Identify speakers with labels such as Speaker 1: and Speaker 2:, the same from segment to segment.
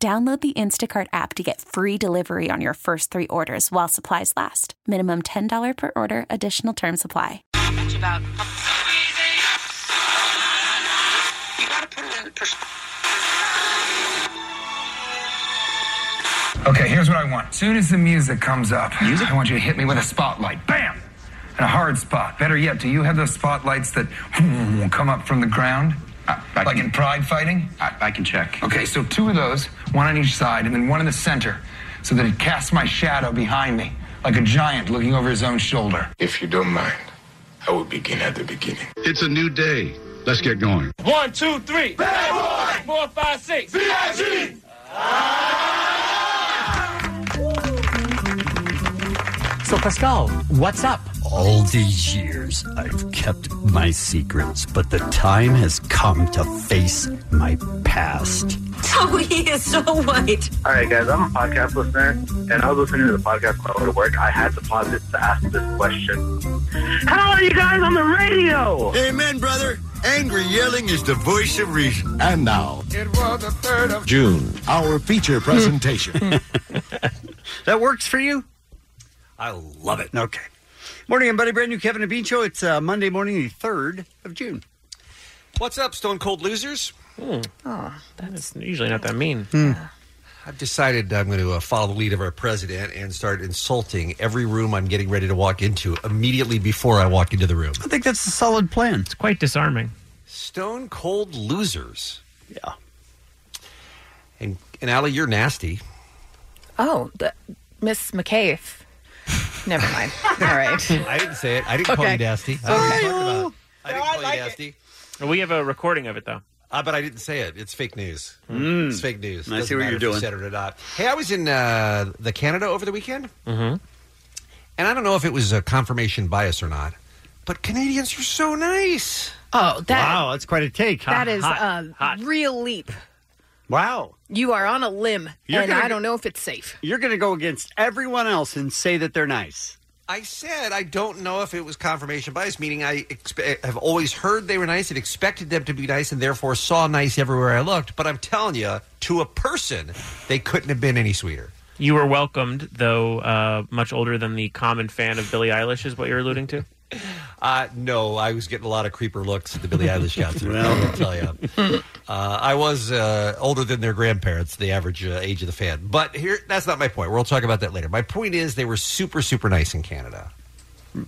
Speaker 1: Download the Instacart app to get free delivery on your first three orders while supplies last. Minimum $10 per order, additional term supply.
Speaker 2: much about. You gotta put it in perspective.
Speaker 3: Okay, here's what I want. Soon as the music comes up, music? I want you to hit me with a spotlight. Bam! And a hard spot. Better yet, do you have those spotlights that come up from the ground? like in pride fighting?
Speaker 4: I, I can check.
Speaker 3: Okay, so two of those, one on each side, and then one in the center, so that it casts my shadow behind me, like a giant looking over his own shoulder.
Speaker 5: If you don't mind, I will begin at the beginning.
Speaker 6: It's a new day. Let's get going.
Speaker 7: One, two, three. Bad boy. Four, five, six. VIG.
Speaker 8: So, Pascal, what's up? All these years, I've kept my secrets, but the time has come to face my past.
Speaker 9: Oh, he is so white.
Speaker 10: All right, guys, I'm a podcast listener, and I was listening to the podcast on my way to work. I had to pause it to ask this question. How are you guys on the radio?
Speaker 11: Amen, brother. Angry yelling is the voice of reason. And now,
Speaker 3: It was a third of
Speaker 11: June, our feature presentation.
Speaker 12: That works for you? I love it. Okay. Morning, everybody. Brand new Kevin and Bean Show. It's uh, Monday morning, the 3rd of June.
Speaker 13: What's up, Stone Cold Losers?
Speaker 12: Hmm.
Speaker 14: Oh,
Speaker 13: that's
Speaker 14: usually not that mean.
Speaker 15: Hmm.
Speaker 13: I've decided I'm going to uh, follow the lead of our president and start insulting every room I'm getting ready to walk into immediately before I walk into the room.
Speaker 12: I think that's a solid plan.
Speaker 14: It's quite disarming.
Speaker 13: Stone Cold Losers.
Speaker 12: Yeah.
Speaker 13: And, and Allie, you're nasty.
Speaker 15: Oh, the, Miss McCabe. Never mind. All right.
Speaker 13: I didn't say it. I didn't call
Speaker 15: Okay.
Speaker 13: you nasty. I
Speaker 15: Sorry.
Speaker 13: didn't talk about it. I didn't call you nasty.
Speaker 14: We have a recording of it though.
Speaker 13: Uh, but I didn't say it. It's fake news.
Speaker 14: Mm.
Speaker 13: It's fake news.
Speaker 14: I see
Speaker 13: Doesn't
Speaker 14: what
Speaker 13: matter
Speaker 14: you're
Speaker 13: if you
Speaker 14: doing.
Speaker 13: Said it or not. Hey, I was in uh, the Canada over the weekend,
Speaker 14: Mm-hmm.
Speaker 13: and I don't know if it was a confirmation bias or not, but Canadians are so nice.
Speaker 15: Oh, that
Speaker 12: wow, that's quite a take.
Speaker 15: that is a real leap.
Speaker 12: wow.
Speaker 15: You are on a limb,
Speaker 12: You're
Speaker 15: and
Speaker 12: gonna
Speaker 15: I
Speaker 12: get-
Speaker 15: don't know if it's safe.
Speaker 12: You're going to go against everyone else and say that they're nice.
Speaker 13: I said I don't know if it was confirmation bias, meaning I expe- have always heard they were nice and expected them to be nice, and therefore saw nice everywhere I looked. But I'm telling you, to a person, they couldn't have been any sweeter.
Speaker 14: You were welcomed, though uh, much older than the common fan of Billie Eilish is what you're alluding to.
Speaker 13: Uh, no, I was getting a lot of creeper looks at the Billie Eilish concert. I'll tell you, uh, I was uh, older than their grandparents, the average uh, age of the fan. But here, that's not my point. We'll talk about that later. My point is, they were super, super nice in Canada.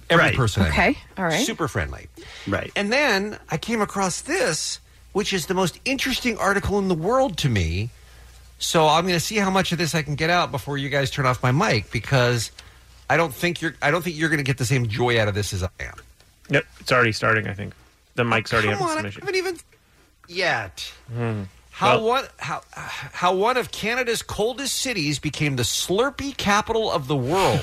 Speaker 13: Every person, I met.
Speaker 15: Okay. All right.
Speaker 13: super friendly.
Speaker 12: Right.
Speaker 13: And then I came across this, which is the most interesting article in the world to me. So I'm going to see how much of this I can get out before you guys turn off my mic because I don't think you're I don't think you're going to get the same joy out of this as I am.
Speaker 14: Nope, it's already starting. I think the mic's already
Speaker 13: Come
Speaker 14: having
Speaker 13: on,
Speaker 14: some
Speaker 13: I
Speaker 14: issues.
Speaker 13: haven't even yet.
Speaker 14: Hmm.
Speaker 13: How
Speaker 14: Well-
Speaker 13: one how how one of Canada's coldest cities became the Slurpee capital of the world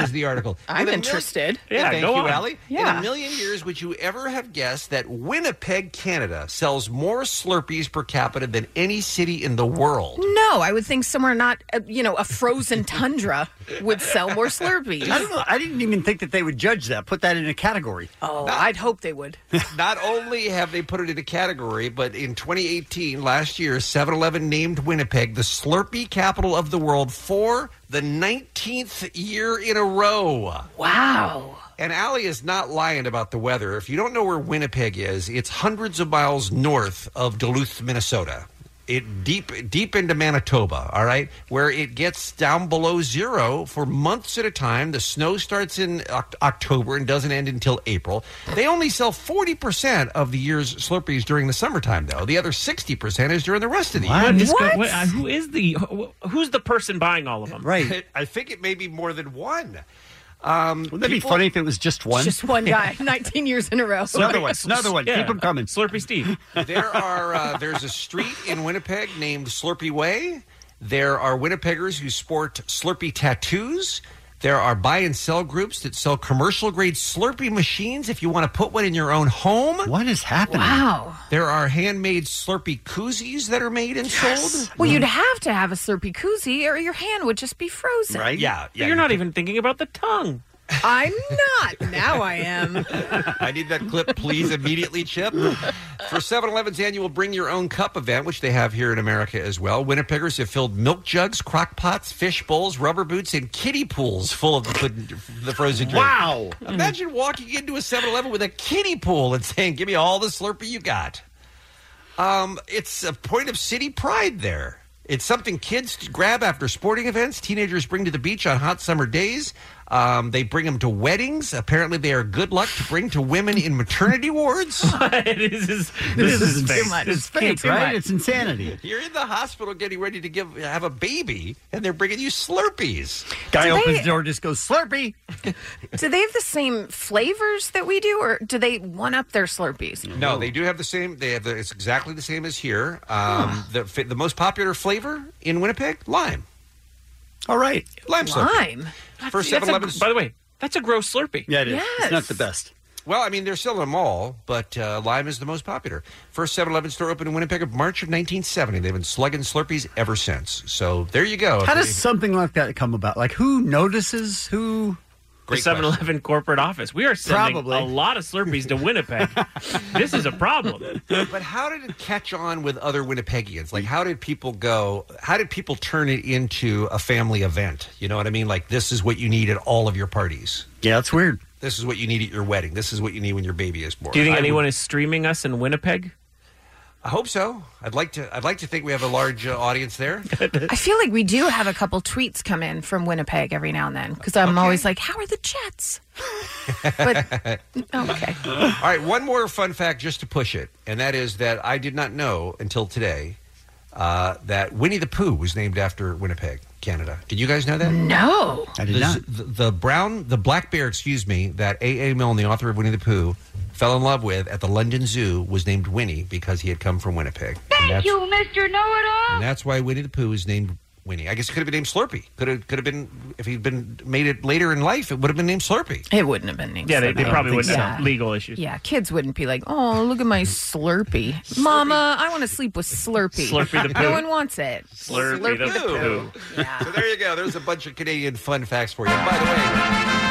Speaker 13: is the article. In
Speaker 15: I'm
Speaker 13: a mil-
Speaker 15: interested.
Speaker 13: yeah,
Speaker 15: Yeah,
Speaker 13: thank
Speaker 15: go
Speaker 13: you,
Speaker 15: on.
Speaker 13: Allie. In
Speaker 15: Yeah.
Speaker 13: a million years, would you ever have guessed that Winnipeg, Canada, sells more Slurpees per capita than any city in the world?
Speaker 15: No, I would think somewhere not, uh, you know, a frozen tundra would sell more Slurpees.
Speaker 12: I don't know. I didn't even think that they would judge that, put that in a category.
Speaker 15: Oh, I'd hope they would.
Speaker 13: Not only have they put it in a category, but in 2018, last year, 7-Eleven named Winnipeg the Slurpee capital of the world for the 19th year in a row.
Speaker 15: Wow.
Speaker 13: And Allie is not lying about the weather. If you don't know where Winnipeg is, it's hundreds of miles north of Duluth, Minnesota. It deep deep into Manitoba, all right, where it gets down below zero for months at a time. The snow starts in Oct- October and doesn't end until April. They only sell forty percent of the year's Slurpees during the summertime, though. The other sixty percent is during the rest of the year.
Speaker 14: is go- what- uh, who is the wh- who's the person buying all of them?
Speaker 12: Right.
Speaker 13: I think it may be more than one. Um,
Speaker 12: Wouldn't that be
Speaker 13: people-
Speaker 12: funny if it was just one?
Speaker 15: Just one guy, 19 years in a row.
Speaker 12: another one. Another one.
Speaker 14: Yeah.
Speaker 12: Keep them coming.
Speaker 14: Slurpee Steve.
Speaker 13: there are uh, there's a street in Winnipeg named Slurpee Way, There are Winnipeggers who sport Slurpee tattoos. There are buy and sell groups that sell commercial grade Slurpee machines if you want to put one in your own home. What
Speaker 12: is happening?
Speaker 15: Wow.
Speaker 13: There are handmade Slurpee koozies that are made and sold.
Speaker 15: Well,
Speaker 12: Mm-hmm.
Speaker 15: you'd have to have a Slurpee koozie, or your hand would just be frozen.
Speaker 13: Yeah. yeah
Speaker 14: You're not even thinking about the tongue.
Speaker 15: I'm not. Now I am.
Speaker 13: I need that clip, please, immediately, Chip. For 7 Eleven's annual Bring Your Own Cup event, which they have here in America as well, Winnipeggers have filled milk jugs, crock pots, fish bowls, rubber boots, and kiddie pools full of the, the frozen drink.
Speaker 12: Wow.
Speaker 13: Imagine walking into a 7 Eleven with a kiddie pool and saying, Give me all the Slurpee you got. Um, it's a point of city pride there. It's something kids grab after sporting events. Teenagers bring to the beach on hot summer days. Um, they bring them to weddings. Apparently, they are good luck to bring to women in maternity wards.
Speaker 14: this is
Speaker 12: This is too much. It's fake, right? It's insanity.
Speaker 13: You're in the hospital getting ready to give have a baby, and they're bringing you Slurpees.
Speaker 12: Guy
Speaker 15: Do
Speaker 12: opens
Speaker 15: they-
Speaker 12: door, just goes Slurpee.
Speaker 15: Do they have the same flavors that we do, or do they one up their Slurpees?
Speaker 13: No, they do have the same. They have the, it's exactly the same as here. Um, the the the most popular flavor in Winnipeg, lime.
Speaker 12: All right,
Speaker 13: lime Slurpee.
Speaker 15: Lime.
Speaker 13: For
Speaker 14: That's a-
Speaker 13: 7-Elevens.
Speaker 14: By the way, that's a gross Slurpee.
Speaker 12: Yeah,
Speaker 13: it is. It's Yes. not the best. Well, I mean, they're selling them all, but uh, lime is the most popular. First 7 Eleven store opened in Winnipeg of March of 1970. They've been slugging Slurpees ever since. So there you go.
Speaker 12: How
Speaker 13: If-
Speaker 12: does
Speaker 13: if-
Speaker 12: something like that come about? Like who notices? Who?
Speaker 14: The 7 Eleven corporate office. We are sending
Speaker 12: Probably.
Speaker 14: a lot of Slurpees to Winnipeg. this is a problem.
Speaker 13: but how did it catch on with other Winnipegians? Like, how did people go? How did people turn it into a family event? You know what I mean? Like, this is what you need at all of your parties.
Speaker 12: Yeah, it's weird.
Speaker 13: This is what you need at your wedding. This is what you need when your baby is born.
Speaker 14: Do you think
Speaker 13: I
Speaker 14: anyone
Speaker 13: would-
Speaker 14: is streaming us in Winnipeg?
Speaker 13: I hope so. I'd like to. I'd like to think we have a large uh, audience there.
Speaker 15: I feel like we do have a couple tweets come in from Winnipeg every now and then because I'm always like, "How are the Jets?" Okay.
Speaker 13: All right, one more fun fact just to push it, and that is that I did not know until today uh, that Winnie the Pooh was named after Winnipeg, Canada. Did you guys know that?
Speaker 15: No.
Speaker 12: I did
Speaker 13: the,
Speaker 12: not.
Speaker 13: The, the brown, the black bear, excuse me, that A.A. Milne, the author of Winnie the Pooh, fell in love with at the London Zoo was named Winnie because he had come from Winnipeg. And that's,
Speaker 16: Mr. Know-It-All.
Speaker 13: and that's why Winnie the Pooh is named Winnie. I guess it could have been named Slurpee. Could have could have been if he'd been made it later in life, it would have been named Slurpee.
Speaker 15: It wouldn't have been named.
Speaker 14: Yeah, they,
Speaker 15: Slurpee.
Speaker 14: they probably wouldn't
Speaker 15: Yeah.
Speaker 14: have legal issues.
Speaker 15: Yeah, kids wouldn't be like, "Oh, look at my Slurpee, Mama. I want to sleep with Slurpee.
Speaker 13: Slurpee the
Speaker 15: No
Speaker 13: poo.
Speaker 15: one wants it.
Speaker 13: So there you go. There's a bunch of Canadian fun facts for you. And by the way,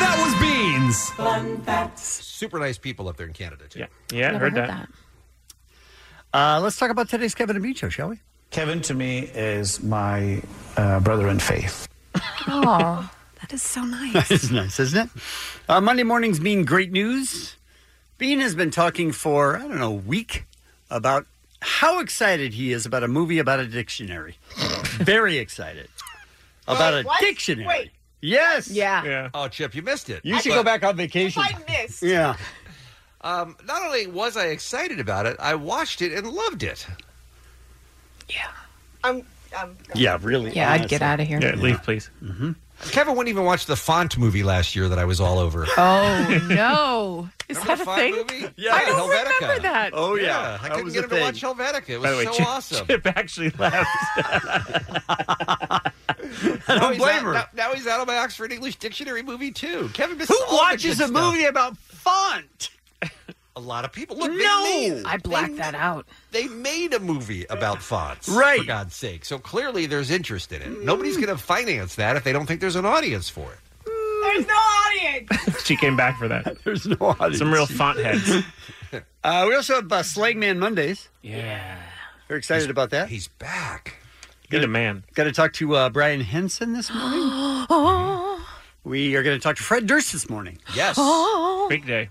Speaker 17: that was Beans.
Speaker 13: Fun facts. Super nice people up there in Canada, too. Yeah,
Speaker 14: yeah
Speaker 12: Never heard heard that. Uh, let's talk about today's Kevin and Bean show, shall we?
Speaker 18: Kevin to me is my uh, brother in faith.
Speaker 15: Oh, that is so nice.
Speaker 12: it's nice, isn't it? Uh, Monday mornings mean great news. Bean has been talking for, I don't know, a week about how excited he is about a movie about a dictionary. Very excited. About a
Speaker 19: What?
Speaker 12: dictionary.
Speaker 19: Wait.
Speaker 12: Yes.
Speaker 15: Ah.
Speaker 19: Yeah.
Speaker 13: Oh, Chip, you missed it.
Speaker 12: You should go back on vacation.
Speaker 19: I missed.
Speaker 12: Yeah.
Speaker 13: Um, not only was I excited about it, I watched it and loved it.
Speaker 19: I'm. I'm
Speaker 12: Yeah, really.
Speaker 15: Yeah, I'd get out of here.
Speaker 14: Yeah, leave, please.
Speaker 12: Mm-hmm.
Speaker 13: Kevin wouldn't even watch the font movie last year that I was all over.
Speaker 15: Oh no, is
Speaker 13: Remember
Speaker 15: that
Speaker 13: the
Speaker 15: a
Speaker 13: Fog
Speaker 15: thing?
Speaker 13: movie?
Speaker 15: I don't
Speaker 13: Helvetica.
Speaker 15: remember that.
Speaker 13: Oh, I couldn't get him to watch Helvetica. It was
Speaker 14: By the way,
Speaker 13: so
Speaker 14: Chip,
Speaker 13: awesome.
Speaker 14: Chip actually left.
Speaker 13: I
Speaker 12: don't blame her.
Speaker 13: Now, now he's out of my Oxford English Dictionary movie too. Kevin misses
Speaker 12: Who
Speaker 13: all the
Speaker 12: watches
Speaker 13: good
Speaker 12: a
Speaker 13: stuff.
Speaker 12: movie about font?
Speaker 13: A lot of people. Look,
Speaker 12: No!
Speaker 13: they made,
Speaker 12: I
Speaker 13: blacked
Speaker 15: that out.
Speaker 13: They made a movie about fonts,
Speaker 12: Right.
Speaker 13: For God's sake. So clearly, there's interest in it. Nobody's going to finance that if they don't think there's an audience for it.
Speaker 19: There's no audience.
Speaker 14: she came back for that.
Speaker 12: There's no audience.
Speaker 14: Some real font heads.
Speaker 12: Uh, we also have uh, Slangman Mondays.
Speaker 14: Yeah.
Speaker 12: We're excited about that.
Speaker 13: He's back.
Speaker 14: Good man.
Speaker 12: Got to talk to uh, Brian Henson this morning. we are going to talk to Fred Durst this morning.
Speaker 13: Yes.
Speaker 14: Big day.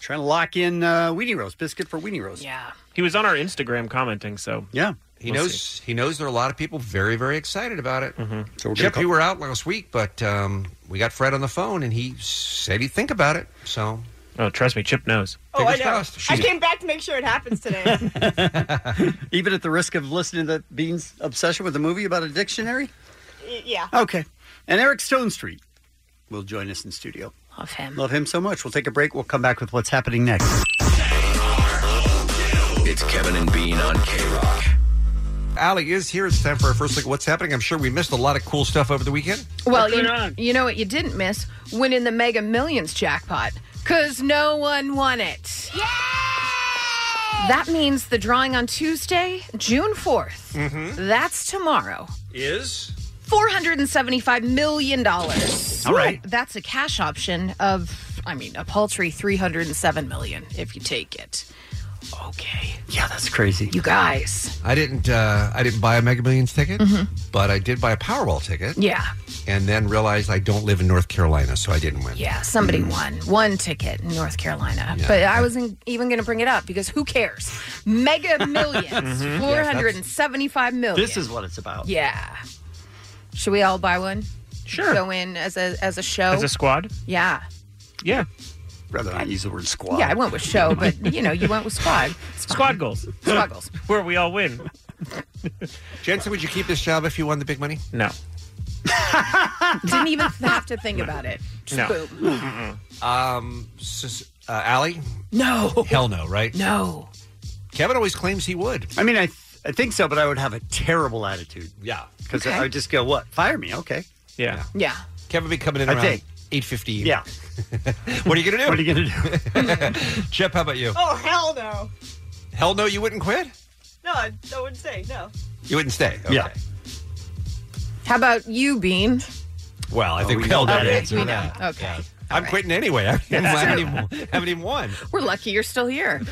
Speaker 12: Trying to lock in uh, Weenie Roast, biscuit for Weenie Roast.
Speaker 15: Yeah.
Speaker 14: He was on our Instagram commenting, so
Speaker 12: Yeah.
Speaker 13: He knows. He knows there are a lot of people very, very excited about it.
Speaker 12: So we're gonna
Speaker 13: Chip,
Speaker 12: call-
Speaker 13: Mm-hmm. you were out last week, but um, we got Fred on the phone, and he said he'd think about it. So,
Speaker 14: oh, trust me, Chip knows.
Speaker 19: Oh, I know. I came back to make sure it happens today.
Speaker 12: Even at the risk of listening to Bean's obsession with a movie about a dictionary.
Speaker 19: Y- yeah.
Speaker 12: Okay. And Eric Stone Street will join us in studio.
Speaker 15: Love him.
Speaker 12: Love him so much. We'll take a break. We'll come back with what's happening next.
Speaker 20: It's Kevin and Bean on K Rock.
Speaker 13: Allie is here. It's time for our first look at what's happening. I'm sure we missed a lot of cool stuff over the weekend.
Speaker 15: Well, you, you know what you didn't miss? Winning the Mega Millions jackpot. Because no one won it. Yeah! That means the drawing on Tuesday, June 4th.
Speaker 13: Mm-hmm.
Speaker 15: That's tomorrow.
Speaker 13: Is
Speaker 15: $475 million. All
Speaker 13: All right.
Speaker 15: That's a cash option of, I mean, a paltry $307 million if you take it.
Speaker 12: Yeah, that's crazy.
Speaker 15: You guys. Mm-hmm.
Speaker 13: I didn't. Uh, I didn't buy a Mega Millions ticket, but I did buy a Powerball ticket.
Speaker 15: Yeah.
Speaker 13: and then realized I don't live in North Carolina, so I didn't win.
Speaker 15: Yeah, somebody won one ticket in North Carolina.
Speaker 13: Yeah.
Speaker 15: But I wasn't even going to bring it up because who cares? Mega 1000000s
Speaker 12: Mhm.
Speaker 15: four hundred and seventy-five million.
Speaker 12: This is what it's about.
Speaker 15: Yeah. Should we all buy one? Sure. Go in as a as a show.
Speaker 14: squad?
Speaker 15: Yeah.
Speaker 14: Yeah.
Speaker 12: Rather not use the word squad.
Speaker 15: Yeah, I went with show, but you know, you went with squad.
Speaker 14: Squad goals.
Speaker 15: Squad goals.
Speaker 14: Where we all win.
Speaker 13: Jensen, would you keep this job if you won the big money?
Speaker 14: No.
Speaker 15: Didn't even have to think about it. Just boom.
Speaker 13: Um, s- uh, Allie?
Speaker 15: No.
Speaker 13: Hell no, right?
Speaker 15: No.
Speaker 13: Kevin always claims he would.
Speaker 12: I mean, I, th- I think so, but I would have a terrible attitude.
Speaker 13: Yeah.
Speaker 12: Because
Speaker 13: Okay.
Speaker 12: I would just go, what? Fire me. Okay.
Speaker 14: Yeah.
Speaker 15: Yeah.
Speaker 13: Kevin be coming in
Speaker 12: I
Speaker 13: around
Speaker 12: think.
Speaker 13: 8.15.
Speaker 12: Yeah.
Speaker 13: What are you going to do?
Speaker 12: What are you going to do?
Speaker 13: Jeff, how about you?
Speaker 19: Oh hell no!
Speaker 13: Hell no, you wouldn't quit?
Speaker 19: No, I, I wouldn't say no.
Speaker 13: You wouldn't stay? Okay. Yeah.
Speaker 15: How about you, Bean?
Speaker 13: Well, I think we,
Speaker 12: know
Speaker 13: all
Speaker 12: that
Speaker 13: know the
Speaker 12: Oh, answer
Speaker 13: answer
Speaker 12: to
Speaker 13: to that.
Speaker 15: Okay.
Speaker 13: I'm quitting anyway. I haven't, even, haven't even won.
Speaker 15: We're lucky you're still here.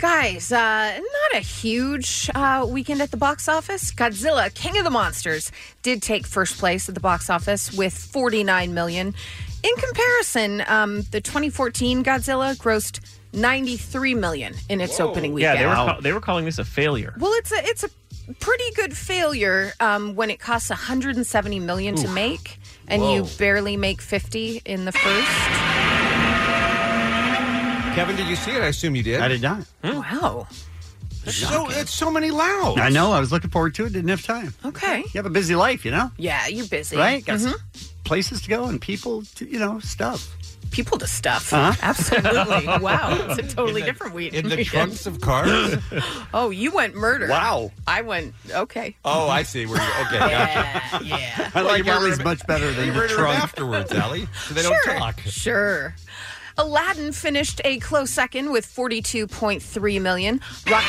Speaker 15: Guys, uh, not a huge uh, weekend at the box office. Godzilla, King of the Monsters, did take first place at the box office with 49 million. In comparison, um, the 2014 Godzilla grossed 93 million in its opening weekend.
Speaker 14: Yeah, they were call- they were calling this a failure.
Speaker 15: Well, it's a it's a pretty good failure um, when it costs 170 million to
Speaker 14: Oof.
Speaker 15: make, and you
Speaker 13: Whoa.
Speaker 15: barely make 50 in the first.
Speaker 13: Kevin, did you see it? I assume you did.
Speaker 12: I did not.
Speaker 15: Wow.
Speaker 13: So, it's so many loud.
Speaker 12: I know. I was looking forward to it. Didn't have time.
Speaker 15: Okay. You
Speaker 12: have a busy life, you know?
Speaker 15: Yeah, you're busy,
Speaker 12: Right? Got s-
Speaker 15: Mhm.
Speaker 12: places to go and people to, you know, stuff.
Speaker 15: People to stuff.
Speaker 12: Huh?
Speaker 15: Absolutely. Wow. It's a totally
Speaker 12: In the-
Speaker 15: different week.
Speaker 13: In the trunks of cars?
Speaker 15: Oh, you went murder.
Speaker 13: Wow.
Speaker 15: I went, okay.
Speaker 13: Oh, I see. Where you okay?
Speaker 15: Yeah, yeah.
Speaker 12: I like your Murray's much better than
Speaker 13: you
Speaker 12: the
Speaker 13: murdered him
Speaker 12: trunk.
Speaker 13: afterwards, Allie. So they
Speaker 15: Sure.
Speaker 13: don't talk.
Speaker 15: Sure. Aladdin finished a close second with 42.3 million. Rock-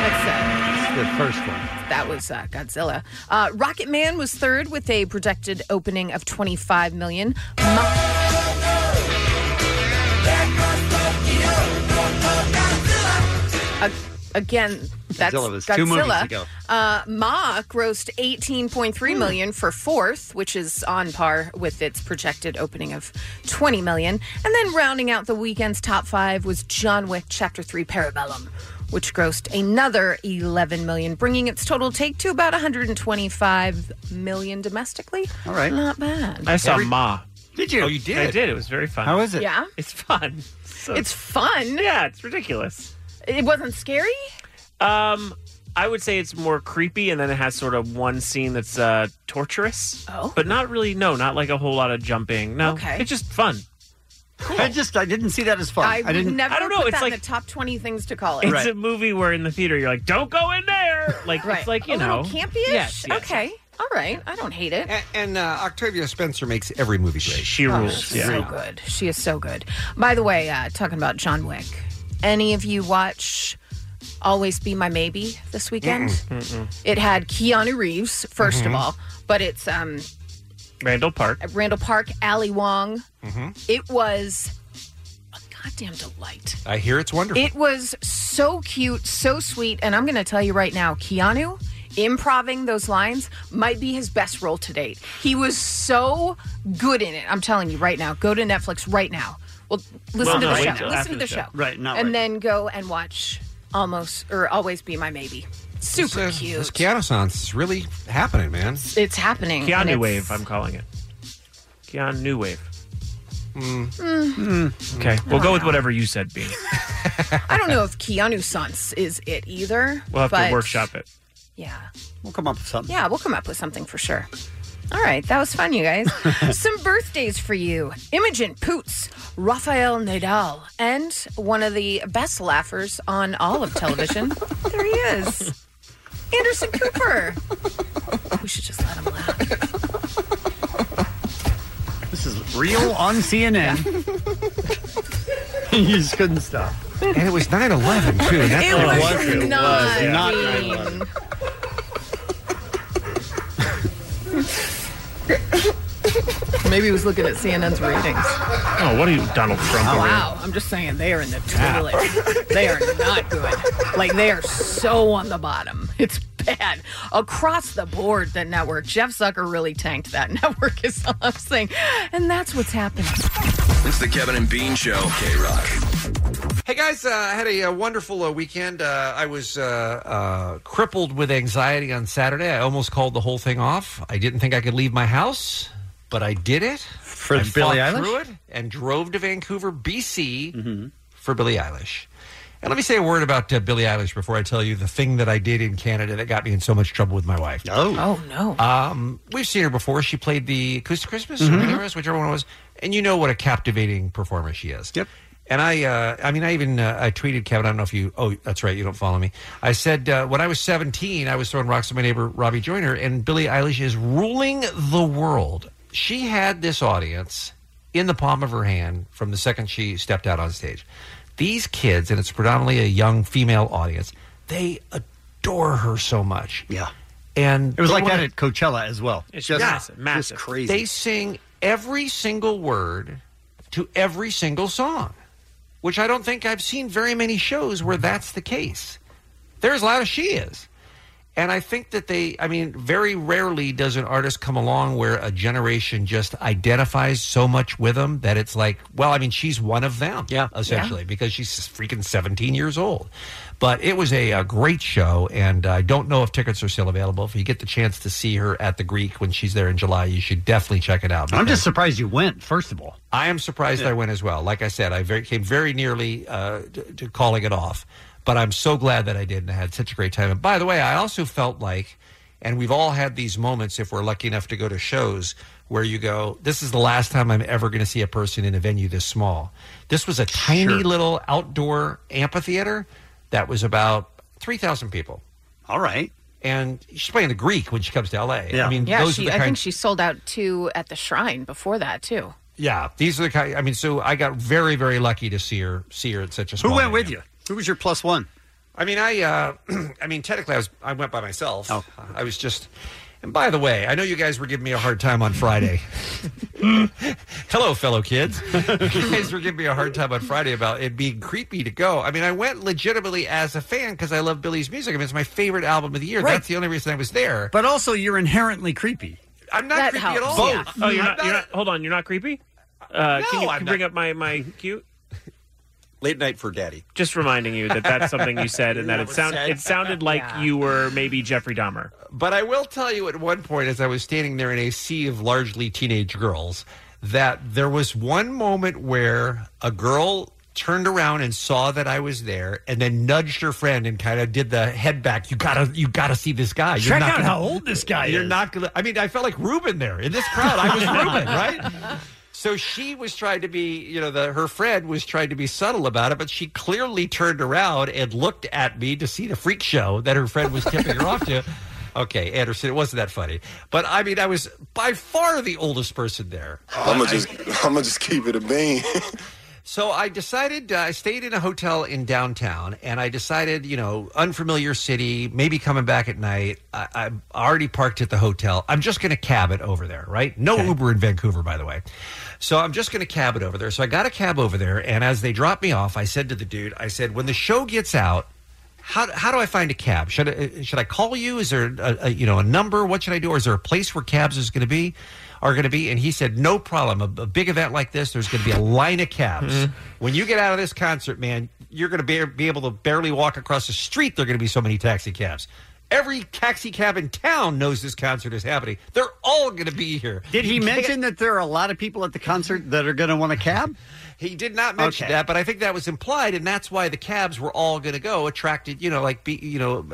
Speaker 15: That's, uh,
Speaker 12: The first one.
Speaker 15: that was uh, Godzilla. Uh, Rocket Man was third with a projected opening of 25 million. Mon- Ag- Again, that's
Speaker 12: Godzilla was
Speaker 15: Godzilla.
Speaker 12: two movies ago.
Speaker 15: Uh, Ma grossed 18.3 million for fourth, which is on par with its projected opening of 20 million. And then rounding out the weekend's top five was John Wick Chapter 3 Parabellum, which grossed another 11 million, bringing its total take to about 125 million domestically.
Speaker 14: All right.
Speaker 15: Not bad.
Speaker 14: I saw Ma.
Speaker 12: Did you?
Speaker 14: Oh, you did? I did. It was very fun.
Speaker 12: How is it?
Speaker 15: Yeah.
Speaker 14: It's fun. So-
Speaker 15: It's fun.
Speaker 14: Yeah, it's ridiculous.
Speaker 15: It wasn't scary?
Speaker 14: Um, I would say it's more creepy, and then it has sort of one scene that's uh, torturous.
Speaker 15: Oh.
Speaker 14: But not really, no, not like a whole lot of jumping. No.
Speaker 15: Okay.
Speaker 14: It's just fun.
Speaker 12: I just, I didn't see that as fun.
Speaker 15: I, would never
Speaker 14: I don't know.
Speaker 15: put
Speaker 14: it's
Speaker 15: that
Speaker 14: like
Speaker 15: in the top 20 things to call it.
Speaker 14: It's a movie where in the theater you're like, don't go in there. Like
Speaker 15: Right.
Speaker 14: it's like you
Speaker 15: a
Speaker 14: know,
Speaker 15: little campy-ish?
Speaker 14: Yes, yes.
Speaker 15: okay. All right. I don't hate it.
Speaker 12: Eh.
Speaker 13: And, and uh, Octavia Spencer makes every movie great.
Speaker 14: She
Speaker 15: Oh, she's so good. She is so good. By the way, uh, talking about John Wick, any of you watch Always Be My Maybe this weekend? It had Keanu Reeves, 1st of
Speaker 12: Mm-hmm.
Speaker 14: Mhm.
Speaker 15: all, but it's um,
Speaker 14: Randall Park.
Speaker 15: Randall Park, Ali Wong.
Speaker 13: Mm-hmm.
Speaker 15: It was a goddamn delight.
Speaker 13: I hear it's wonderful.
Speaker 15: It was so cute, so sweet, and I'm going to tell you right now, Keanu improving those lines might be his best role to date. He was so good in it. I'm telling you right now. Go to Netflix right now. Well, listen
Speaker 12: Well,
Speaker 15: to
Speaker 12: no,
Speaker 15: the
Speaker 12: wait
Speaker 15: show.
Speaker 12: till
Speaker 15: Listen
Speaker 12: after
Speaker 15: to the,
Speaker 12: the
Speaker 15: show.
Speaker 12: show. Right, not
Speaker 15: And
Speaker 12: right
Speaker 15: then go and watch Almost or Always Be My Maybe. Super cute.
Speaker 13: This Keanu Sans is really happening, man.
Speaker 15: It's happening. and
Speaker 14: Keanu
Speaker 15: it's-
Speaker 14: Wave, I'm calling it. Keanu Wave.
Speaker 12: Mm-hmm.
Speaker 15: Mm.
Speaker 14: Okay,
Speaker 15: I
Speaker 14: we'll
Speaker 15: don't
Speaker 14: go with
Speaker 15: know.
Speaker 14: whatever you said, Bean.
Speaker 15: I don't know if Keanu Sans is it either.
Speaker 14: We'll have
Speaker 15: but
Speaker 14: to workshop it.
Speaker 15: Yeah.
Speaker 12: We'll come up with something.
Speaker 15: Yeah, we'll come up with something for sure. All right, that was fun, you guys. Some birthdays for you Imogen Poots, Rafael Nadal, and one of the best laughers on all of television. there he is. Anderson Cooper. we should just let him
Speaker 12: This is real on CNN. you just couldn't stop.
Speaker 13: And it was 9 11, too.
Speaker 12: That
Speaker 13: It was
Speaker 12: it was
Speaker 13: not
Speaker 12: not
Speaker 13: mean.
Speaker 12: 9 11.
Speaker 15: Maybe he was looking at CNN's ratings.
Speaker 14: Oh, what are you, Donald Trump?
Speaker 15: Oh,
Speaker 14: over here?
Speaker 15: wow. I'm just saying they are in the
Speaker 14: Yeah.
Speaker 15: toilet. they are not good. Like they are so on the bottom. It's bad across the board. That network, Jeff Zucker really tanked that network. Is all I'm saying, and that's what's happening.
Speaker 20: It's the Kevin and Bean Show. K Rock.
Speaker 13: Hey guys, uh, I had a, uh wonderful uh, weekend. Uh, I was uh, uh, crippled with anxiety on Saturday. I almost called the whole thing off. I didn't think I could leave my house, but I did it. For I
Speaker 12: Billie
Speaker 13: fought
Speaker 12: Eilish?
Speaker 13: through it and drove to Vancouver, BC,
Speaker 12: Mm-hmm.
Speaker 13: for Billie Eilish. And let me say a word about uh, Billie Eilish before I tell you the thing that I did in Canada that got me in so much trouble with my wife.
Speaker 15: Oh, no.
Speaker 13: Um, we've seen her before. She played the Acoustic Christmas or whatever it was, whichever one it was. And you know what a captivating performer she is. Yep. And I, uh, I mean, I even uh, I tweeted Kevin. I don't know if you. Oh, that's right. You don't follow me. I said uh, when I was 17, I was throwing rocks at my neighbor Robbie Joyner, and Billie Eilish is ruling the world. She had this audience in the palm of her hand from the second she stepped out on stage. These kids, and it's predominantly a young female audience, they adore her so much. Yeah. And
Speaker 12: It was
Speaker 13: they
Speaker 12: like that
Speaker 13: wanna-
Speaker 12: at Coachella as well.
Speaker 13: It's
Speaker 12: Just-
Speaker 13: massive,
Speaker 12: just
Speaker 13: massive.
Speaker 12: crazy.
Speaker 13: They sing every single word to every single song, which I don't think I've seen very many shows where that's the case. They're as loud as she is. And I think that they, I mean, very rarely does an artist come along where a generation just identifies so much with them that it's like, well, I mean, she's one of them, yeah, essentially, because she's freaking 17 years old. But it was a, uh great show, and I don't know if tickets are still available. If you get the chance to see her at the Greek when she's there in July, you should definitely check it out.
Speaker 12: I'm
Speaker 13: because-
Speaker 12: just surprised you went, first of all.
Speaker 13: I am surprised I went as well. Like I said, I very, came very nearly uh, to, to calling it off, but I'm so glad that I did and I had such a great time. And by the way, I also felt like, and we've all had these moments if we're lucky enough to go to shows where you go, this is the last time I'm ever going to see a person in a venue this small. This was a tiny
Speaker 12: Sure.
Speaker 13: little outdoor amphitheater that was about 3,000 people. All right. And she's playing the Greek when she comes to LA. I mean,
Speaker 15: yeah.
Speaker 13: those
Speaker 15: She,
Speaker 13: are the
Speaker 15: I
Speaker 13: kinds
Speaker 15: think she sold out two at the Shrine before that too.
Speaker 13: yeah, these are the kind. I mean, so I got very, very lucky to see her, see her at such a. Small
Speaker 12: Who went
Speaker 13: venue.
Speaker 12: with you? Who was your plus one?
Speaker 13: I mean, I, uh, I mean, technically, I was, I went by myself. Oh. I was just. And by the way, I know you guys were giving me a hard time on Friday. Hello, fellow kids. you guys were giving me a hard time on Friday about it being creepy to go. I mean, I went legitimately as a fan because I love Billy's music. I mean, it's my favorite album of the year. That's the only reason I was there.
Speaker 12: But also, you're inherently creepy.
Speaker 13: I'm not creepy at all.
Speaker 14: Oh, you're not, you're not. Hold on, you're not creepy. Uh,
Speaker 13: No,
Speaker 14: can you, can you
Speaker 13: I'm not.
Speaker 14: bring up my my cute?
Speaker 13: Late night for daddy.
Speaker 14: Just reminding you that that's something you said, and that it
Speaker 13: That was
Speaker 14: sound
Speaker 13: said.
Speaker 14: it sounded like
Speaker 13: Yeah.
Speaker 14: you were maybe Jeffrey Dahmer.
Speaker 13: But I will tell you at one point, as I was standing there in a sea of largely teenage girls, that there was one moment where a girl turned around and saw that I was there and then nudged her friend and kind of did the head back. You gotta, you gotta see this guy. You're
Speaker 12: Check
Speaker 13: not
Speaker 12: out
Speaker 13: gonna-
Speaker 12: how old this guy
Speaker 13: You're
Speaker 12: is."
Speaker 13: not gonna, I mean, I felt like Ruben there in this crowd. I was Ruben, right? So she was trying to be, you know, the, her friend was trying to be subtle about it, but she clearly turned around and looked at me to see the freak show that her friend was tipping her off to. Okay, Anderson, it wasn't that funny, but I mean, I was by far the oldest person there.
Speaker 21: I'm gonna just, I'm gonna just keep it a bean.
Speaker 13: So I decided uh, I stayed in a hotel in downtown, and I decided, you know, unfamiliar city, maybe coming back at night. I, I'm already parked at the hotel. I'm just going to cab it over there, right? No Uber in Vancouver, by the way. So I'm just going to cab it over there. So I got a cab over there, and as they dropped me off, I said to the dude, I said, when the show gets out. How, how do I find a cab? Should I, uh, should I call you? Is there a, a you know a number? What should I do? Or is there a place where cabs is going to be are going to be? And he said, no problem. A, a big event like this, there's going to be a line of cabs.
Speaker 12: Mm-hmm.
Speaker 13: When you get out of this concert, man, you're going to be, be able to barely walk across the street. There are going to be so many taxi cabs. Every taxi cab in town knows this concert is happening. They're all going to be here.
Speaker 12: Did he
Speaker 13: You can't-
Speaker 12: mention that there are a lot of people at the concert that are going to want a cab?
Speaker 13: He did not mention
Speaker 12: Okay.
Speaker 13: that, but I think that was implied, and that's why the cabs were all going to go attracted. You know, like be, you know,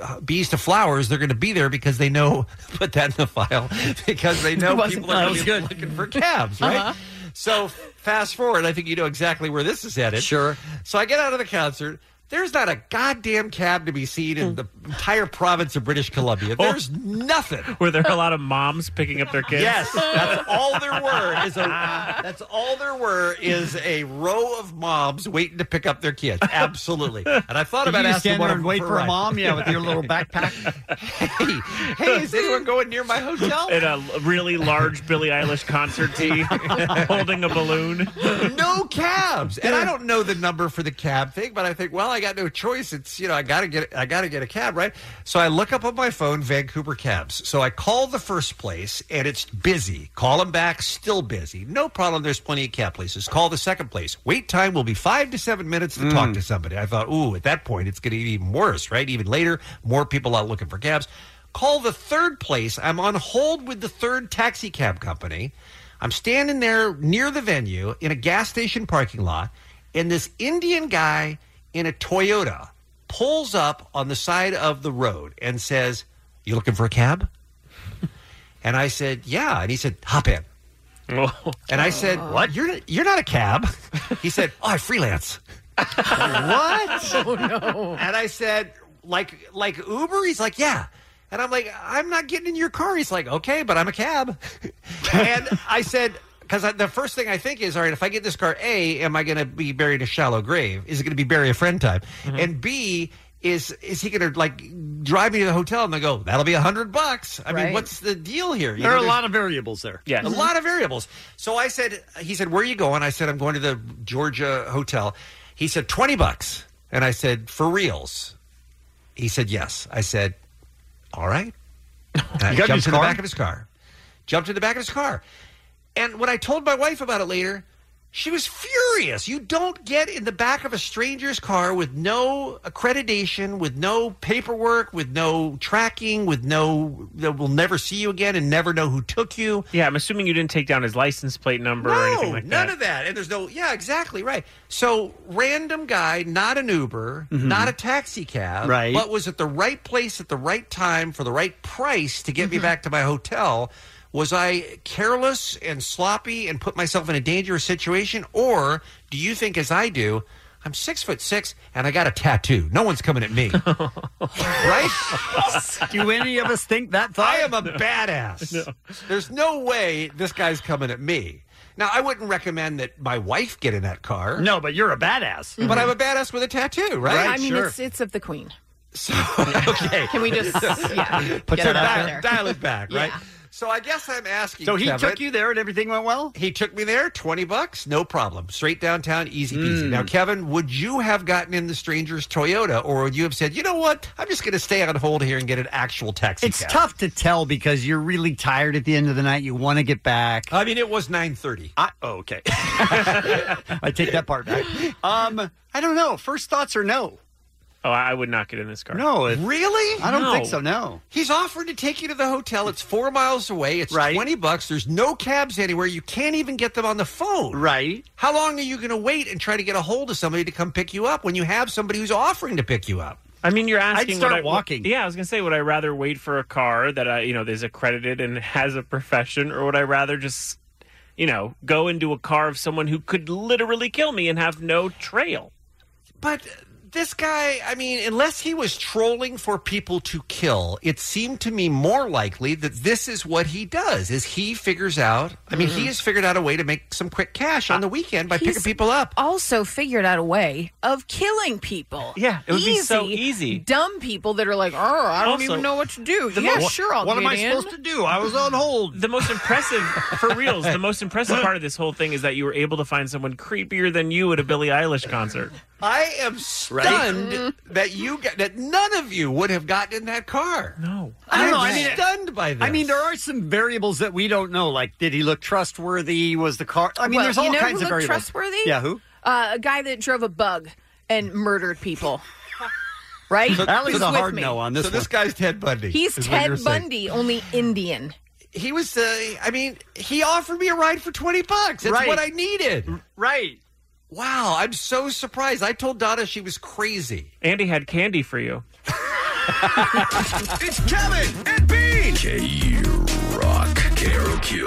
Speaker 13: uh, bees to flowers. They're going to be there because they know. Put that in the file because they know
Speaker 12: Wasn't-
Speaker 13: people are
Speaker 12: that was
Speaker 13: going to be looking for cabs, right?
Speaker 12: Uh-huh.
Speaker 13: So fast forward, I think you know exactly where this is headed. Sure. So I get out of the concert. There's not a goddamn cab to be seen
Speaker 12: Hmm.
Speaker 13: in the entire province of British Columbia. There's nothing.
Speaker 14: Oh, Were there a lot of moms picking up their kids?
Speaker 13: Yes, that's all there were. Is a, that's all there were is a row of moms waiting to pick up their kids. Absolutely. And I thought
Speaker 12: You
Speaker 13: about
Speaker 12: just
Speaker 13: asking
Speaker 12: stand
Speaker 13: one
Speaker 12: there
Speaker 13: of
Speaker 12: and
Speaker 13: them
Speaker 12: wait for a
Speaker 13: ride.
Speaker 12: mom, yeah, with your little backpack.
Speaker 13: hey, hey, is anyone going near my hotel?
Speaker 14: In a l- really large Billie Eilish concert tee, holding a balloon.
Speaker 13: no cabs. And I don't know the number for the cab thing, but I think, well, I got no choice. It's you know, I gotta get I gotta get a cab, right? So I look up on my phone Vancouver cabs. So I call the first place and it's busy. Call them back, still busy. No problem. There's plenty of cab places. Call the second place. Wait time will be five to seven minutes to talk to somebody. I thought, ooh, at that point it's gonna be even worse, right? Even later, more people out looking for cabs. Call the third place. I'm on hold with the third taxi cab company. I'm standing there near the venue in a gas station parking lot, and this Indian guy in a Toyota pulls up on the side of the road and says, You looking for a cab? and I said, Yeah. And he said, Hop in. And I said, What? You're, you're not a cab. He said, Oh, I freelance. what? Oh, no. And I said, like, like Uber? He's like, yeah. And I'm like, I'm not getting in your car. He's like, okay, but I'm a cab. and I said, because the first thing I think is, all right, if I get this car, A, am I going to be buried in a shallow grave? Is it going to be bury a friend time?
Speaker 12: Mm-hmm.
Speaker 13: And B, is is he going to like drive me to the hotel and they go, that'll be a hundred bucks? I mean,
Speaker 12: Right.
Speaker 13: what's the deal here?
Speaker 12: There are a
Speaker 13: there's-
Speaker 12: lot of variables there.
Speaker 13: a lot of variables. So I said, he said, where are you going? I said, I'm going to the Georgia hotel. He said, 20 bucks. And I said, for reals? He said, yes. I said, all right. And I
Speaker 12: You got in
Speaker 13: jumped
Speaker 12: his
Speaker 13: to the
Speaker 12: car?
Speaker 13: back of his car. Jumped in the back of his car. And when I told my wife about it later, she was furious. You don't get in the back of a stranger's car with no accreditation, with no paperwork, with no tracking, with no that we'll never see you again and never know who took you.
Speaker 14: Yeah, I'm assuming you didn't take down his license plate number or anything like
Speaker 13: none
Speaker 14: that.
Speaker 13: of that. And there's no, yeah, exactly right. So, random guy, not an Uber,
Speaker 14: Mhm.
Speaker 13: not a taxi cab,
Speaker 14: Right.
Speaker 13: but was at the right place at the right time for the right price to
Speaker 14: Mm-hmm.
Speaker 13: get me back to my hotel. Was I careless and sloppy and put myself in a dangerous situation? Or do you think, as I do, I'm six foot six and I got a tattoo? No one's coming at me. right?
Speaker 12: do any of us think that thought?
Speaker 13: I am a badass. There's no way this guy's coming at me. Now, I wouldn't recommend that my wife get in that car.
Speaker 12: No, but you're a badass. Mm-hmm.
Speaker 13: But I'm a badass with a tattoo, right?
Speaker 15: I mean, it's it's of the queen.
Speaker 13: okay.
Speaker 15: Can we just- yeah,
Speaker 13: Put
Speaker 15: get
Speaker 13: so
Speaker 15: it out
Speaker 13: dial,
Speaker 15: there.
Speaker 13: dial it back, right?
Speaker 15: Yeah.
Speaker 13: So I guess I'm asking.
Speaker 12: So he
Speaker 13: Kevin-
Speaker 12: took you there and everything went well?
Speaker 13: He took me there, 20 bucks, no problem. Straight downtown, easy peasy.
Speaker 12: Hmm.
Speaker 13: Now, Kevin, would you have gotten in the stranger's Toyota or would you have said, you know what? I'm just going to stay on hold here and get an actual taxi
Speaker 12: It's
Speaker 13: cab?
Speaker 12: tough to tell because you're really tired at the end of the night. You want to get back.
Speaker 13: I mean, it was 9.30.
Speaker 12: I, oh, okay. I take that part back. Um, I don't know. First thoughts are no.
Speaker 14: Oh, I I would not get in this car.
Speaker 12: No. it-
Speaker 13: Really?
Speaker 12: I don't think so. No.
Speaker 13: He's offered to take you to the hotel. It's four miles away. It's twenty bucks. There's no cabs anywhere. You can't even get them on the phone.
Speaker 12: Right.
Speaker 13: How long are you going to wait and try to get a hold of somebody to come pick you up when you have somebody who's offering to pick you up?
Speaker 14: I mean, you're
Speaker 13: I'd
Speaker 14: asking.
Speaker 13: start
Speaker 14: would I,
Speaker 13: walking.
Speaker 14: yeah, I was gonna say, would I rather wait for a car that I, you know, is accredited and has a profession, or would I rather just, you know, go into a car of someone who could literally kill me and have no trail?
Speaker 13: But this guy, I mean, unless he was trolling for people to kill, it seemed to me more likely that this is what he does. Is he figures out? I mean, he has figured out a way to make some quick cash on the weekend by picking
Speaker 15: He's
Speaker 13: people up.
Speaker 15: Also figured out a way of killing people.
Speaker 14: Yeah, it would be so easy.
Speaker 15: Dumb people that are like, oh, I don't
Speaker 14: Also,
Speaker 15: even know what to do. Yeah, sure, I'll get in.
Speaker 12: do? I was on hold.
Speaker 14: The most impressive, for reals, the most impressive part of this whole thing is that you were able to find someone creepier than you at a Billie Eilish concert.
Speaker 13: I am stunned that you got, that none of you would have gotten in that car.
Speaker 14: No,
Speaker 12: I don't know.
Speaker 13: I'm
Speaker 12: I mean,
Speaker 13: stunned by this.
Speaker 12: I mean, there are some variables that we don't know. Like, did he look trustworthy? Was the car? I mean,
Speaker 15: Well,
Speaker 12: there's
Speaker 15: you
Speaker 12: all
Speaker 15: know
Speaker 12: kinds
Speaker 15: who
Speaker 12: of
Speaker 15: looked
Speaker 12: variables.
Speaker 15: Trustworthy?
Speaker 12: Yeah. Who?
Speaker 15: Uh, a guy that drove a bug and murdered people. right?
Speaker 12: Allie's
Speaker 15: Who's
Speaker 12: a
Speaker 15: with
Speaker 12: hard
Speaker 15: me?
Speaker 12: no on this.
Speaker 13: so this
Speaker 12: one.
Speaker 13: guy's Ted Bundy.
Speaker 15: He's
Speaker 13: is what you're
Speaker 15: Ted
Speaker 13: saying.
Speaker 15: Bundy, only Indian.
Speaker 13: He was. Uh, I mean, he offered me a ride for twenty bucks. That's
Speaker 12: Right.
Speaker 13: what I needed.
Speaker 12: Right.
Speaker 13: Wow, I'm so surprised. I told Donna she was crazy.
Speaker 14: Andy had candy for you.
Speaker 20: It's Kevin and Bean. K Rock. K R O Q.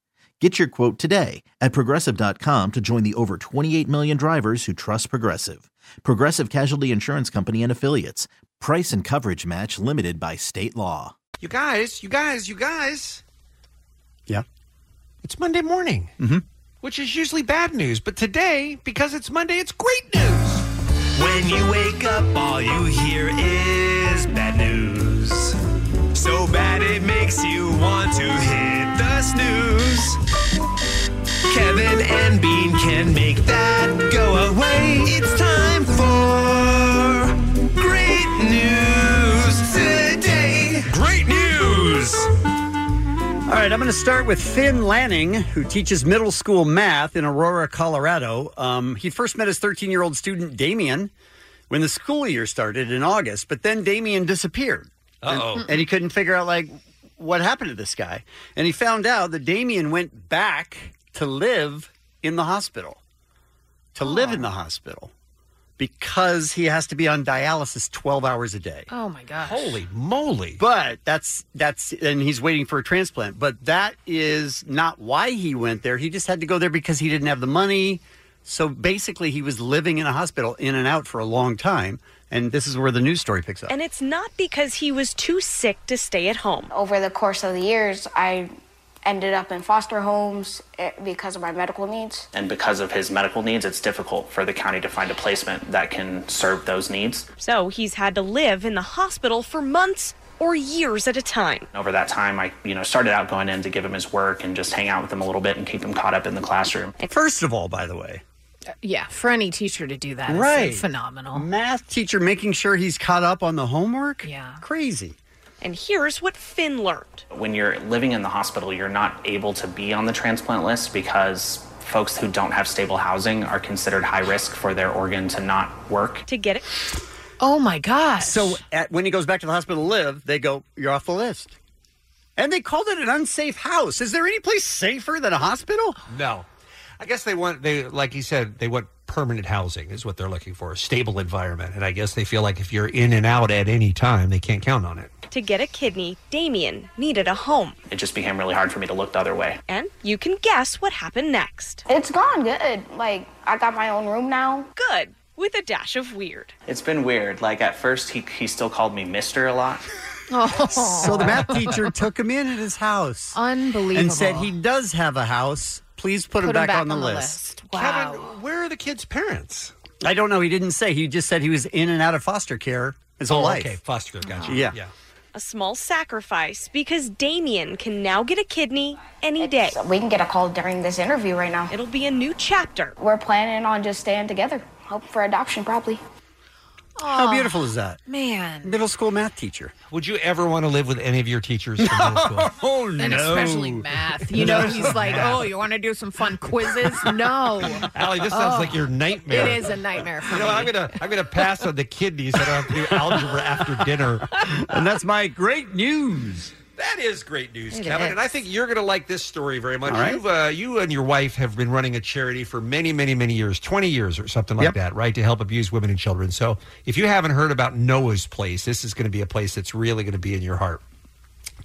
Speaker 22: Get your quote today at progressive.com to join the over 28 million drivers who trust Progressive. Progressive Casualty Insurance Company and Affiliates. Price and coverage match limited by state law.
Speaker 13: You guys, you guys, you guys.
Speaker 12: Yeah.
Speaker 13: It's Monday morning,
Speaker 21: Mm-hmm.
Speaker 12: Mhm.
Speaker 13: which is usually bad news, but today, because it's Monday, it's great news.
Speaker 10: When you wake up, all you hear is bad news. So bad it makes you want to hit the snooze. Kevin and Bean can make that go away. It's time for great news today.
Speaker 12: Great news! All right, I'm going to start with Finn Lanning, who teaches middle school math in Aurora, Colorado. Um, he first met his 13 year old student, Damien, when the school year started in August, but then Damien disappeared.
Speaker 13: Uh-oh.
Speaker 12: And, and he couldn't figure out, like, what happened to this guy. And he found out that Damien went back to live in the hospital, to live in the hospital, because he has to be on dialysis 12 hours a day.
Speaker 15: Oh my gosh.
Speaker 13: Holy moly!
Speaker 12: But that's that's and he's waiting for a transplant. But that is not why he went there. He just had to go there because he didn't have the money. So basically, he was living in a hospital, in and out for a long time. And this is where the news story picks up.
Speaker 23: And it's not because he was too sick to stay at home.
Speaker 24: Over the course of the years, I ended up in foster homes eh, because of my medical needs.
Speaker 25: And because of his medical needs, it's difficult for the county to find a placement that can serve those needs.
Speaker 23: So he's had to live in the hospital for months or years at a time.
Speaker 25: And over that time, I, you know, started out going in to give him his work and just hang out with him a little bit and keep him caught up in the classroom.
Speaker 12: First of all, by the way,
Speaker 15: Yeah, for any teacher to do that is
Speaker 12: Right.
Speaker 15: phenomenal.
Speaker 12: math teacher making sure he's caught up on the homework.
Speaker 15: Yeah.
Speaker 12: Crazy.
Speaker 23: And here's what Finn learned.
Speaker 25: When you're living in the hospital, you're not able to be on the transplant list because folks who don't have stable housing are considered high risk for their organ to not work.
Speaker 23: To get it.
Speaker 15: Oh my gosh.
Speaker 12: So at, when he goes back to the hospital to live, they go, "You're off the list." And they called it an unsafe house. Is there any place safer than a hospital?
Speaker 13: No. I guess they want they like he said they want permanent housing is what they're looking for, a stable environment. And I guess they feel like if you're in and out at any time, they can't count on it.
Speaker 23: To get a kidney, Damien needed a home.
Speaker 25: It just became really hard for me to look the other way.
Speaker 23: And you can guess what happened next.
Speaker 24: It's gone good. Like, I got my own room now.
Speaker 23: Good, with a dash of weird.
Speaker 25: It's been weird. Like at first, he, he still called me Mister a lot.
Speaker 15: Oh.
Speaker 12: So the math teacher took him in at his house.
Speaker 15: Unbelievable.
Speaker 12: And said he does have a house. Please put, him back, on, the, list.
Speaker 15: Wow.
Speaker 13: Kevin, where are the kid's parents?
Speaker 12: I don't know. He didn't say. He just said he was in and out of foster care his whole
Speaker 13: Oh,
Speaker 12: life.
Speaker 13: okay. Foster care, gotcha.
Speaker 12: Yeah.
Speaker 13: Yeah.
Speaker 23: A small sacrifice because Damien can now get a kidney any day.
Speaker 24: We can get a call during this interview right now.
Speaker 23: It'll be a new chapter.
Speaker 24: We're planning on just staying together. Hope for adoption, probably.
Speaker 15: Ah.
Speaker 12: How beautiful is that?
Speaker 15: Man.
Speaker 12: Middle school math teacher.
Speaker 13: Would you ever want to live with any of your teachers from middle school?
Speaker 12: Oh, no.
Speaker 15: And especially math. You know, he's like, oh, you want to do some fun quizzes? No.
Speaker 13: Allie, this sounds
Speaker 15: Oh.
Speaker 13: like your nightmare.
Speaker 15: It is a nightmare for
Speaker 13: You know,
Speaker 15: me.
Speaker 13: I'm gonna I'm gonna pass on the kidneys. I don't have to do algebra after dinner.
Speaker 12: And that's my great news.
Speaker 13: That is great news,
Speaker 12: It
Speaker 13: Kevin.
Speaker 12: is.
Speaker 13: And I think you're going to like this story very much.
Speaker 12: All right.
Speaker 13: You've, uh, you and your wife have been running a charity for many, many, many years 20 years or something like that, right? To help abused women and children. So if you haven't heard about Noah's Place, this is going to be a place that's really going to be in your heart.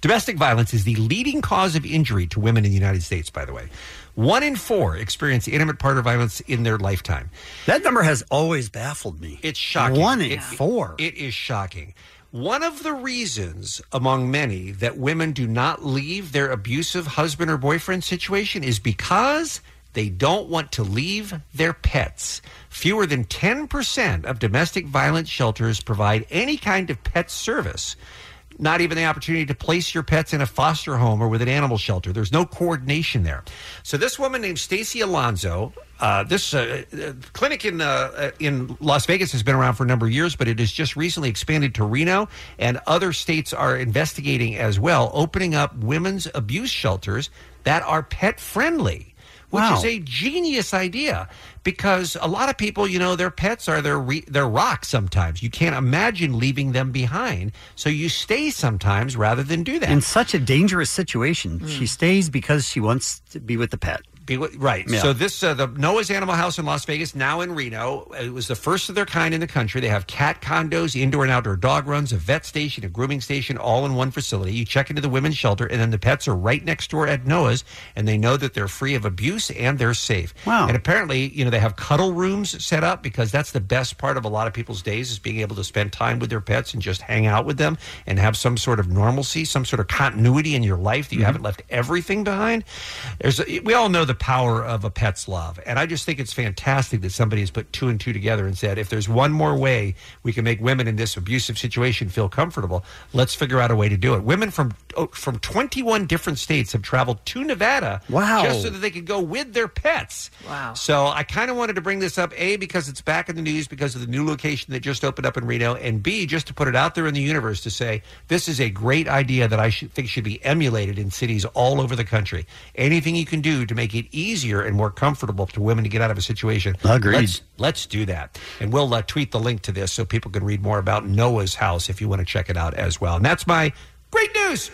Speaker 13: Domestic violence is the leading cause of injury to women in the United States, by the way. One in four experience intimate partner violence in their lifetime.
Speaker 12: That number has always baffled me.
Speaker 13: It's shocking.
Speaker 12: One in
Speaker 13: It-
Speaker 12: four.
Speaker 13: It is shocking. One of the reasons, among many, that women do not leave their abusive husband or boyfriend situation is because They don't want to leave their pets. Fewer than 10% of domestic violence shelters provide any kind of pet service. Not even the opportunity to place your pets in a foster home or with an animal shelter. There's no coordination there. So this woman named Stacy Alonzo, uh, this uh, uh, clinic in uh, in Las Vegas has been around for a number of years, but it has just recently expanded to Reno, and other states are investigating as well, opening up women's abuse shelters that are pet friendly which
Speaker 10: Wow.
Speaker 13: is a genius idea because a lot of people, you know, their pets are their re- their rock. Sometimes you can't imagine leaving them behind, so you stay sometimes rather than do that.
Speaker 12: In such a dangerous situation, she stays because she wants to be with the pet.
Speaker 13: Be with, right.
Speaker 12: Yeah.
Speaker 13: So this uh, the Noah's Animal House in Las Vegas, now in Reno. It was the first of their kind in the country. They have cat condos, indoor and outdoor dog runs, a vet station, a grooming station, all in one facility. You check into the women's shelter, and then the pets are right next door at Noah's, and they know that they're free of abuse and they're safe. Wow. And apparently, you know, they have cuddle rooms set up because that's the best part of a lot of people's days is being able to spend time with their pets and just hang out with them and have some sort of normalcy, some sort of continuity in your life that you haven't left everything behind. There's we all know the power of a pet's love, and I just think it's fantastic that somebody has put two and two together and said, if there's one more way we can make women in this abusive situation feel comfortable, let's figure out a way to do it. Women from oh, from 21 different states have traveled to Nevada,
Speaker 10: Wow.
Speaker 13: just so that they could go with their pets.
Speaker 10: Wow.
Speaker 13: So I kind of wanted to bring this up, A, because it's back in the news because of the new location that just opened up in Reno, and B, just to put it out there in the universe to say this is a great idea that I should, think should be emulated in cities all over the country. Anything you can do to make it easier and more comfortable to women to get out of a situation.
Speaker 12: Agreed.
Speaker 13: Let's, let's do that. And we'll uh, tweet the link to this so people can read more about Noah's house if you want to check it out as well. And that's my great news.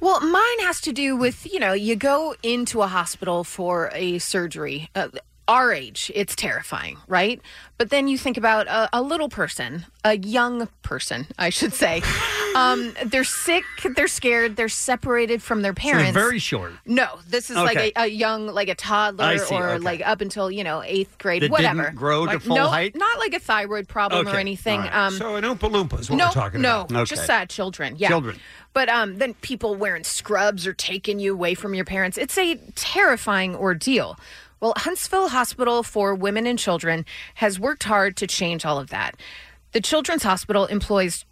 Speaker 15: Well, mine has to do with you know, you go into a hospital for a surgery. Uh, our age, it's terrifying, right? But then you think about a, a little person, a young person, I should say. um, they're sick, they're scared, they're separated from their
Speaker 12: So they're
Speaker 15: parents.
Speaker 12: very short.
Speaker 15: No, this is
Speaker 12: Okay.
Speaker 15: like a, a young, like a
Speaker 12: I
Speaker 15: toddler
Speaker 12: see,
Speaker 15: or
Speaker 12: okay.
Speaker 15: like up until, you know, eighth grade,
Speaker 12: That didn't
Speaker 15: whatever.
Speaker 12: grow to
Speaker 15: Like,
Speaker 12: full
Speaker 15: no,
Speaker 12: height?
Speaker 15: Not like a thyroid problem or
Speaker 13: Okay,
Speaker 15: anything.
Speaker 13: all right.
Speaker 15: Um,
Speaker 13: so an Oompa Loompa is what
Speaker 15: no,
Speaker 13: we're talking
Speaker 15: no,
Speaker 13: about.
Speaker 15: just sad children. Yeah.
Speaker 13: Children.
Speaker 15: But um, then people wearing scrubs or taking you away from your parents. It's a terrifying ordeal. Well, Huntsville Hospital for Women and Children has worked hard to change all of that. The Children's Hospital employs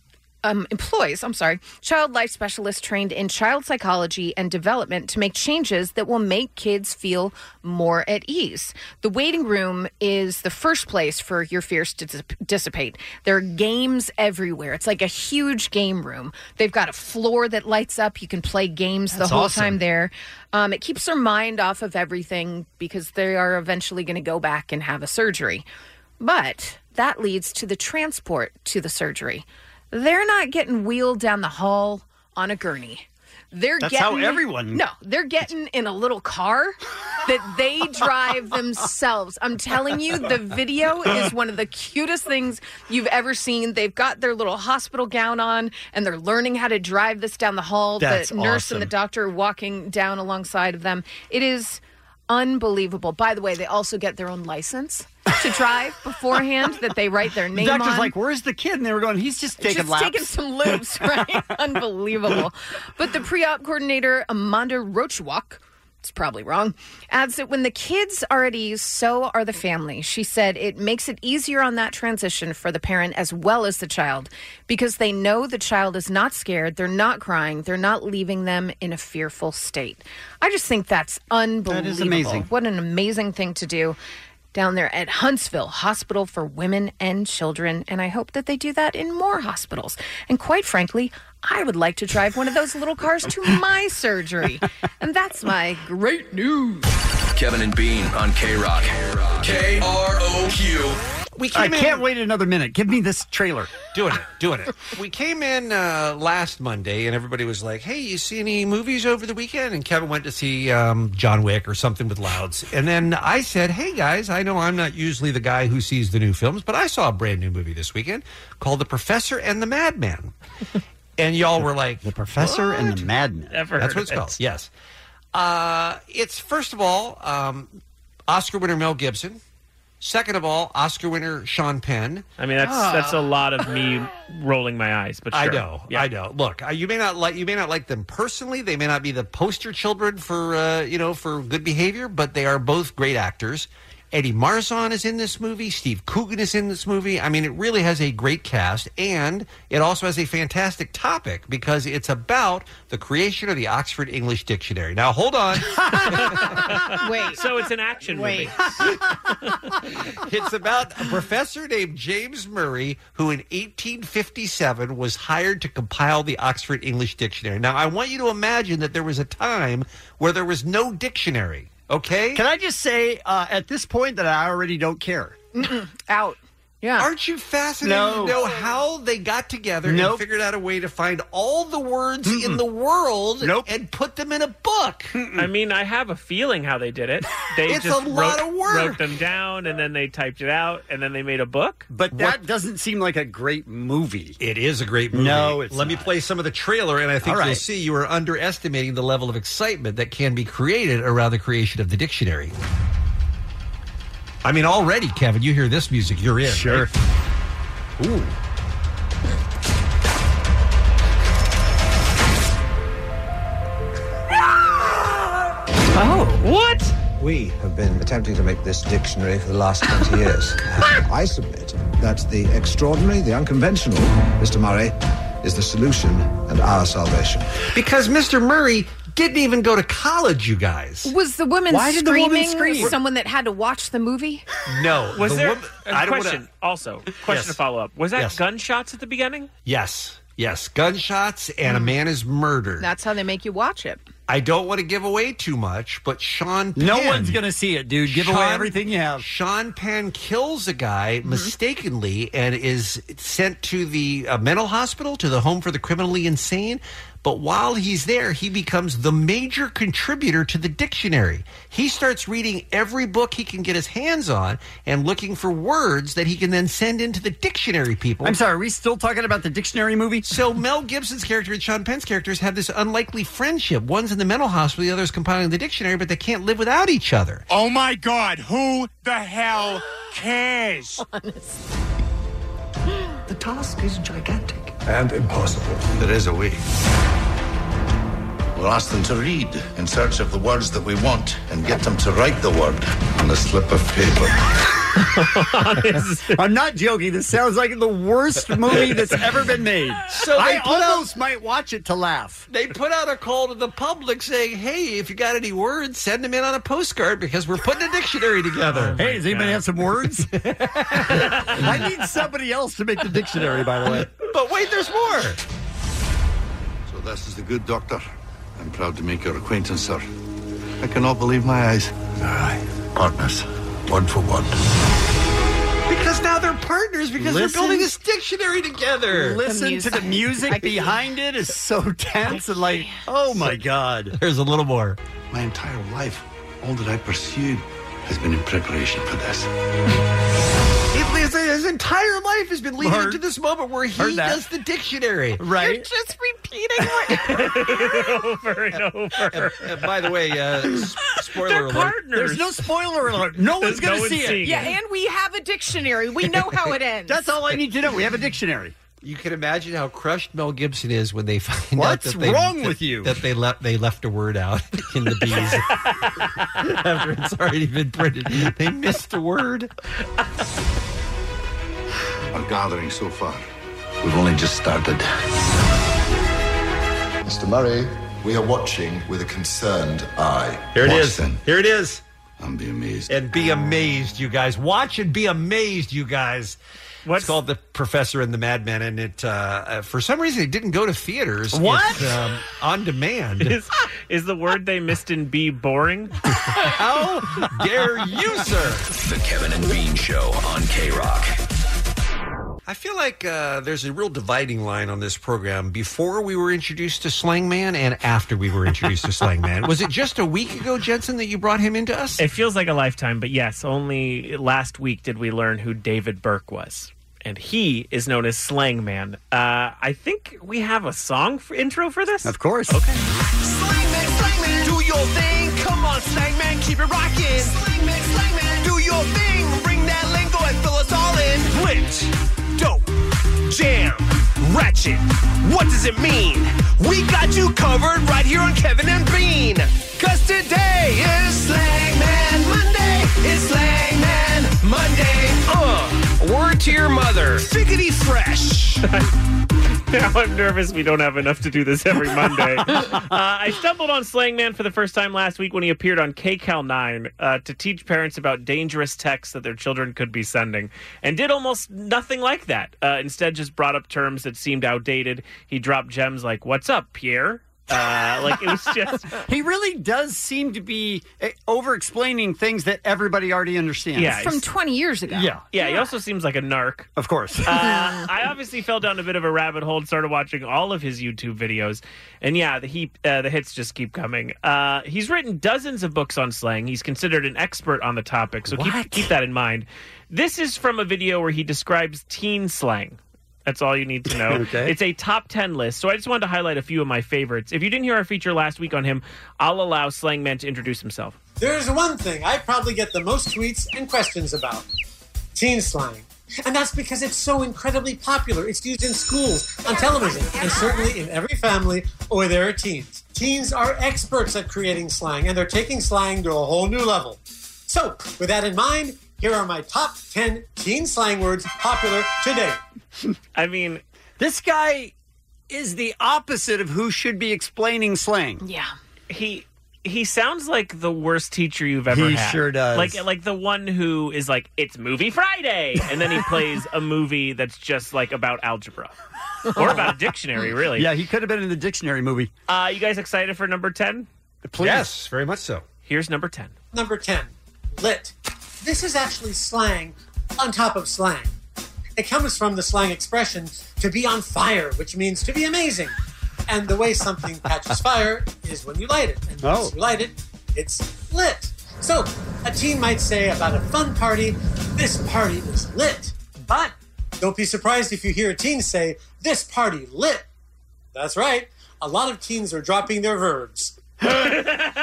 Speaker 15: um, employs, I'm sorry, child life specialists trained in child psychology and development to make changes that will make kids feel more at ease. The waiting room is the first place for your fears to dis- dissipate. There are games everywhere. It's like a huge game room. They've got a floor that lights up. You can play games
Speaker 22: That's
Speaker 15: the whole
Speaker 22: awesome.
Speaker 15: time there. Um, it keeps their mind off of everything because they are eventually going to go back and have a surgery. But that leads to the transport to the surgery. They're not getting wheeled down the hall on a gurney. They're
Speaker 12: That's how
Speaker 15: getting
Speaker 12: everyone-
Speaker 15: No, they're getting in a little car that they drive themselves. I'm telling you, the video is one of the cutest things you've ever seen. They've got their little hospital gown on and they're learning how to drive this down the hall.
Speaker 22: That's
Speaker 15: the nurse
Speaker 22: awesome.
Speaker 15: and the doctor walking down alongside of them. It is unbelievable. By the way, they also get their own license to drive beforehand that they write their
Speaker 12: The
Speaker 15: name
Speaker 12: doctor's
Speaker 15: on.
Speaker 12: like, "Where's the kid?" And they were going, "He's just taking
Speaker 15: just
Speaker 12: laps."
Speaker 15: taking some loops, right? Unbelievable. But the pre-op coordinator, Amanda Roachwalk, it's probably wrong, adds that when the kids are at ease, so are the family. She said it makes it easier on that transition for the parent as well as the child because they know the child is not scared, they're not crying, they're not leaving them in a fearful state. I just think that's unbelievable.
Speaker 12: amazing.
Speaker 15: What an amazing thing to do down there at Huntsville Hospital for Women and Children. And I hope that they do that in more hospitals. And quite frankly, I would like to drive one of those little cars to my surgery. And that's my great news.
Speaker 20: Kevin and Bean on K Rock. K R O Q.
Speaker 13: We
Speaker 12: I
Speaker 13: came in-
Speaker 12: can't wait another minute. Give me this trailer.
Speaker 13: Doing it, doing it. We came in uh, last Monday, and everybody was like, "Hey, you see any movies over the weekend?" And Kevin went to see um, John Wick or something with Louds. And then I said, "Hey guys, I know I'm not usually the guy who sees the new films, but I saw a brand new movie this weekend called The Professor and the Madman." and y'all were like, "The
Speaker 12: Professor and the Madman."
Speaker 13: Never That's
Speaker 12: heard
Speaker 13: what it's
Speaker 12: of
Speaker 13: called.
Speaker 12: it.
Speaker 13: Yes. Uh, it's first of all, um, Oscar winner Mel Gibson. Second of all, Oscar winner Sean Penn.
Speaker 14: I mean, that's that's a lot of me rolling my eyes, but
Speaker 13: I
Speaker 14: sure.
Speaker 13: know, I know. Look, uh, you may not like you may not like them personally. They may not be the poster children for uh, you know for good behavior, but they are both great actors. Eddie Marzon is in this movie. Steve Coogan is in this movie. I mean, it really has a great cast, and it also has a fantastic topic because it's about the creation of the Oxford English Dictionary. Now, hold on.
Speaker 14: Wait. So it's an action movie.
Speaker 13: it's about a professor named James Murray who in 1857 was hired to compile the Oxford English Dictionary. Now, I want you to imagine that there was a time where there was no dictionary, okay?
Speaker 12: Can I just say uh, at this point that I already don't care?
Speaker 15: Out. Yeah.
Speaker 13: Aren't you fascinated
Speaker 12: No.
Speaker 13: to know how they got together
Speaker 12: Nope.
Speaker 13: and figured out a way to find all the words in the world and put them in a book?
Speaker 14: I mean, I have a feeling how they did it. They
Speaker 13: It's
Speaker 14: just
Speaker 13: a lot
Speaker 14: wrote,
Speaker 13: of work.
Speaker 14: wrote them down and then they typed it out and then they made a book.
Speaker 12: But that doesn't seem like a great movie.
Speaker 13: It is a great movie.
Speaker 12: No, it's
Speaker 13: Let me play some of the trailer, and I think
Speaker 12: All right.
Speaker 13: you'll see you are underestimating the level of excitement that can be created around the creation of the dictionary. I mean, already, Kevin, you hear this music, you're in. Sure. Ooh.
Speaker 22: Oh, what? We have been attempting to make this dictionary for the last 20 years. I submit that the extraordinary, the unconventional, Mr. Murray, is the solution and our salvation.
Speaker 13: Because Mr. Murray didn't even go to college, you guys.
Speaker 15: Was the woman
Speaker 13: Why did the
Speaker 15: screaming?
Speaker 13: woman scream?
Speaker 15: Someone that had to watch the movie?
Speaker 13: No.
Speaker 14: Was
Speaker 13: the
Speaker 14: there
Speaker 13: woman-
Speaker 14: a
Speaker 13: I don't wanna-
Speaker 14: question also? Question to follow up. Was that
Speaker 13: Yes.
Speaker 14: gunshots at the beginning?
Speaker 13: Yes. Yes. Gunshots and a
Speaker 14: Hmm.
Speaker 13: man is murdered.
Speaker 15: That's how they make you watch it.
Speaker 13: I don't want to give away too much, but Sean Penn.
Speaker 12: No one's going to see it, dude. Give away
Speaker 13: Sean-
Speaker 12: everything you have.
Speaker 13: Sean Penn kills a guy
Speaker 14: Mm-hmm.
Speaker 13: mistakenly and is sent to the uh, mental hospital, to the home for the criminally insane. But while he's there, he becomes the major contributor to the dictionary. He starts reading every book he can get his hands on and looking for words that he can then send into the dictionary people.
Speaker 12: I'm sorry, are we still talking about the dictionary movie?
Speaker 13: So Mel Gibson's character and Sean Penn's characters have this unlikely friendship. One's in the mental hospital, the other's compiling the dictionary, but they can't live without each other.
Speaker 10: Oh my God, who the hell cares?
Speaker 22: The task is gigantic.
Speaker 26: And impossible. There is a way. We'll ask them to read in search of the words that we want and get them to write the word on a slip of paper.
Speaker 12: I'm not joking. This sounds like the worst movie that's ever been made.
Speaker 13: So they
Speaker 12: I
Speaker 13: put out-
Speaker 12: almost might watch it to laugh.
Speaker 13: They put out a call to the public saying, hey, if you got any words, send them in on a postcard because we're putting a dictionary
Speaker 10: Oh
Speaker 13: together.
Speaker 12: Hey, does anybody have some words? I need somebody else to make the dictionary, by the way.
Speaker 13: But wait, there's more.
Speaker 26: So this is the good doctor. I'm proud to make your acquaintance, sir. I cannot believe my eyes. Aye. Partners, word for word.
Speaker 13: Because now they're partners because
Speaker 12: Listen-
Speaker 13: they're building this dictionary together.
Speaker 12: Listen to the music behind it is so tense and like, oh my God.
Speaker 13: There's a little more.
Speaker 26: My entire life, all that I pursued has been in preparation for this.
Speaker 13: It- his, his entire life has been leading
Speaker 26: Heard-
Speaker 13: up to this moment where he
Speaker 26: heard that.
Speaker 13: does the dictionary.
Speaker 12: Right.
Speaker 15: just repeating what
Speaker 14: over and over.
Speaker 13: And Uh, by the way, uh, s- spoiler alert.
Speaker 12: There's no spoiler alert. No one's going to see it.
Speaker 15: Yeah, and we have a dictionary. We know how it ends.
Speaker 12: That's all I need to know. We have a dictionary.
Speaker 13: You can imagine how crushed Mel Gibson is when they find
Speaker 12: What's
Speaker 13: out that they,
Speaker 12: wrong
Speaker 13: that-
Speaker 12: with you?
Speaker 13: that they left they left a word out in the bees after it's already been printed. They missed a word.
Speaker 26: Our gathering so far, we've only just started.
Speaker 6: Mr. Murray, we are watching with a concerned eye.
Speaker 13: Here it
Speaker 26: Watch
Speaker 13: is.
Speaker 26: then.
Speaker 13: Here it is.
Speaker 26: And be amazed.
Speaker 13: And be amazed, you guys. Watch and be amazed, you guys. What's it's called The Professor and the Madman, and it uh, uh, for some reason it didn't go to theaters.
Speaker 14: What?
Speaker 13: It's, um, on demand?
Speaker 14: Is, is the word they missed in B boring?
Speaker 13: How dare you, sir?
Speaker 20: The Kevin and Bean Show on K Rock.
Speaker 13: I feel like uh, there's a real dividing line on this program before we were introduced to Slang Man and after we were introduced to Slang Man. Was it just a week ago, Jensen, that you brought him into us?
Speaker 14: It feels like a lifetime, but yes, only last week did we learn who David Burke was. And he is known as Slang Man. Uh, I think we have a song for, intro for this? Of
Speaker 12: course.
Speaker 14: Okay.
Speaker 10: Slangman, do your thing. Come on, Slangman, keep it rocking. Slangman, Slangman, do your thing. Ring that Ratchet. What does it mean? We got you covered right here on Kevin and Bean. Cause today is Slang Man Monday. It's Slang Man Monday. Uh, word to your mother. Figgity fresh.
Speaker 14: Now I'm nervous we don't have enough to do this every Monday. uh, I stumbled on Slang Man for the first time last week when he appeared on KCAL 9 uh, to teach parents about dangerous texts that their children could be sending and did almost nothing like that. Uh, instead, just brought up terms that seemed outdated. He dropped gems like, What's up, Pierre? Uh, like, it was just.
Speaker 12: he really does seem to be over explaining things that everybody already understands.
Speaker 14: Yeah,
Speaker 15: From 20 years ago.
Speaker 12: Yeah.
Speaker 14: Yeah, he also seems like a narc.
Speaker 12: Of course.
Speaker 14: uh, I obviously fell down a bit of a rabbit hole and started watching all of his YouTube videos. And yeah, the, he, uh, the hits just keep coming. Uh, he's written dozens of books on slang. He's considered an expert on the topic, so keep, keep that in mind. This is from a video where he describes teen slang. That's all you need to know.
Speaker 12: Okay.
Speaker 14: It's a top 10 list. So I just wanted to highlight a few of my favorites. If you didn't hear our feature last week on him, I'll allow Slang Man to introduce himself.
Speaker 8: There's one thing I probably get the most tweets and questions about teen slang. And that's because it's so incredibly popular. It's used in schools, on television, and certainly in every family where there are teens. Teens are experts at creating slang, and they're taking slang to a whole new level. So, with that in mind, here are my top 10 teen slang words popular today.
Speaker 14: I mean,
Speaker 12: this guy is the opposite of who should be explaining slang.
Speaker 15: Yeah.
Speaker 14: He he sounds like the worst teacher you've ever
Speaker 12: He
Speaker 14: had.
Speaker 12: sure does.
Speaker 14: Like like the one who is like, it's movie Friday, and then he plays a movie that's just like about algebra or about a dictionary, really.
Speaker 12: Yeah, he could have been in the dictionary movie.
Speaker 14: Uh, you guys excited for number ten?
Speaker 12: Please. Yes,
Speaker 14: very much so. Here's number ten.
Speaker 8: Number 10, lit. This is actually slang on top of slang. It comes from the slang expression to be on fire, which means to be amazing. And the way something catches fire is when you light it. And once you light it, it's lit. So a teen might say about a fun party, this party is lit. But don't be surprised if you hear a teen say, this party lit. That's right. A lot of teens are dropping their verbs.
Speaker 13: All right,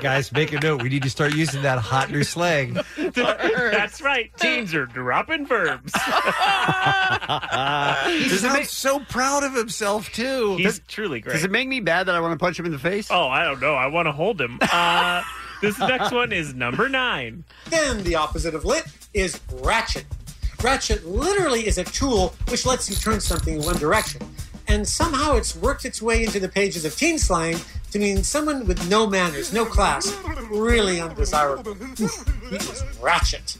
Speaker 13: guys, make a note. We need to start using that hot new slang.
Speaker 14: That's right. Teens are dropping verbs.
Speaker 13: he
Speaker 12: Does it
Speaker 13: sounds
Speaker 12: make-
Speaker 13: so proud of himself too.
Speaker 14: He's truly great.
Speaker 12: Does it make me bad that I want to punch him in the face?
Speaker 14: Oh, I don't know. I want to hold him. Uh, this next one is number nine.
Speaker 8: Then the opposite of lit is ratchet. Ratchet literally is a tool which lets you turn something in one direction. And somehow it's worked its way into the pages of teen slang to mean someone with no manners, no class, really undesirable. He is ratchet.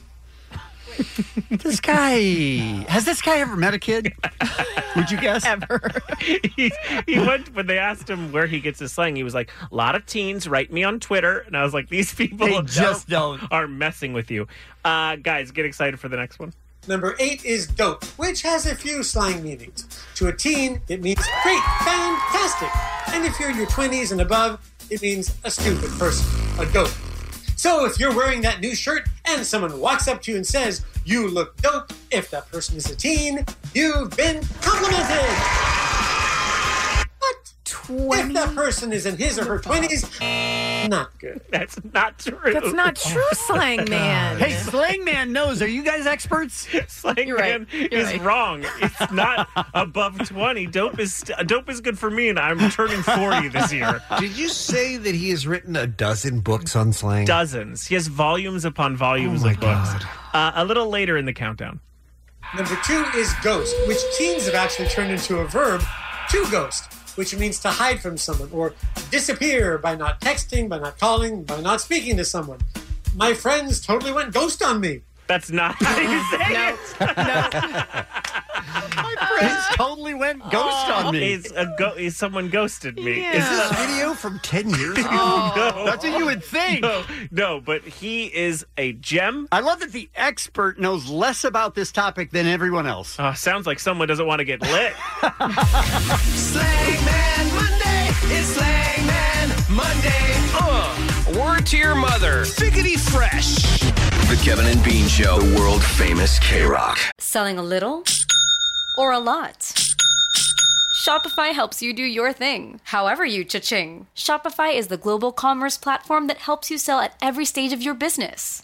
Speaker 12: This guy has this guy ever met a kid? Would you guess?
Speaker 15: Ever.
Speaker 14: he, he went when they asked him where he gets his slang. He was like, "A lot of teens write me on Twitter," and I was like, "These people
Speaker 8: They just
Speaker 14: don't are messing with you." Uh, guys, get excited for the next one.
Speaker 8: Number eight is dope, which has a few slang meanings. To a teen, it means great, fantastic. And if you're in your 20s and above, it means a stupid person, a dope. So if you're wearing that new shirt and someone walks up to you and says, You look dope, if that person is a teen, you've been complimented. But if that person is in his or her 20s, not good.
Speaker 14: That's not true.
Speaker 15: That's not true, Slang Man.
Speaker 12: Hey, Slang Man knows. Are you guys experts?
Speaker 14: Slang Man is wrong. It's not above twenty. Dope is dope is good for me, and I'm turning forty this year.
Speaker 13: Did you say that he has written a dozen books on slang?
Speaker 14: Dozens. He has volumes upon volumes
Speaker 12: Oh
Speaker 14: of books. Uh, a little later in the countdown.
Speaker 8: Number two is ghost, which teens have actually turned into a verb to ghost, which means to hide from someone or disappear by not texting, by not calling, by not speaking to someone. My friends totally went ghost on me.
Speaker 14: That's not how you say
Speaker 8: it.
Speaker 12: My friends totally went ghost on me.
Speaker 14: Is a go- is someone ghosted me?
Speaker 12: Yeah.
Speaker 14: Is this
Speaker 13: video from ten years ago?
Speaker 12: Oh, That's what you would think.
Speaker 14: No, no, but he is a gem.
Speaker 12: I love that the expert knows less about this topic than everyone else.
Speaker 14: Uh, sounds like someone doesn't want to get lit.
Speaker 10: Slang Man Monday. It's Slang Man Monday. Uh, word to your mother. Figgity fresh.
Speaker 20: The Kevin and Bean Show, the world famous K Rock.
Speaker 27: Selling a little or a lot? Shopify helps you do your thing, however you cha-ching. Shopify is the global commerce platform that helps you sell at every stage of your business.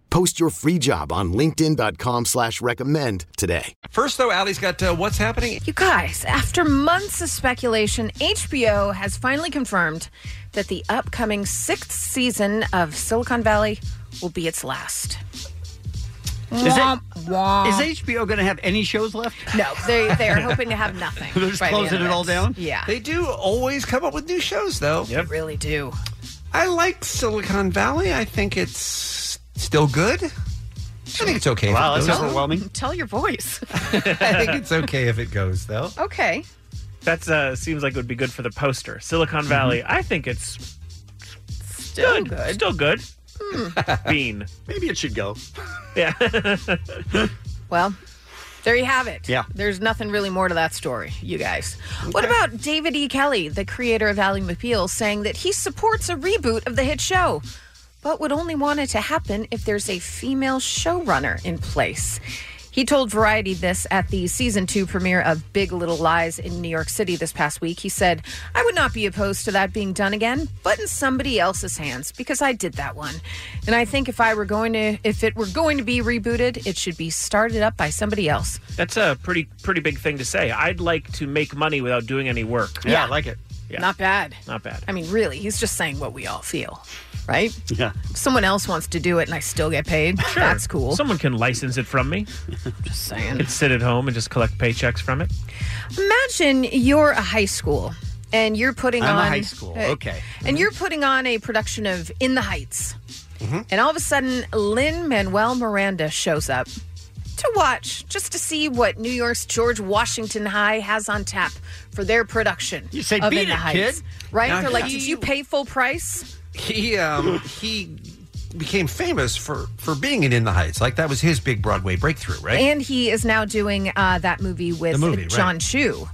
Speaker 16: Post your free job on linkedin.com slash recommend today.
Speaker 13: First, though, Allie's got uh, what's happening.
Speaker 15: You guys, after months of speculation, HBO has finally confirmed that the upcoming sixth season of Silicon Valley will be its last.
Speaker 12: Is, it-
Speaker 15: Womp, womp.
Speaker 12: is HBO going to have any shows left?
Speaker 15: No, they they are hoping to have nothing.
Speaker 12: They're just
Speaker 15: by the
Speaker 12: closing
Speaker 15: end of
Speaker 12: it all down?
Speaker 15: Yeah,
Speaker 13: They do always come up with new shows, though.
Speaker 15: They really do.
Speaker 13: I like Silicon Valley. I think it's still good. I think it's okay.
Speaker 12: Wow,
Speaker 13: if it
Speaker 12: that's
Speaker 13: goes.
Speaker 12: overwhelming.
Speaker 15: Tell your voice.
Speaker 13: I think it's okay if it goes, though.
Speaker 15: Okay.
Speaker 14: That uh, seems like it would be good for the poster. Silicon Valley. I think it's
Speaker 15: still
Speaker 14: good. Still good.
Speaker 15: hmm.
Speaker 14: Bean.
Speaker 12: Maybe it should go.
Speaker 14: Yeah.
Speaker 15: Well, there you have it.
Speaker 12: Yeah.
Speaker 15: There's nothing really more to that story, you guys. What about David E. Kelly, the creator of Ally McBeal, saying that he supports a reboot of the hit show, but would only want it to happen if there's a female showrunner in place? He told Variety this at the season two premiere of Big Little Lies in New York City this past week. He said, I would not be opposed to that being done again, but in somebody else's hands, because I did that one. And I think if I were going to if it were going to be rebooted, it should be started up by somebody else.
Speaker 14: That's a pretty pretty big thing to say. I'd like to make money without doing any work.
Speaker 15: Yeah, Yeah. I
Speaker 14: like it. Yeah.
Speaker 15: Not bad.
Speaker 14: Not bad.
Speaker 15: I mean, really, he's just saying what we all feel, right?
Speaker 12: Yeah.
Speaker 15: If someone else wants to do it and I still get paid. That's cool.
Speaker 14: Someone can license it from me.
Speaker 15: just saying.
Speaker 14: Could sit at home and just collect paychecks from it.
Speaker 15: Imagine you're a high school and you're putting
Speaker 14: I'm a
Speaker 15: on
Speaker 14: high school.
Speaker 15: Uh,
Speaker 14: Okay.
Speaker 15: And you're putting on a production of In the Heights. And all of a sudden, Lynn Manuel Miranda shows up to watch just to see what New York's George Washington High has on tap for their production. You
Speaker 13: say,
Speaker 15: of
Speaker 13: "Beat
Speaker 15: In the
Speaker 13: it,
Speaker 15: Heights.
Speaker 13: kid."
Speaker 15: Right?
Speaker 13: Now
Speaker 15: They're like,
Speaker 13: he-
Speaker 15: did you pay full price?
Speaker 13: he um, he became famous for for being in In the Heights. Like that was his big Broadway breakthrough, right?
Speaker 15: And he is now doing uh, that movie with
Speaker 13: The movie, right. Mm-hmm.
Speaker 15: John Chu,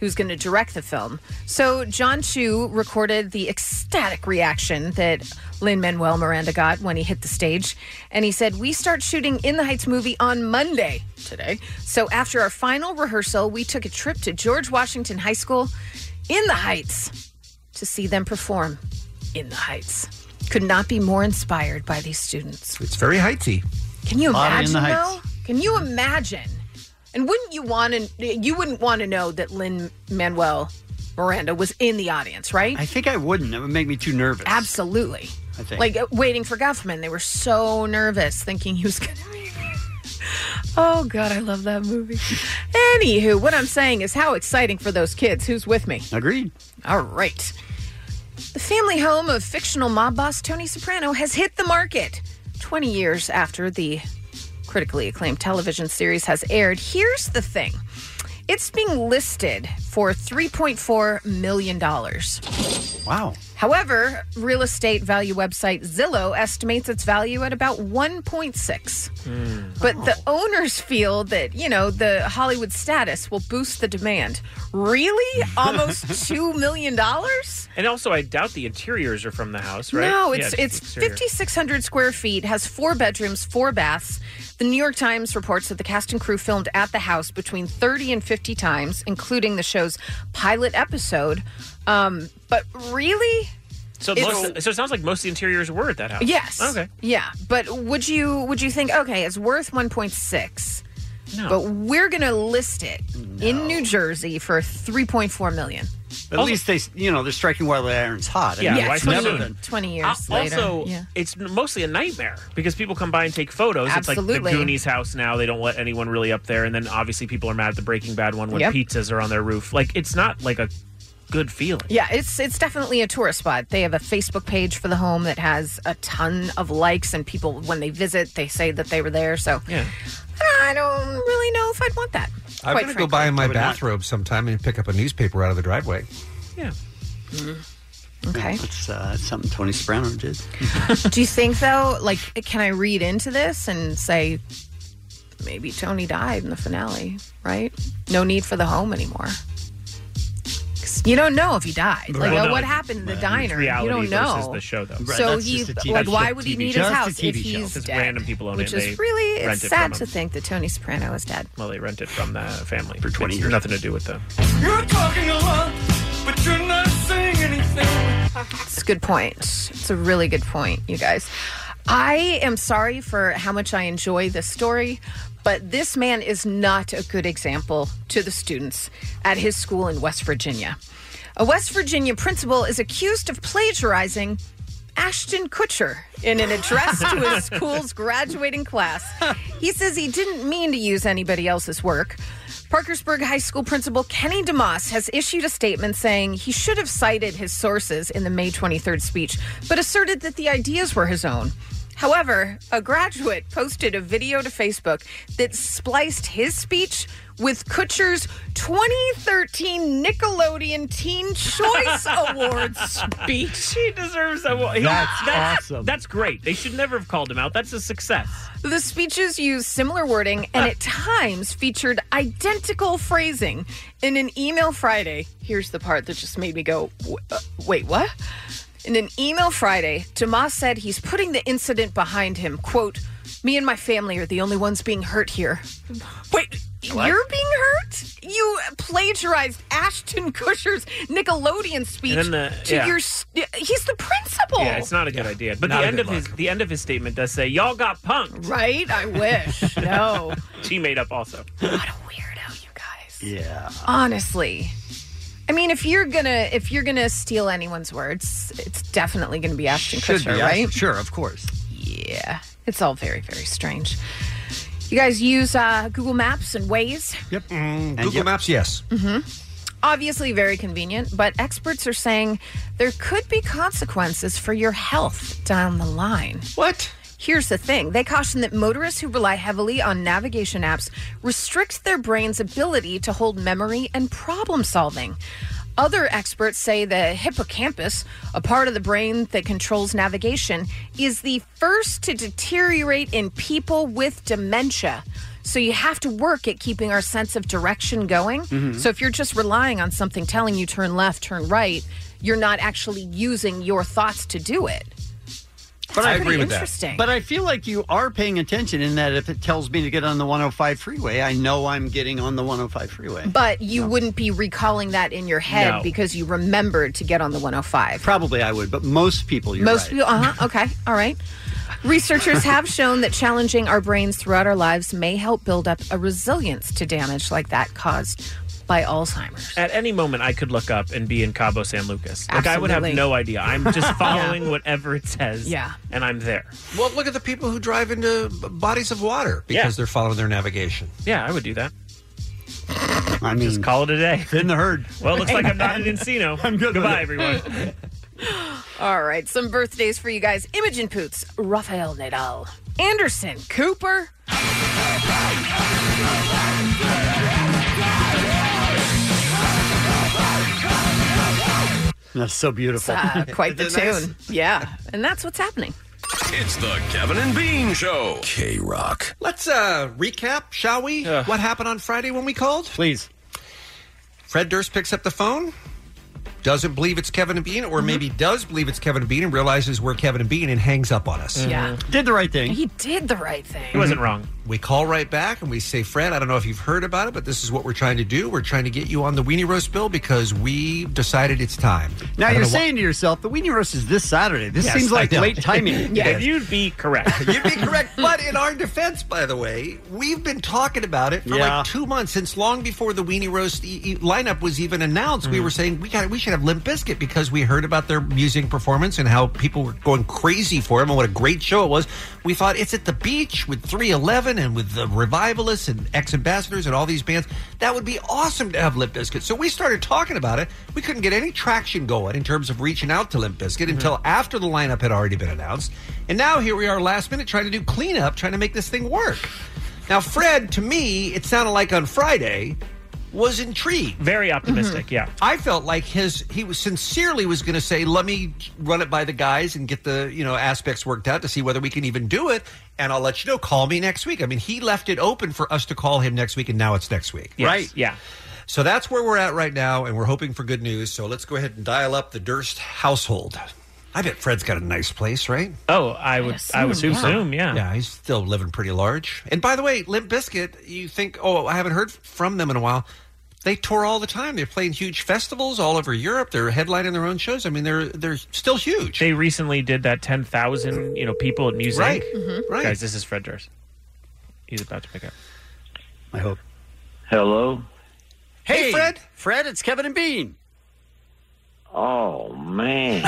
Speaker 15: who's going to direct the film. So John Chu recorded the ecstatic reaction that Lin Manuel Miranda got when he hit the stage, and he said, "We start shooting In the Heights movie on Monday today. So after our final rehearsal, we took a trip to George Washington High School in the Heights to see them perform in the Heights." Could not be more inspired by these students.
Speaker 13: it's very heightsy.
Speaker 15: Can you
Speaker 13: Body
Speaker 15: imagine
Speaker 13: in the
Speaker 15: though? Can you imagine? And wouldn't you want to? You wouldn't want to know that Lynn Manuel Miranda was in the audience, right?
Speaker 12: I think I wouldn't. It would make me too nervous.
Speaker 15: Absolutely.
Speaker 12: I think.
Speaker 15: Like uh, waiting for Guffman, they were so nervous, thinking he was gonna. be Oh God, I love that movie. Anywho, what I'm saying is how exciting for those kids. Who's with me?
Speaker 12: Agreed.
Speaker 15: All right. The family home of fictional mob boss Tony Soprano has hit the market. 20 years after the critically acclaimed television series has aired, here's the thing it's being listed for $3.4 million.
Speaker 12: Wow.
Speaker 15: However, real estate value website Zillow estimates its value at about 1.6.
Speaker 28: Mm.
Speaker 15: But the owners feel that, you know, the Hollywood status will boost the demand. Really? Almost $2 million?
Speaker 14: And also, I doubt the interiors are from the house, right?
Speaker 15: No,
Speaker 14: Yeah,
Speaker 15: it's it's
Speaker 14: exterior.
Speaker 15: 5600 square feet, has 4 bedrooms, 4 baths. The New York Times reports that the cast and crew filmed at the house between 30 and 50 times, including the show's pilot episode. Um, but really
Speaker 14: So,
Speaker 15: it's-
Speaker 14: most, so it sounds like most of the interiors were at that house.
Speaker 15: Yes.
Speaker 14: Okay.
Speaker 15: Yeah, but would you would you think okay, it's worth 1.6?
Speaker 14: No.
Speaker 15: But we're going to list it in New Jersey for 3.4 million. oh.
Speaker 12: At least they, s- you know, they're striking while the iron's hot. I
Speaker 14: Yeah,
Speaker 12: mean,
Speaker 14: why
Speaker 12: it's
Speaker 14: 20
Speaker 12: never been-
Speaker 15: 20 years
Speaker 14: Uh,
Speaker 15: later.
Speaker 14: also,
Speaker 15: yeah.
Speaker 14: it's n- mostly a nightmare because people come by and take photos. It's like
Speaker 15: Absolutely.
Speaker 14: the Goonies house now. They don't let anyone really up there. And then obviously people are mad at the Breaking Bad one when
Speaker 15: Yep.
Speaker 14: pizzas are on their roof. Like, it's not like a good feeling.
Speaker 15: Yeah, it's it's definitely a tourist spot. They have a Facebook page for the home that has a ton of likes, and people when they visit, they say that they were there. So
Speaker 14: yeah.
Speaker 15: I don't really know if I'd want that.
Speaker 13: I'm
Speaker 15: quite
Speaker 13: going to go buy
Speaker 15: frankly.
Speaker 13: my
Speaker 15: I would not.
Speaker 13: bathrobe sometime and pick up a newspaper out of the driveway.
Speaker 14: Yeah.
Speaker 15: Mm-hmm. Okay.
Speaker 12: That's uh, that's something Tony Soprano did.
Speaker 15: Do you think though? Like, can I read into this and say maybe Tony died in the finale? Right? No need for the home anymore. 'Cause You don't know if he died. Like,
Speaker 14: Well,
Speaker 15: oh,
Speaker 14: no,
Speaker 15: what
Speaker 14: it's-
Speaker 15: happened in the
Speaker 14: it's
Speaker 15: diner? You
Speaker 14: reality
Speaker 15: don't
Speaker 14: versus
Speaker 15: know.
Speaker 14: the show, though. Right,
Speaker 15: so
Speaker 14: that's
Speaker 15: he,
Speaker 14: just a TV
Speaker 15: like,
Speaker 14: show.
Speaker 15: why
Speaker 14: Just
Speaker 15: would
Speaker 14: a
Speaker 15: he
Speaker 14: TV
Speaker 15: need
Speaker 14: show.
Speaker 15: his
Speaker 14: Just a
Speaker 15: house if
Speaker 14: TV show.
Speaker 15: he's
Speaker 14: Just
Speaker 15: dead?
Speaker 14: random people own
Speaker 15: which
Speaker 14: it and
Speaker 15: is
Speaker 14: they
Speaker 15: really
Speaker 14: rent
Speaker 15: it's
Speaker 14: it
Speaker 15: sad
Speaker 14: from
Speaker 15: to think that Tony Soprano is dead.
Speaker 14: Well, they rent it from the family for 20 years. Nothing to do with them.
Speaker 10: You're talking a lot, but you're not saying anything.
Speaker 15: It's a good point. It's a really good point, you guys. I am sorry for how much I enjoy this story, but this man is not a good example to the students at his school in West Virginia. A West Virginia principal is accused of plagiarizing Ashton Kutcher in an address to his school's graduating class. He says he didn't mean to use anybody else's work. Parkersburg High School principal Kenny DeMoss has issued a statement saying he should have cited his sources in the May 23rd speech, but asserted that the ideas were his own. However, a graduate posted a video to Facebook that spliced his speech with Kutcher's 2013 Nickelodeon Teen Choice Awards speech.
Speaker 14: He deserves that. Well, he-
Speaker 15: That's
Speaker 14: awesome. That's great. They should never have called him out. That's a success.
Speaker 15: The speeches used similar wording and at times featured identical phrasing. In an email Friday, here's the part that just made me go, "W- uh, wait, what? In an email Friday, Tomas said he's putting the incident behind him. Quote, me and my family are the only ones being hurt here. Wait,
Speaker 10: What?
Speaker 15: you're being hurt? You plagiarized Ashton Kutcher's Nickelodeon speech
Speaker 14: And then the-
Speaker 15: to
Speaker 14: yeah.
Speaker 15: your. St- he's the principal.
Speaker 14: Yeah, it's not a good idea. But
Speaker 15: Not
Speaker 14: the
Speaker 15: a
Speaker 14: end
Speaker 15: good
Speaker 14: of his the end of his statement does say, "Y'all got punked."
Speaker 15: Right? I wish. No.
Speaker 14: she made up also.
Speaker 12: Yeah.
Speaker 15: honestly i mean if you're gonna if you're gonna steal anyone's words it's definitely gonna be ashton
Speaker 12: Should
Speaker 15: kutcher
Speaker 12: be,
Speaker 15: right
Speaker 12: Ashton- Sure, of course.
Speaker 15: yeah it's all very very strange you guys use uh, google maps and waze
Speaker 12: Yep.
Speaker 13: Mm, Google Maps, yes.
Speaker 15: hmm obviously very convenient but experts are saying there could be consequences for your health down the line
Speaker 12: what
Speaker 15: Here's the thing. They caution that motorists who rely heavily on navigation apps restrict their brain's ability to hold memory and problem solving. Other experts say the hippocampus, a part of the brain that controls navigation, is the first to deteriorate in people with dementia. So you have to work at keeping our sense of direction going.
Speaker 10: Mhm.
Speaker 15: So if you're just relying on something telling you turn left, turn right, you're not actually using your thoughts to do it. That's pretty interesting.
Speaker 12: But I feel like you are paying attention in that if it tells me to get on the 105 freeway, I know I'm getting on the 105 freeway.
Speaker 15: But you wouldn't be recalling that in your head
Speaker 12: No.
Speaker 15: because you remembered to get on the 105.
Speaker 12: Probably I would, but most people, you're
Speaker 15: Most
Speaker 12: right.
Speaker 15: people, uh huh. Okay. All right. Researchers have shown that challenging our brains throughout our lives may help build up a resilience to damage like that caused by Alzheimer's.
Speaker 14: At any moment, I could look up and be in Cabo San Lucas. Like I would have
Speaker 15: Absolutely.
Speaker 14: no idea. I'm just following whatever it says.
Speaker 15: Yeah.
Speaker 14: and I'm there.
Speaker 13: Well, look at the people who drive into b- bodies of water because they're following their navigation.
Speaker 14: Yeah, I would do that.
Speaker 12: I mean, just
Speaker 14: call it a day.
Speaker 12: In the herd.
Speaker 14: Well, it looks like I'm not an Encino. I'm good. Goodbye, everyone.
Speaker 15: All right. Some birthdays for you guys Imogen Poots, Rafael Nadal, Anderson Cooper.
Speaker 12: That's so beautiful.
Speaker 15: Uh, quite the tune. Yeah. And that's what's happening.
Speaker 20: It's the Kevin and Bean Show. K Rock.
Speaker 13: Let's uh, recap, shall we? What happened on Friday when we called?
Speaker 12: Please.
Speaker 13: Fred Durst picks up the phone, doesn't believe it's Kevin and Bean, or maybe does believe it's Kevin and Bean and realizes we're Kevin and Bean and hangs up on us.
Speaker 15: Yeah.
Speaker 12: Did the right thing.
Speaker 15: He did the right thing.
Speaker 13: wrong. Mm-hmm. We call right back and we say, Fred, I don't know if you've heard about it, but this is what we're trying to do. We're trying to get you on the Weenie Roast bill because we decided it's time.
Speaker 12: Now
Speaker 13: I don't
Speaker 12: you're
Speaker 13: know why-
Speaker 12: saying to yourself, the weenie roast is this Saturday. This
Speaker 13: Yes,
Speaker 12: seems
Speaker 13: I
Speaker 12: like
Speaker 13: know.
Speaker 12: late timing.
Speaker 13: Yeah.
Speaker 12: If
Speaker 14: You'd be correct.
Speaker 13: You'd be correct. But in our defense, by the way, we've been talking about it for
Speaker 12: Yeah.
Speaker 13: like two months since long before the Weenie Roast e- e- lineup was even announced. We were saying we got we should have Limp Bizkit because we heard about their music performance and how people were going crazy for them and what a great show it was. We thought it's at the beach with 311 and with the Revivalists and Ex Ambassadors and all these bands. That would be awesome to have Limp Bizkit. So we started talking about it. We couldn't get any traction going in terms of reaching out to Limp Bizkit until after the lineup had already been announced. And now here we are last minute trying to do cleanup, trying to make this thing work. Now, Fred, to me, it sounded like on Friday was intrigued,
Speaker 14: very optimistic. Yeah,
Speaker 13: I felt like his he was sincerely was going to say, "Let me run it by the guys and get the you know aspects worked out to see whether we can even do it." And I'll let you know. Call me next week. I mean, he left it open for us to call him next week, and now it's next week,
Speaker 14: Yes.
Speaker 13: right?
Speaker 14: Yeah.
Speaker 13: So that's where we're at right now, and we're hoping for good news. So let's go ahead and dial up the Durst household. I bet Fred's got a nice place, right?
Speaker 14: Oh, I would, I would assume, yeah.
Speaker 13: Yeah, he's still living pretty large. And by the way, Limp Bizkit, you think, oh, I haven't heard from them in a while. They tour all the time. They're playing huge festivals all over Europe. They're headlining their own shows. I mean, they're they're still huge.
Speaker 14: They recently did that ten thousand, you know, people at music.
Speaker 13: Right.
Speaker 15: Mm-hmm.
Speaker 13: Mhm. Right.
Speaker 14: Guys, this is Fred Durst. He's about to pick up.
Speaker 12: I hope.
Speaker 18: Hello.
Speaker 12: Hey, Fred. Fred, it's Kevin and Bean.
Speaker 18: Oh man.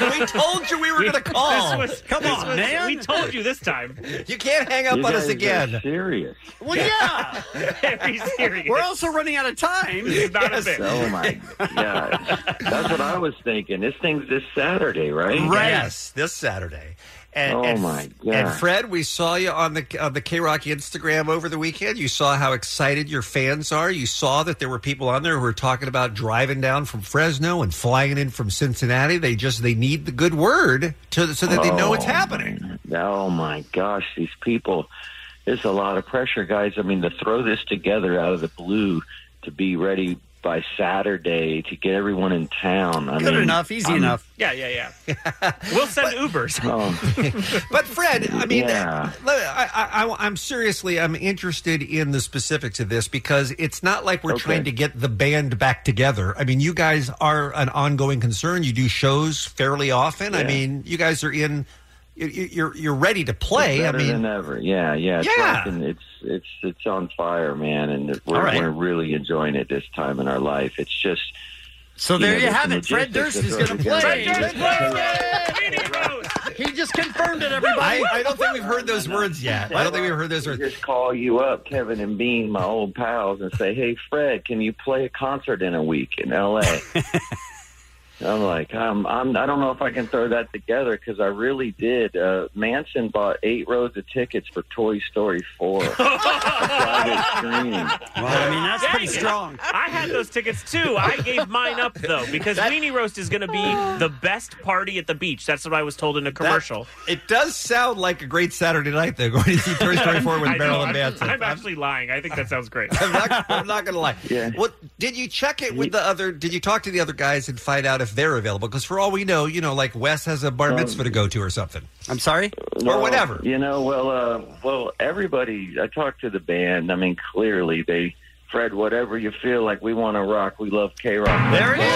Speaker 13: we told you we were going to call.
Speaker 14: This was-
Speaker 13: Come
Speaker 14: this
Speaker 13: on,
Speaker 14: was-
Speaker 13: man.
Speaker 14: We told you this time.
Speaker 13: You can't hang up
Speaker 18: You
Speaker 13: on us
Speaker 18: guys are
Speaker 13: again.
Speaker 18: serious.
Speaker 12: Well, yeah.
Speaker 14: Very serious.
Speaker 12: We're also running out of time.
Speaker 14: Yes.
Speaker 18: Oh my god. That's what I was thinking. This thing's this Saturday, right?
Speaker 13: Right. Yes, this Saturday. And,
Speaker 18: oh
Speaker 13: and-
Speaker 18: my god.
Speaker 13: And Fred, we saw you on the on the K Rock Instagram over the weekend. You saw how excited your fans are. You saw that there were people on there who were talking about driving down from Fresno and flying in from Cincinnati. They just they need the good word to so that they know it's
Speaker 18: Oh,
Speaker 13: happening.
Speaker 18: Oh my gosh, these people. There's a lot of pressure, guys. I mean, to throw this together out of the blue to be ready by Saturday to get everyone in town. I
Speaker 12: Good
Speaker 18: mean,
Speaker 12: enough. Easy
Speaker 18: I'm-
Speaker 12: enough.
Speaker 14: Yeah, yeah, yeah. we'll send Ubers.
Speaker 13: but Fred, I mean,
Speaker 18: Oh, Yeah.
Speaker 13: let- I, I, am seriously, I'm interested in the specifics of this because it's not like we're
Speaker 18: Okay.
Speaker 13: trying to get the band back together. I mean, you guys are an ongoing concern. You do shows fairly often. I
Speaker 18: Yeah.
Speaker 13: mean, you guys are in. you- you- You're you're ready to play.
Speaker 18: It's
Speaker 13: I
Speaker 18: better
Speaker 13: mean,
Speaker 18: than ever. Yeah, yeah, it's
Speaker 13: Yeah.
Speaker 18: rocking. it's it's it's on fire, man, and
Speaker 12: All
Speaker 18: we're,
Speaker 12: right.
Speaker 18: we're really enjoying it this time in our life. It's just
Speaker 12: So there you
Speaker 18: know,
Speaker 12: have
Speaker 18: the
Speaker 12: it. Fred
Speaker 18: logistics
Speaker 12: Durst is
Speaker 18: of
Speaker 12: going to
Speaker 18: throwing
Speaker 12: play.
Speaker 18: together-
Speaker 12: He just confirmed it, everybody.
Speaker 13: I, I don't think we've heard those words yet. I don't think we've heard those words.
Speaker 18: Just call you up, Kevin and Bean, my old pals, and say, "Hey, Fred, can you play a concert in a week in L.A.?" I'm like, I'm, I'm, I don't know if I can throw that together because I really did. Uh, Manson bought eight rows of tickets for Toy Story Four. Private screening.
Speaker 12: I mean, that's
Speaker 14: Dang
Speaker 12: pretty
Speaker 14: it.
Speaker 12: strong.
Speaker 14: I had those tickets too. I gave mine up though because Weenie Roast is going to be the best party at the beach. That's what I was told in a commercial.
Speaker 13: It does sound like a great Saturday night, though, going to see Toy Story 4 with
Speaker 14: I know,
Speaker 13: Marilyn
Speaker 14: I'm-
Speaker 13: Manson.
Speaker 14: I'm actually lying. I think that sounds great.
Speaker 13: I'm not, I'm not going to lie.
Speaker 18: Yeah.
Speaker 13: What did you check it with the other? Did you talk to the other guys and find out if they're available? Because for all we know, you know, like Wes has a
Speaker 18: Um,
Speaker 13: bar mitzvah to go to or something.
Speaker 12: I'm sorry.
Speaker 13: or
Speaker 18: Well,
Speaker 13: whatever.
Speaker 18: You know, well, uh, well, everybody. I talked to the band. I mean, clearly they, Fred, whatever you feel like, we want to rock. We love K Rock.
Speaker 12: There it is.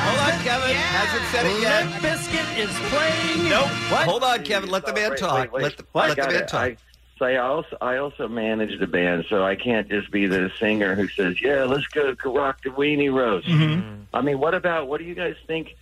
Speaker 13: Hold on, Kevin. Hasn't said it yet.
Speaker 12: Limp Biscuit is playing.
Speaker 13: Nope. Hold on, Kevin. Let the man talk. Let the,
Speaker 18: I
Speaker 13: let the
Speaker 18: got
Speaker 13: man
Speaker 18: it.
Speaker 13: talk.
Speaker 18: I, so I also I also manage the band, so I can't just be the singer who says, "Yeah, let's go k- rock the weenie roast." I mean, what about what do you guys think?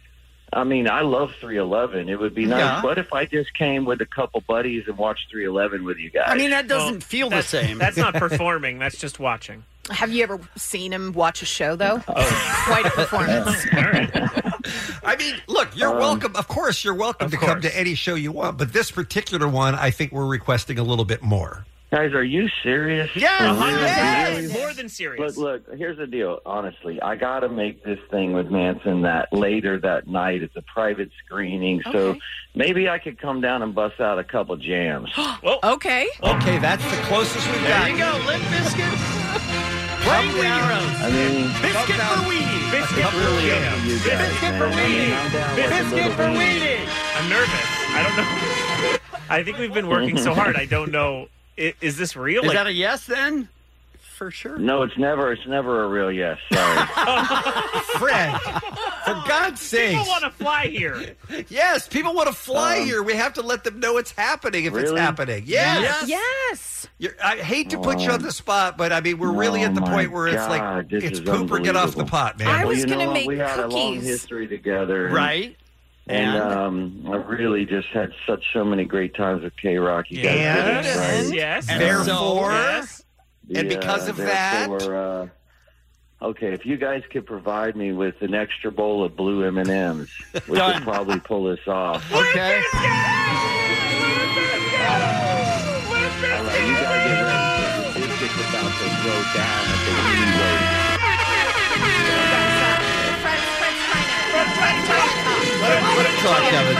Speaker 18: I mean, I love 311. It would be nice.
Speaker 12: Yeah.
Speaker 18: What if I just came with a couple buddies and watched 311 with you guys?
Speaker 12: I mean, that doesn't feel the
Speaker 14: That's-
Speaker 12: same.
Speaker 14: That's not performing. That's just watching.
Speaker 15: Have you ever seen him watch a show, though?
Speaker 18: Oh.
Speaker 13: I mean, look,
Speaker 18: Um,
Speaker 13: you're welcome. Of course, you're welcome to come to any show you want, but this particular one, I think we're requesting a little bit more.
Speaker 18: Guys, are you serious?
Speaker 14: Yes,
Speaker 18: For real?
Speaker 14: yes. more than serious.
Speaker 18: Look, look, here's the deal. Honestly, I got to make this thing with Manson that later that night. It's a private screening, so maybe I could come down and bust out a couple jams.
Speaker 15: okay.
Speaker 13: Okay, that's the closest we've
Speaker 18: There
Speaker 13: got.
Speaker 18: you
Speaker 12: go, Limp Biscuit. Playing the arrows.
Speaker 18: I mean,
Speaker 12: Biscuit for weenie. Biscuit
Speaker 18: I'm really up to you guys,
Speaker 12: Biscuit
Speaker 18: man.
Speaker 12: for
Speaker 18: I mean,
Speaker 12: weenie.
Speaker 18: I'm down with a
Speaker 12: Biscuit
Speaker 18: little
Speaker 12: for
Speaker 18: weenie.
Speaker 12: weenie.
Speaker 14: I'm nervous. I don't know. I think we've been working so hard. I don't know. Is, is this real?
Speaker 12: Is that a yes then? For sure.
Speaker 18: no, it's never, it's never a real yes. Sorry.
Speaker 13: Fred, for God's sake.
Speaker 14: Oh, People want to fly here.
Speaker 13: Yes, people want to fly
Speaker 14: Um,
Speaker 13: here. We have to let them know it's happening if
Speaker 14: Really?
Speaker 13: it's happening. Yes.
Speaker 14: Yes.
Speaker 15: Yes.
Speaker 13: You're, I hate to put
Speaker 18: Um,
Speaker 13: you on the spot, but I mean, we're really
Speaker 18: oh
Speaker 13: at the point where it's like,
Speaker 18: God, this
Speaker 13: it's
Speaker 18: is
Speaker 13: poop or get off the
Speaker 18: unbelievable.
Speaker 13: pot, man.
Speaker 18: Well, you know what? We had a long history together, and-
Speaker 13: Right.
Speaker 18: And,
Speaker 13: And?
Speaker 18: um, I really just had such so many great times with K Rock. You guys
Speaker 13: And-
Speaker 18: did it, right?
Speaker 13: Yes.
Speaker 18: Um,
Speaker 13: Therefore- Yes.
Speaker 18: the,
Speaker 13: And because
Speaker 18: uh,
Speaker 13: of that-
Speaker 18: therefore, uh, okay, if you guys could provide me with an extra bowl of blue M and M's, we could probably pull this off.
Speaker 13: Okay.
Speaker 18: All right, you gotta get ready. 'cause The biscuit's about to go down at the weenie rate.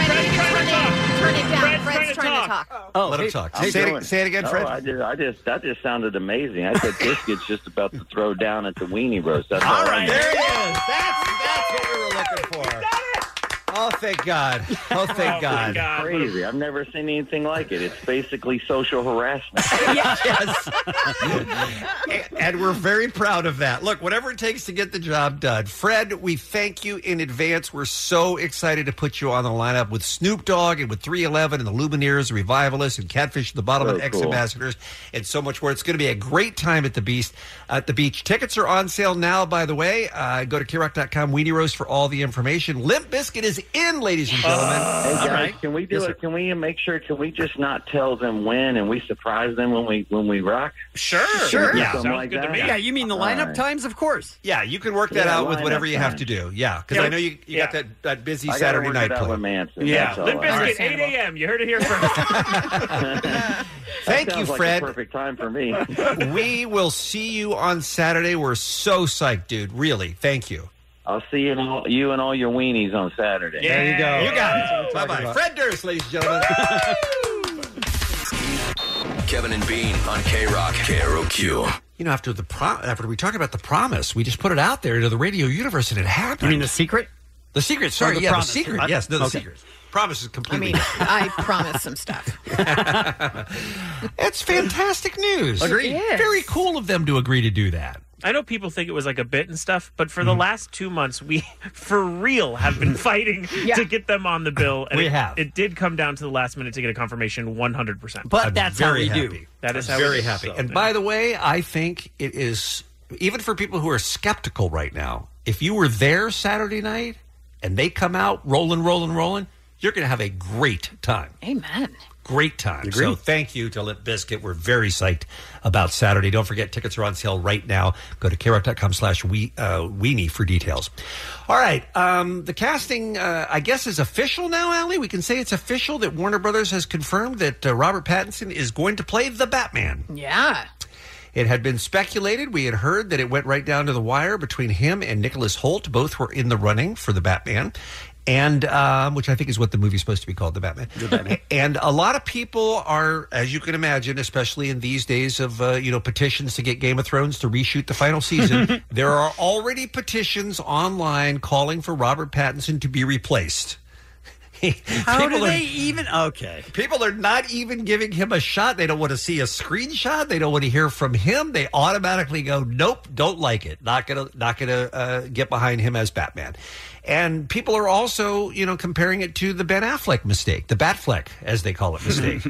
Speaker 15: Turn it down. Fred's trying to talk.
Speaker 13: Oh, let him talk.
Speaker 18: How you
Speaker 13: Say
Speaker 18: doing?
Speaker 13: it, say it again,
Speaker 18: No,
Speaker 13: Fred.
Speaker 18: I just, I just, that just sounded amazing. I said biscuits just about to throw down at the weenie roast. That's all, I knew.
Speaker 13: There he is. That's, that's what we were looking for. Oh, thank God. Oh, thank God.
Speaker 18: It's crazy. I've never seen anything like it. It's basically social harassment.
Speaker 13: yes. and we're very proud of that. Look, whatever it takes to get the job done. Fred, we thank you in advance. We're so excited to put you on the lineup with Snoop Dogg and with 311 and the Lumineers, Revivalists, and Catfish at the Bottom and
Speaker 18: So
Speaker 13: Ex
Speaker 18: cool.
Speaker 13: Ambassadors, and so much more. It's going to be a great time at the Beast at the beach. Tickets are on sale now, by the way. Uh, go to KRock.com, Weenie Roast for all the information. Limp Biscuit is in, ladies and gentlemen.
Speaker 18: Hey guys, can we do
Speaker 13: Yes,
Speaker 18: it?
Speaker 13: sir.
Speaker 18: Can we make sure? Can we just not tell them when and we surprise them when we when we rock?
Speaker 12: Sure.
Speaker 18: Sure.
Speaker 12: Yeah.
Speaker 18: Something like that.
Speaker 12: Yeah, you mean the
Speaker 18: All
Speaker 12: lineup
Speaker 18: right.
Speaker 12: times? Of course.
Speaker 13: Yeah, you can work that
Speaker 12: Yeah,
Speaker 13: out with
Speaker 12: lineup
Speaker 13: whatever you have
Speaker 12: time.
Speaker 13: to do. Yeah, because
Speaker 12: Yeah.
Speaker 13: I know you, you got that, that busy
Speaker 18: I gotta
Speaker 13: Saturday
Speaker 18: work
Speaker 13: night
Speaker 18: it out
Speaker 13: plan.
Speaker 18: with Manson.
Speaker 13: Yeah,
Speaker 18: That's all
Speaker 14: Limp
Speaker 18: I-
Speaker 14: Bizkit, 8 a.m. You heard it here first.
Speaker 13: Thank
Speaker 18: That
Speaker 13: you,
Speaker 18: sounds like a
Speaker 13: Fred.
Speaker 18: perfect time for me.
Speaker 13: we will see you on Saturday. We're so psyched, dude. Really, thank you.
Speaker 18: I'll see you and all you and all your weenies on Saturday.
Speaker 13: There you go. You got it. Bye
Speaker 20: talking
Speaker 13: bye.
Speaker 20: about.
Speaker 13: Fred Durst, ladies and gentlemen.
Speaker 20: Kevin and Bean on K Rock. KROQ.
Speaker 13: you know, after the prom- after we talked about the promise, we just put it out there into the radio universe, and it happened. You mean
Speaker 12: the secret?
Speaker 13: The secret. Sorry,
Speaker 12: the
Speaker 13: yeah,
Speaker 12: promise.
Speaker 13: the secret.
Speaker 12: I-
Speaker 13: yes, no, the
Speaker 12: okay.
Speaker 13: secret. Promise is
Speaker 15: I
Speaker 13: completely.
Speaker 15: mean, I promised some stuff.
Speaker 13: it's fantastic news.
Speaker 14: Agreed. It is.
Speaker 13: Very cool of them to agree to do that.
Speaker 14: I know people think it was like a bit and stuff, but for the
Speaker 13: Mm-hmm.
Speaker 14: last two months, we for real have been fighting to get them on the bill. And
Speaker 13: We
Speaker 14: it,
Speaker 13: have.
Speaker 14: It did come down to the last minute to get a confirmation 100%.
Speaker 13: But I'm that's how very we do.
Speaker 14: do.
Speaker 13: happy.
Speaker 14: That is
Speaker 13: I'm
Speaker 14: how
Speaker 13: very
Speaker 14: we do.
Speaker 13: happy.
Speaker 14: So,
Speaker 13: and
Speaker 14: yeah.
Speaker 13: by the way, I think it is even for people who are skeptical right now. If you were there Saturday night and they come out rolling, rolling, rolling, you're going to have a great time.
Speaker 15: Amen.
Speaker 13: Great time.
Speaker 15: Agreed.
Speaker 13: So thank you to Limp Biscuit. We're very psyched about Saturday. Don't forget, tickets are on sale right now. Go to krock.com slash we- uh, weenie for details. All right. Um, the casting, uh, I guess, is official now, Allie. We can say it's official that Warner Brothers has confirmed that uh, Robert Pattinson is going to play the Batman.
Speaker 15: Yeah.
Speaker 13: It had been speculated. We had heard that it went right down to the wire between him and Nicholas Holt. Both were in the running for the Batman, and um, which I think is what the movie's supposed to be called, the Batman. And a lot of people are, as you can imagine, especially in these days of uh, you know petitions to get Game of Thrones to reshoot the final season. there are already petitions online calling for Robert Pattinson to be replaced.
Speaker 12: How do
Speaker 13: People are-
Speaker 12: they even? Okay.
Speaker 13: People are not even giving him a shot. They don't want to see a screenshot. They don't want to hear from him. They automatically go, "Nope, don't like it. Not gonna, not gonna uh, get behind him as Batman." And people are also, you know, comparing it to the Ben Affleck mistake, the Batfleck, as they call it, mistake,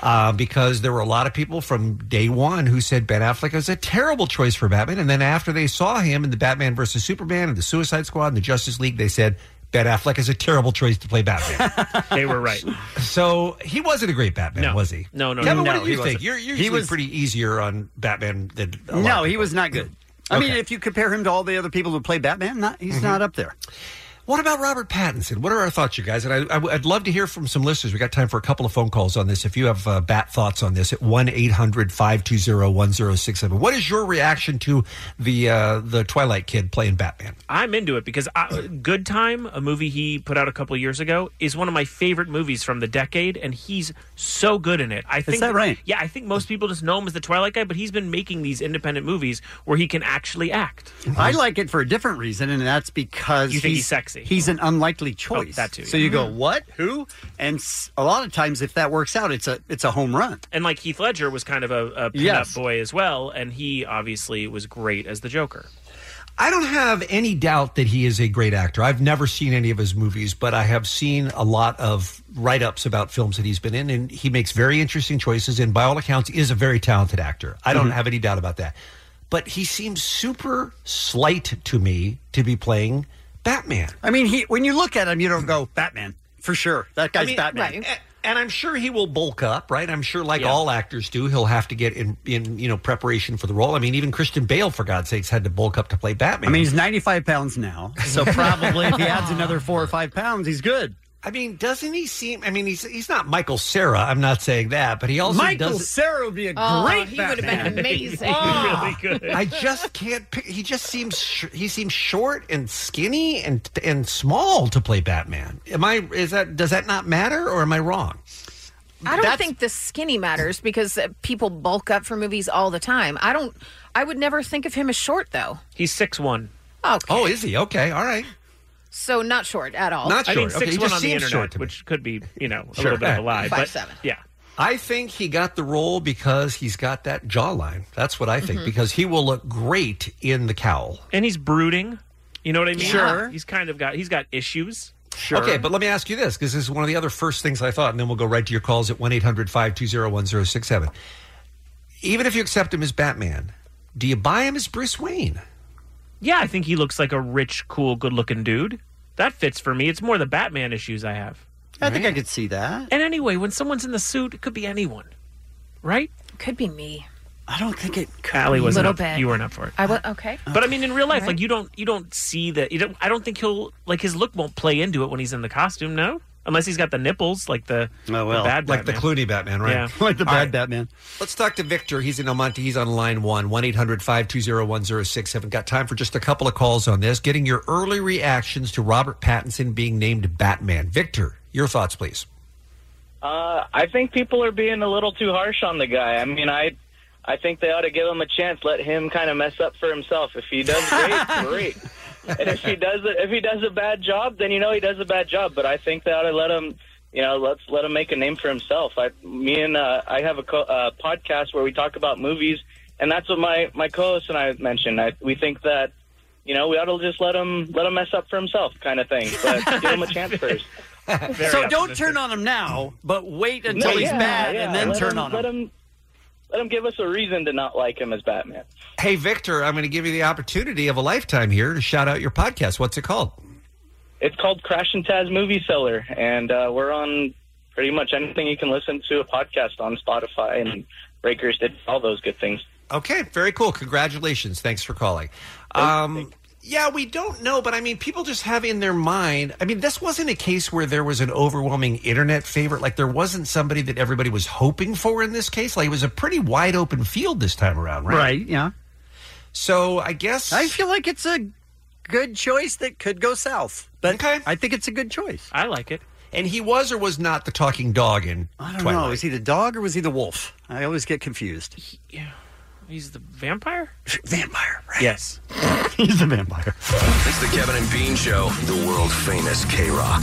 Speaker 13: uh, because there were a lot of people from day one who said Ben Affleck was a terrible choice for Batman, and then after they saw him in the Batman versus Superman and the Suicide Squad and the Justice League, they said. Ben Affleck is a terrible choice to play Batman.
Speaker 14: they were right.
Speaker 13: So he wasn't a great Batman,
Speaker 14: No.
Speaker 13: was he?
Speaker 14: No, no,
Speaker 13: Kevin,
Speaker 14: no.
Speaker 13: what
Speaker 14: No,
Speaker 13: do
Speaker 14: he
Speaker 13: you think?
Speaker 14: wasn't.
Speaker 13: You're, you're
Speaker 14: He
Speaker 13: usually
Speaker 14: was-
Speaker 13: pretty easier on Batman than a lot
Speaker 12: No,
Speaker 13: of
Speaker 12: he was not good. I mean, if you compare him to all the other people who play Batman, not, he's not up there.
Speaker 13: people. Mm-hmm. What about Robert Pattinson? What are our thoughts, you guys? And I, I, would love to hear from some listeners. We got time for a couple of phone calls on this. If you have uh, bat thoughts on this, at 1 800 520 1067. What is your reaction to the uh, the Twilight Kid playing Batman?
Speaker 14: I'm into it because I, Good Time, a movie he put out a couple years ago, is one of my favorite movies from the decade, and he's so good in it. I think
Speaker 12: that right?
Speaker 14: Yeah, I think most people just know him as the Twilight guy, but he's been making these independent movies where he can actually act.
Speaker 12: I like it for a different reason, and that's because
Speaker 14: You think he's sexy. Oh,
Speaker 12: He's an unlikely choice.
Speaker 14: that too,
Speaker 12: So
Speaker 14: yeah.
Speaker 12: you go,
Speaker 14: Mhm.
Speaker 12: what? Who? And s- a lot of times, if that works out, it's a it's a home run.
Speaker 14: And like Heath Ledger was kind of a, a pinup
Speaker 12: Yes.
Speaker 14: boy as well, and he obviously was great as the Joker.
Speaker 13: I don't have any doubt that he is a great actor. I've never seen any of his movies, but I have seen a lot of write ups about films that he's been in, and he makes very interesting choices. And by all accounts, is a very talented actor. I don't
Speaker 12: Mhm.
Speaker 13: have any doubt about that. But he seems super slight to me to be playing Batman.
Speaker 12: I mean, he when you look at him, you don't go Batman for sure. That guy's
Speaker 13: I mean,
Speaker 12: Batman.
Speaker 13: right. A- And I'm sure he will bulk up, right? I'm sure, like all actors do, he'll have to get in, in you know preparation for the role. I mean, even Christian Bale, for God's sakes, had to bulk up to play Batman.
Speaker 12: I mean, he's 95 pounds now, so probably if he adds another four or five pounds, he's good.
Speaker 13: I mean, doesn't he seem? I mean, he's he's not Michael Sarah. I'm not saying that, but he also
Speaker 12: Michael
Speaker 13: does.
Speaker 12: Cera would be a
Speaker 13: Oh,
Speaker 12: great.
Speaker 13: he would've been
Speaker 12: Batman.
Speaker 13: amazing.
Speaker 12: Oh.
Speaker 14: Really good.
Speaker 13: I just can't. pick He just seems sh- he seems short and skinny and and small to play Batman. Am I? Is that does that not matter or am I wrong?
Speaker 15: I don't think the skinny matters because uh, people bulk up for movies all the time. I don't. I would never think of him as short though.
Speaker 14: He's six one.
Speaker 15: Okay.
Speaker 13: Oh, is he? Okay, all right.
Speaker 15: So not short at all.
Speaker 13: Not
Speaker 14: I mean,
Speaker 13: short. Okay,
Speaker 14: six
Speaker 13: he
Speaker 14: one
Speaker 13: just
Speaker 14: on the
Speaker 13: seems
Speaker 14: internet,
Speaker 13: short to me.
Speaker 14: which could be you know a
Speaker 13: Sure.
Speaker 14: little bit of a lie,
Speaker 15: Five,
Speaker 14: but
Speaker 15: seven.
Speaker 14: yeah.
Speaker 13: I think he got the role because he's got that jawline. That's what I think.
Speaker 14: Mhm.
Speaker 13: Because he will look great in the cowl.
Speaker 14: And he's brooding. You know what I mean?
Speaker 13: Sure.
Speaker 14: He's kind of got he's got issues.
Speaker 13: Okay, but let me ask you this because this is one of the other first things I thought, and then we'll go right to your calls at 1 800 520 1067. Even if you accept him as Batman, do you buy him as Bruce Wayne?
Speaker 14: yeah, I think he looks like a rich, cool, good-looking dude. That fits for me. It's more the Batman issues I have.
Speaker 12: I think I could see that.
Speaker 14: And anyway, when someone's in the suit, it could be anyone, right?
Speaker 15: Could be me.
Speaker 12: I don't think it. Could
Speaker 14: Allie
Speaker 15: be.
Speaker 14: wasn't
Speaker 15: Little
Speaker 14: up,
Speaker 15: bit.
Speaker 14: You weren't up for it.
Speaker 15: I would. Okay.
Speaker 14: But I mean, in real life,
Speaker 15: All right.
Speaker 14: like you don't you don't see that. You don't, I don't think he'll like his look won't play into it when he's in the costume. No, unless he's got the nipples like the
Speaker 12: oh
Speaker 14: the bad
Speaker 13: like the
Speaker 14: Batman.
Speaker 13: Clooney Batman, right?
Speaker 14: Yeah.
Speaker 12: like the
Speaker 13: All
Speaker 12: bad
Speaker 13: right.
Speaker 12: Batman.
Speaker 13: Let's talk to Victor. He's in El Monte. He's on line one, 1 800 520 1067. Got time for just a couple of calls on this. Getting your early reactions to Robert Pattinson being named Batman. Victor, your thoughts, please.
Speaker 17: Uh, I think people are being a little too harsh on the guy. I mean, I, I think they ought to give him a chance. Let him kind of mess up for himself. If he does great, great. And if he does it, if he does a bad job, then you know he does a bad job. But I think they ought to let him. You know, let's let him make a name for himself. I, me and uh, I have a co- uh, podcast where we talk about movies, and that's what my my co-host and I mentioned. I, we think that. You know, we ought to just let him let him mess up for himself, kind of thing. But give him a chance first.
Speaker 12: so don't turn on him now, Oh, but wait until
Speaker 17: No,
Speaker 12: he's
Speaker 17: yeah,
Speaker 12: bad
Speaker 17: yeah.
Speaker 12: and then
Speaker 17: Let
Speaker 12: turn
Speaker 17: him-
Speaker 12: on
Speaker 17: Let
Speaker 12: him.
Speaker 17: him, let him give us a reason to not like him as Batman.
Speaker 13: Hey, Victor, I'm going to give you the opportunity of a lifetime here to shout out your podcast. What's it called?
Speaker 17: It's called Crash and Taz Movie Seller, and uh, we're on pretty much anything you can listen to a podcast on Spotify and Breakers, did all those good things.
Speaker 13: Okay, very cool. Congratulations. Thanks for calling. Um, yeah, we don't know, but I mean, people just have in their mind. I mean, this wasn't a case where there was an overwhelming internet favorite. Like, there wasn't somebody that everybody was hoping for in this case. Like, it was a pretty wide open field this time around, right?
Speaker 12: Right, yeah.
Speaker 13: So I guess
Speaker 12: I feel like it's a good choice that could go south. But
Speaker 13: okay.
Speaker 12: I think it's a good choice.
Speaker 14: I like it.
Speaker 13: And he was or was not the talking dog in
Speaker 12: I don't
Speaker 13: Twilight.
Speaker 12: know. Is he the dog or was he the wolf? I always get confused.
Speaker 14: He's the vampire.
Speaker 12: Vampire.
Speaker 14: Yes.
Speaker 12: He's the vampire.
Speaker 20: It's the Kevin and Bean Show, the world famous K Rock.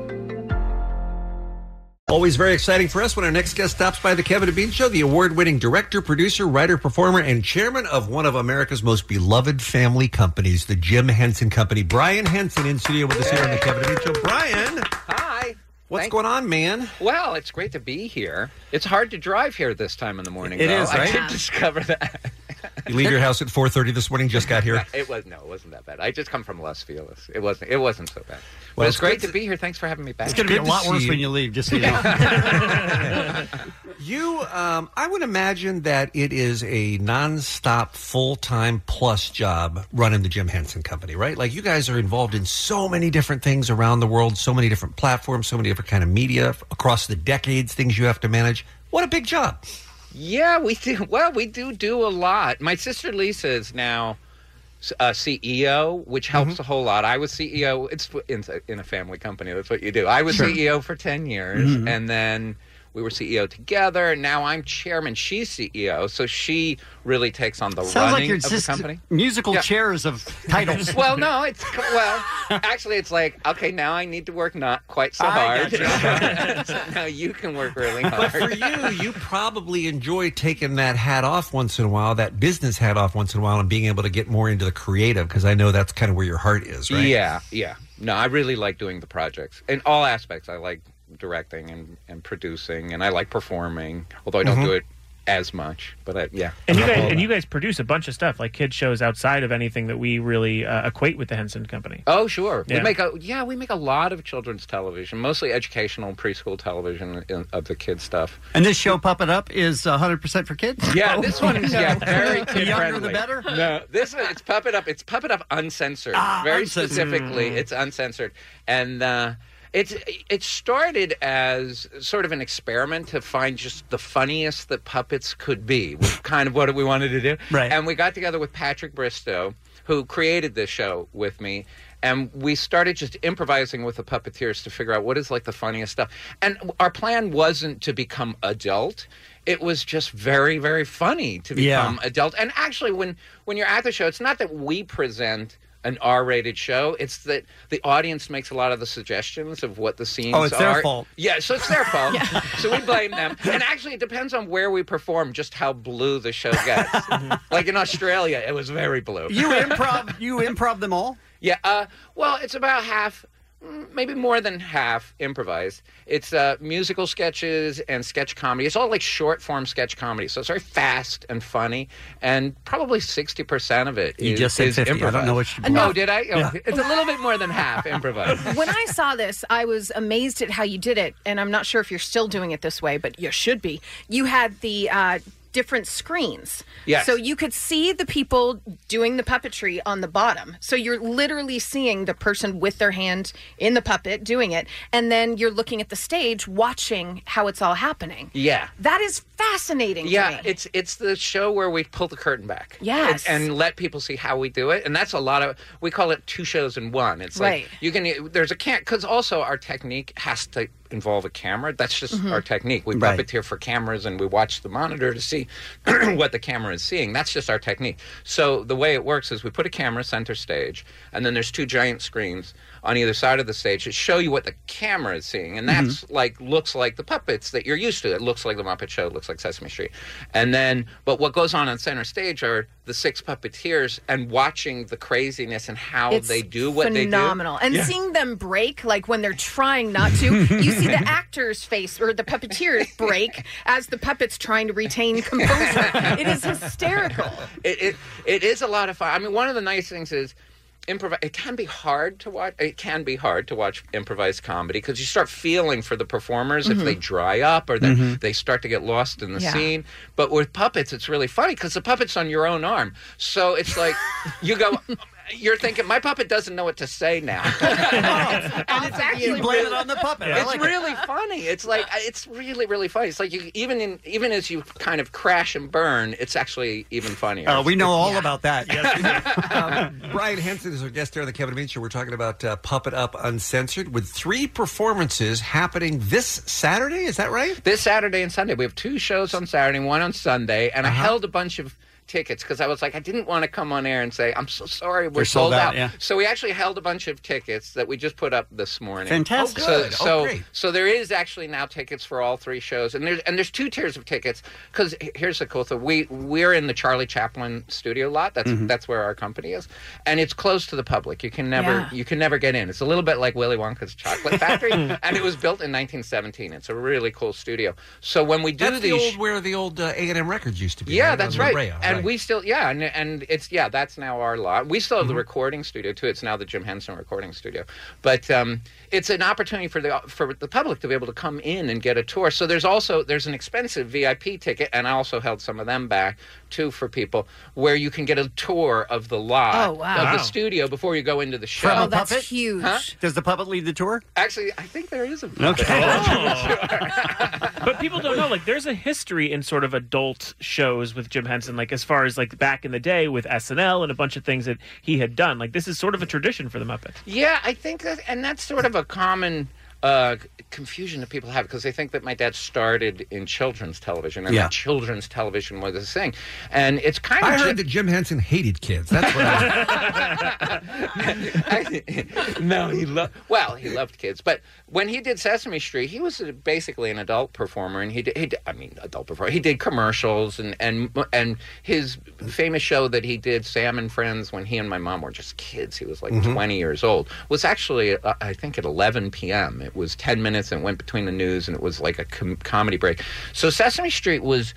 Speaker 13: Always very exciting for us when our next guest stops by the Kevin and Bean Show, the award winning director, producer, writer, performer, and chairman of one of America's most beloved family companies, the Jim Henson Company. Brian Henson in studio with us here on the Kevin and Bean Show. Brian, hi. What's going on, man?
Speaker 29: Well, it's great to be here. It's hard to drive here this time in the morning.
Speaker 13: It
Speaker 29: though.
Speaker 13: is,
Speaker 29: I
Speaker 13: right?
Speaker 29: did discover that.
Speaker 13: You leave your house at 4:30 this morning. Just got here.
Speaker 29: It was no, it wasn't that bad. I just come from Los Feliz. It wasn't. It wasn't so bad.
Speaker 13: Well,
Speaker 29: Well,
Speaker 13: it's
Speaker 29: it's great
Speaker 13: good
Speaker 29: to, be here. Thanks for having me back.
Speaker 12: It's going to be a lot worse when you leave, just so you know.
Speaker 13: You, um, I would imagine that it is a nonstop, full time plus job running the Jim Henson Company, right? Like you guys are involved in so many different things around the world, so many different platforms, so many different kind of media f- across the decades, things you have to manage. What a big job!
Speaker 29: Yeah, we do. Well, we do do a lot. My sister Lisa is now uh, a CEO, E which helps
Speaker 12: Mm-hmm.
Speaker 29: a whole lot. I was CEO. It's in, in a family company. That's what you do. I was
Speaker 21: Sure.
Speaker 29: CEO for ten years,
Speaker 12: Mm-hmm.
Speaker 21: Mhm.
Speaker 29: and then we were CEO together. And now I'm chairman. She's CEO, so she really takes on the
Speaker 12: Sounds like
Speaker 29: running
Speaker 12: you're
Speaker 29: of
Speaker 12: just
Speaker 29: the company.
Speaker 12: musical
Speaker 29: Yeah.
Speaker 12: chairs of titles.
Speaker 29: well, no, it's well. Actually, it's like okay, now I need to work not quite so
Speaker 12: I
Speaker 29: hard. So now you can work really hard.
Speaker 13: But for you, you probably enjoy taking that hat off once in a while, that business hat off once in a while, and being able to get more into the creative because I know that's kind of where your heart is, right?
Speaker 29: Yeah, yeah. No, I really like doing the projects in all aspects. I like directing and, and producing, and I like performing. Although I don't
Speaker 14: Mhm.
Speaker 29: do it as much, but I, yeah.
Speaker 14: And you
Speaker 29: I love all
Speaker 14: guys,
Speaker 29: that.
Speaker 14: and you guys produce a bunch of stuff, like kid shows outside of anything that we really uh, equate with the Henson Company.
Speaker 29: Oh, sure.
Speaker 14: Yeah.
Speaker 29: We make a yeah, we make a lot of children's television, mostly educational preschool television in, of the kids stuff.
Speaker 12: And this show, Pop It Up, is 100% for kids?
Speaker 29: Yeah, this one is yeah,
Speaker 12: No.
Speaker 29: very
Speaker 12: The
Speaker 29: kid
Speaker 12: younger,
Speaker 29: friendly.
Speaker 12: the better?
Speaker 29: No, this one it's puppet up. It's puppet up uncensored.
Speaker 12: Ah,
Speaker 29: very
Speaker 12: uncensored.
Speaker 29: specifically,
Speaker 12: Mm.
Speaker 29: it's uncensored, and uh, it's it started as sort of an experiment to find just the funniest that puppets could be, was kind of what we wanted to do.
Speaker 1: Right.
Speaker 29: And we got together with Patrick Bristow, who created this show with me. And we started just improvising with the puppeteers to figure out what is like the funniest stuff. And our plan wasn't to become adult. It was just very, very funny to
Speaker 30: Yeah.
Speaker 29: become adult. And actually, when when you're at the show, it's not that we present an R-rated show. It's that the audience makes a lot of the suggestions of what the scenes
Speaker 12: Oh, it's their
Speaker 29: are.
Speaker 12: fault.
Speaker 29: Yeah, so it's their fault. So we blame them. And actually, it depends on where we perform, just how blue the show gets. like in Australia, it was very blue.
Speaker 12: Mm-hmm. You improv, you improv them all?
Speaker 29: Yeah. Uh, well, it's about half, mm, maybe more than half improvised. It's uh, musical sketches and sketch comedy. It's all like short form sketch comedy. So it's very fast and funny. And probably 60% of it
Speaker 12: You
Speaker 29: is-
Speaker 12: just said
Speaker 29: is
Speaker 12: 50. I don't
Speaker 29: improvised.
Speaker 12: know what you-
Speaker 29: No, did I? Oh,
Speaker 12: Yeah.
Speaker 29: It's a little bit more than half improvised.
Speaker 15: When I saw this, I was amazed at how you did it, and I'm not sure if you're still doing it this way, but you should be. You had the uh, different screens,
Speaker 29: Yes.
Speaker 15: so you could see the people doing the puppetry on the bottom. So you're literally seeing the person with their hand in the puppet doing it, and then you're looking at the stage, watching how it's all happening.
Speaker 29: Yeah.
Speaker 15: That is fascinating. to
Speaker 29: Yeah,
Speaker 15: me.
Speaker 29: it's it's the show where we pull the curtain back.
Speaker 15: Yes.
Speaker 29: And, and let people see how we do it. And that's a lot of we call it two shows in one. It's like
Speaker 15: Right.
Speaker 29: you can there's a can't cuz also our technique has to involve a camera. That's just
Speaker 15: Mhm.
Speaker 29: our technique. We
Speaker 15: Right.
Speaker 29: puppeteer for cameras and we watch the monitor to see what the camera is seeing. That's just our technique. So the way it works is we put a camera center stage and then there's two giant screens on either side of the stage that show you what the camera is seeing. And that's like looks like the puppets that you're used to. It looks like the Muppet Show, it looks like Sesame Street. And then but what goes on on center stage are the six puppeteers and watching the craziness and how
Speaker 15: It's
Speaker 29: they do what they do.
Speaker 15: phenomenal. And
Speaker 29: Yeah.
Speaker 15: seeing them break, like when they're trying not to, you see the actor's face or the puppeteer's break as the puppet's trying to retain composure. it is hysterical.
Speaker 29: it, it it is a lot of fun. I mean, one of the nice things is improv. It can be hard to watch. It can be hard to watch improvised comedy because you start feeling for the performers if
Speaker 31: Mhm.
Speaker 29: they
Speaker 15: Mm-hmm.
Speaker 29: dry up or that
Speaker 31: Mhm.
Speaker 29: they start to get lost in the
Speaker 31: Yeah.
Speaker 29: scene. But with puppets, it's really funny because the puppet's on your own arm, so it's like you go. You're thinking my puppet doesn't know what to say now, and it's actually
Speaker 12: You blame it
Speaker 29: really-
Speaker 12: on the puppet. I
Speaker 29: It's
Speaker 12: like it.
Speaker 29: really funny. It's like it's really really funny. It's like you even in even as you kind of crash and burn, it's actually even funnier.
Speaker 12: Uh, we know all
Speaker 29: Yeah.
Speaker 12: about that.
Speaker 13: Um, Brian Henson is our guest here on the Kevin and Bean Show. We're talking about uh, Puppet Up Uncensored with three performances happening this Saturday. Is that right?
Speaker 12: Uh-huh.
Speaker 29: This Saturday and Sunday. We have two shows on Saturday, one on Sunday, and I held a bunch of tickets because I was like, I didn't want to come on air and say, I'm so sorry, we're
Speaker 12: They're sold
Speaker 29: sold,
Speaker 12: out,
Speaker 29: out.
Speaker 12: yeah.
Speaker 29: So we actually held a bunch of tickets that we just put up this morning.
Speaker 12: Fantastic. Oh,
Speaker 29: So,
Speaker 12: good. Oh,
Speaker 29: so,
Speaker 12: great.
Speaker 29: so there is actually now tickets for all three shows, and there's and there's two tiers of tickets because here's the cool thing: we we're in the Charlie Chaplin studio lot. That's
Speaker 12: Mm-hmm.
Speaker 21: Mhm.
Speaker 29: that's where our company is, and it's closed to the public. You can never
Speaker 21: Yeah.
Speaker 29: you can never get in. It's a little bit like Willy Wonka's Chocolate Factory, and it was built in 1917. It's a really cool studio. So when we do
Speaker 13: That's the
Speaker 29: these
Speaker 13: old where the old uh, A&M records used to be.
Speaker 29: yeah,
Speaker 13: right?
Speaker 29: that's
Speaker 13: On La
Speaker 29: right.
Speaker 13: Brea,
Speaker 29: and we still, yeah, and, and it's yeah, that's now our lot. We still have
Speaker 12: Mm-hmm.
Speaker 29: the recording studio too. It's now the Jim Henson recording studio, but um, it's an opportunity for the for the public to be able to come in and get a tour. So there's also there's an expensive VIP ticket, and I also held some of them back too for people where you can get a tour of the lot
Speaker 15: Oh, wow.
Speaker 29: of
Speaker 12: Wow.
Speaker 29: the studio before you go into the show.
Speaker 12: From a Oh, that's puppet?
Speaker 15: huge.
Speaker 12: Does the puppet lead the tour?
Speaker 29: Actually, I think there is a
Speaker 12: Okay.
Speaker 14: but people don't know like there's a history in sort of adult shows with jim henson like as far as like back in the day with snl and a bunch of things that he had done like this is sort of a tradition for the muppets
Speaker 29: Yeah, I think that, and that's sort of a common uh, c- confusion that people have because they think that my dad started in children's television and
Speaker 13: Yeah.
Speaker 29: that children's television was a thing, and it's kind of
Speaker 13: I heard that Jim Henson hated kids. That's what I
Speaker 29: no, he loved. Well, he loved kids, but when he did Sesame Street, he was uh, basically an adult performer, and he did. He did I mean, adult performer. He did commercials, and and and his famous show that he did, Sam and Friends, when he and my mom were just kids. He was like
Speaker 12: Mm-hmm.
Speaker 21: Mhm.
Speaker 29: twenty years old. Was actually, uh, I think, at eleven p.m. It was ten minutes, and it went between the news, and it was like a com- comedy break. So Sesame Street was.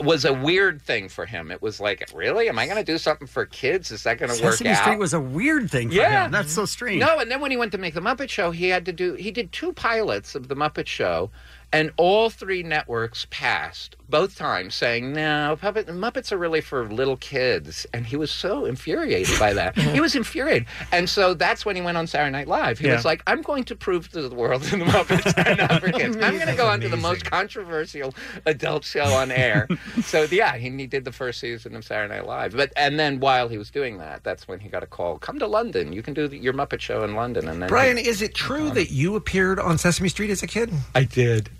Speaker 29: Was a weird thing for him. It was like, really? Am I going to do something for kids? Is that going to work
Speaker 12: Sesame
Speaker 29: out?
Speaker 12: Street was a weird thing for
Speaker 29: Yeah.
Speaker 12: him. That's so strange.
Speaker 29: No, and then when he went to make the Muppet Show, he had to do he did two pilots of the Muppet Show, and all three networks passed both times, saying no, puppet Muppets are really for little kids, and he was so infuriated by that. he was infuriated, and so that's when he went on Saturday Night Live. He
Speaker 21: Yeah.
Speaker 29: was like, "I'm going to prove to the world that the Muppets are not for kids. I'm going to go on to the most controversial adult show on air." so yeah, he, he did the first season of Saturday Night Live, but and then while he was doing that, that's when he got a call. Come to London. You can do the, your Muppet Show in London. And then
Speaker 13: Brian,
Speaker 29: he-
Speaker 13: is it true that you appeared on Sesame Street as a kid? I did.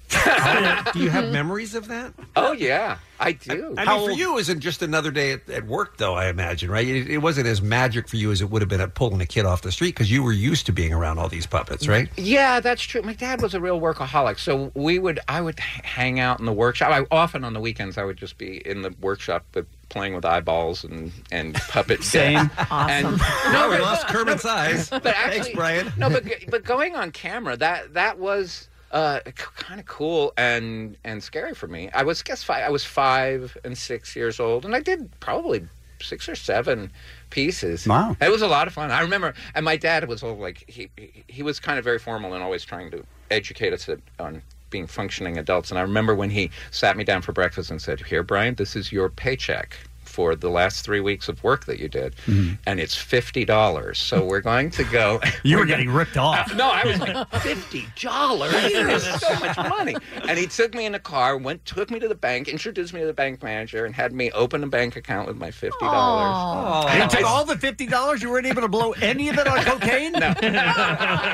Speaker 13: do you have memories of that?
Speaker 29: Oh yeah, I do.
Speaker 13: I, mean, for you, isn't just another day at, at work, though. I imagine, right? It, it wasn't as magic for you as it would have been at pulling a kid off the street because you were used to being around all these puppets, right?
Speaker 29: Yeah, that's true. My dad was a real workaholic, so we would I would h- hang out in the workshop. I often on the weekends I would just be in the workshop with playing with eyeballs and and puppet
Speaker 13: Same.
Speaker 29: And,
Speaker 13: No, we
Speaker 29: but-
Speaker 13: lost Kermit's
Speaker 29: no,
Speaker 13: eyes.
Speaker 29: But actually,
Speaker 13: Thanks, Brian.
Speaker 29: No, but g- but going on camera that that was uh, kind of cool and and scary for me. I was guess five, I was five and six years old, and I did probably six or seven pieces.
Speaker 12: Wow.
Speaker 29: It was a lot of fun. I remember, and my dad was all like, he he, he was kind of very formal and always trying to educate us on being functioning adults. And I remember when he sat me down for breakfast and said, "Here, Brian, this is your paycheck." For the last three weeks of work that you did,
Speaker 12: Mm-hmm.
Speaker 29: and it's fifty dollars. So we're going to go.
Speaker 12: You were
Speaker 29: we're
Speaker 12: getting ripped off.
Speaker 29: no, I was like fifty dollars. so much money. And he took me in a car, went, took me to the bank, introduced me to the bank manager, and had me open a bank account with my fifty dollars.
Speaker 12: They took all the fifty dollars. You weren't able to blow any of it on cocaine. no.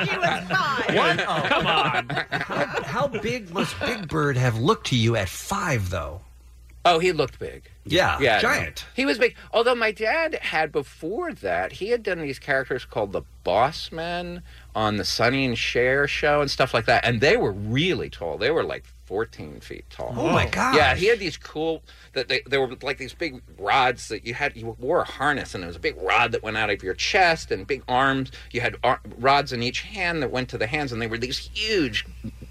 Speaker 13: What? come on. How, how big must Big Bird have looked to you at five, though?
Speaker 29: Oh, he looked big.
Speaker 13: Yeah,
Speaker 29: Yeah, no.
Speaker 13: giant.
Speaker 29: He was big. Although my dad had before that, he had done these characters called the Boss Men on the Sonny and Cher show and stuff like that, and they were really tall. They were like. 14 feet tall.
Speaker 13: Oh, my gosh.
Speaker 29: Yeah, he had these cool that they, they were like these big rods that you had you wore a harness and there was a big rod that went out of your chest and big arms. You had ar- rods in each hand that went to the hands and they were these huge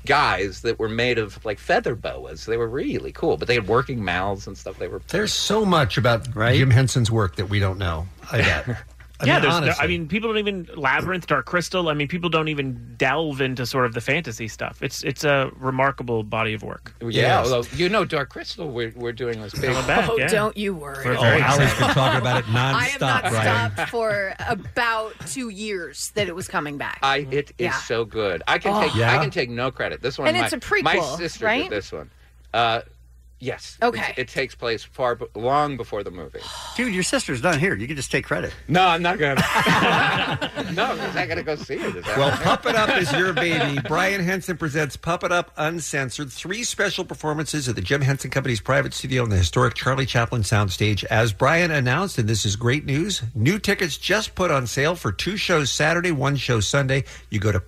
Speaker 29: guys that were made of like feather boas. They were really cool, but they had working mouths and stuff. They were
Speaker 13: There's so much about Jim Henson's work that we don't know. I bet. I
Speaker 14: yeah,
Speaker 13: mean,
Speaker 14: there's,
Speaker 13: honestly.
Speaker 14: I mean, people don't even labyrinth, dark crystal. I mean, people don't even delve into sort of the fantasy stuff. It's it's a remarkable body of work.
Speaker 29: Yeah, although you know, Dark Crystal, we're, we're doing this big.
Speaker 14: Coming back,
Speaker 15: Oh, don't you worry.
Speaker 14: We're very
Speaker 13: Ali's
Speaker 14: excited.
Speaker 13: been talking about it nonstop,
Speaker 15: I have not
Speaker 13: Brian.
Speaker 15: stopped for about two years that it was coming back.
Speaker 29: I it is
Speaker 15: Yeah.
Speaker 29: so good. I can
Speaker 15: Oh.
Speaker 29: take
Speaker 15: Yeah?
Speaker 29: I can take no credit. This one,
Speaker 15: And
Speaker 29: my-
Speaker 15: it's a prequel,
Speaker 29: My sister
Speaker 15: right?
Speaker 29: did this one. Uh, Yes.
Speaker 15: Okay.
Speaker 29: It, it takes place far b- long before the movie.
Speaker 12: Dude, your sister's not here. You can just take credit.
Speaker 29: No, I'm not going to. no, because I got to go see it. Is that
Speaker 13: Well,
Speaker 29: right?
Speaker 13: Pup It Up is your baby. Brian Henson presents Pup It Up Uncensored, three special performances at the Jim Henson Company's private studio on the historic Charlie Chaplin soundstage. As Brian announced, and this is great news, new tickets just put on sale for two shows Saturday, one show Sunday. You go to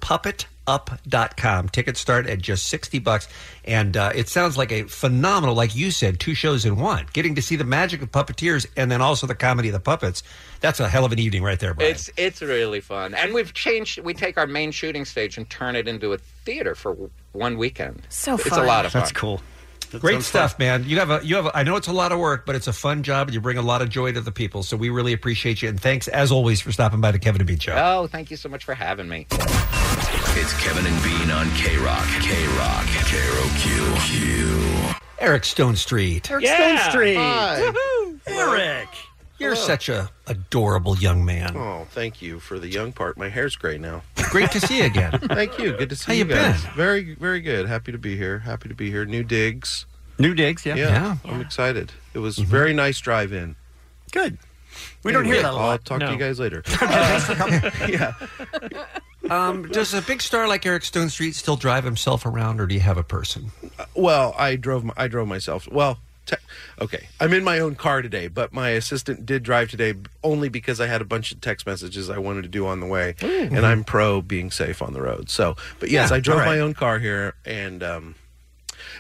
Speaker 13: puppetup.com. Tickets start at just 60 bucks. And uh, it sounds like a phenomenal, like you said, two shows in one. Getting to see the magic of puppeteers and then also the comedy of the puppets. That's a hell of an evening right there, Brian.
Speaker 29: It's it's really fun, and we've changed. We take our main shooting stage and turn it into a theater for w- one weekend. It's a lot of fun.
Speaker 12: That's cool. That
Speaker 13: Great
Speaker 12: sounds
Speaker 13: stuff, man. You have a you have. A, I know it's a lot of work, but it's a fun job, and you bring a lot of joy to the people. So we really appreciate you, and thanks as always for stopping by the Kevin and Bean Show.
Speaker 29: Oh, thank you so much for having me.
Speaker 20: It's Kevin and Bean on K Rock. K Rock. K R O Q.
Speaker 13: Eric Stone Street.
Speaker 20: Eric Yeah. Stone Street. Hi.
Speaker 12: Woohoo. Eric.
Speaker 13: You're
Speaker 21: Hello.
Speaker 13: such a adorable young man.
Speaker 21: Oh, thank you for the young part. My hair's gray now.
Speaker 13: Great to see you again.
Speaker 21: Thank you. Good to see
Speaker 13: How
Speaker 21: you,
Speaker 13: you
Speaker 21: guys. Very, very good. Happy to be here. Happy to be here. New digs.
Speaker 12: New digs. Yeah.
Speaker 21: Yeah. I'm excited. It was
Speaker 13: Mm-hmm.
Speaker 21: very nice drive in.
Speaker 12: Good. We don't hear that a lot.
Speaker 21: I'll talk to you
Speaker 12: No.
Speaker 21: guys later.
Speaker 13: Um, does a big star like Eric Stone Street still drive himself around, or do you have a person?
Speaker 21: Well, I drove. My, I drove myself. Well, te- okay. I'm in my own car today, but my assistant did drive today b- only because I had a bunch of text messages I wanted to do on the way,
Speaker 13: Ooh.
Speaker 21: and I'm pro being safe on the road. So, but yes,
Speaker 13: Mm-hmm. Yeah,
Speaker 21: I drove
Speaker 13: all right.
Speaker 21: my own car here, and um,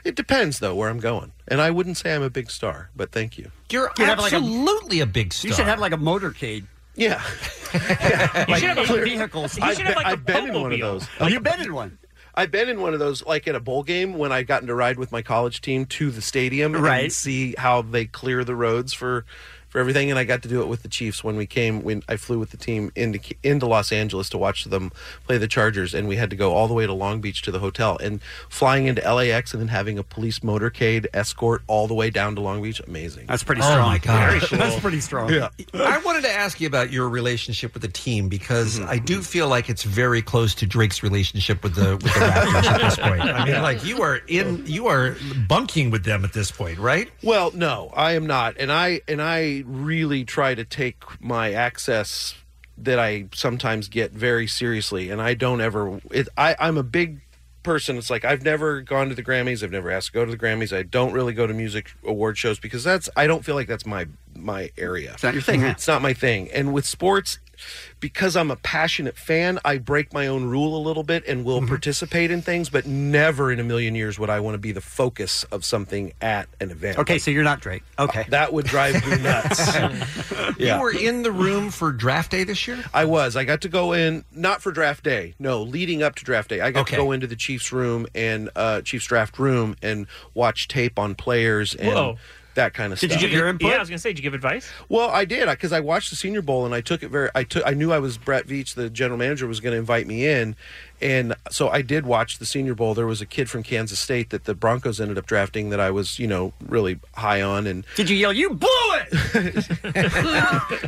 Speaker 21: it depends though where I'm going. And I wouldn't say I'm a big star, but thank you.
Speaker 13: You're
Speaker 12: You have like a-
Speaker 13: absolutely a big star.
Speaker 12: You should have like a motorcade.
Speaker 21: Yeah.
Speaker 12: you should have
Speaker 21: clear-
Speaker 12: vehicles.
Speaker 21: I've been- I've been in one of those.
Speaker 12: Oh, you've been in one.
Speaker 21: I've been in one of those, like at a bowl game, when I've gotten to ride with my college team to the stadium
Speaker 12: Right.
Speaker 21: and see how they clear the roads for for everything. And I got to do it with the Chiefs when we came when I flew with the team into into Los Angeles to watch them play the Chargers, and we had to go all the way to Long Beach to the hotel. And flying into LAX and then having a police motorcade escort all the way down to Long Beach, amazing.
Speaker 12: That's pretty
Speaker 13: Oh my god,
Speaker 12: That's pretty strong.
Speaker 13: Yeah. I wanted to ask you about your relationship with the team because I do feel like it's very close to Drake's relationship with the with the Raptors at this point. I mean, like you are in, you are bunking with them at this point, right?
Speaker 21: Well, no, I am not, and I and I really try to take my access that I sometimes get very seriously, and I don't ever. It, I I'm a big person. It's like I've never gone to the Grammys. I've never asked to go to the Grammys. I don't really go to music award shows because that's I don't feel like that's my my area. It's
Speaker 12: not your thing, huh?
Speaker 21: It's not my thing. And with sports, because I'm a passionate fan, I break my own rule a little bit and will
Speaker 12: Mm-hmm.
Speaker 21: participate in things, but never in a million years would I want to be the focus of something at an event.
Speaker 12: Okay, so you're not Drake. Okay.
Speaker 21: that would drive me nuts.
Speaker 13: You were in the room for draft day this year?
Speaker 21: I was. I got to go in, not for draft day, no, leading up to draft day. I got
Speaker 13: Okay.
Speaker 21: to go into the Chiefs room and uh, Chiefs draft room and watch tape on players and
Speaker 14: Whoa.
Speaker 21: that kind of stuff.
Speaker 14: Yeah, I was gonna say, did you give advice?
Speaker 21: Well, I did because I watched the Senior Bowl and I took it very. I took. I knew I was Brett Veach, the general manager, was going to invite me in, and so I did watch the Senior Bowl. There was a kid from Kansas State that the Broncos ended up drafting that I was, you know, really high on, and
Speaker 12: Did you yell? You blew it.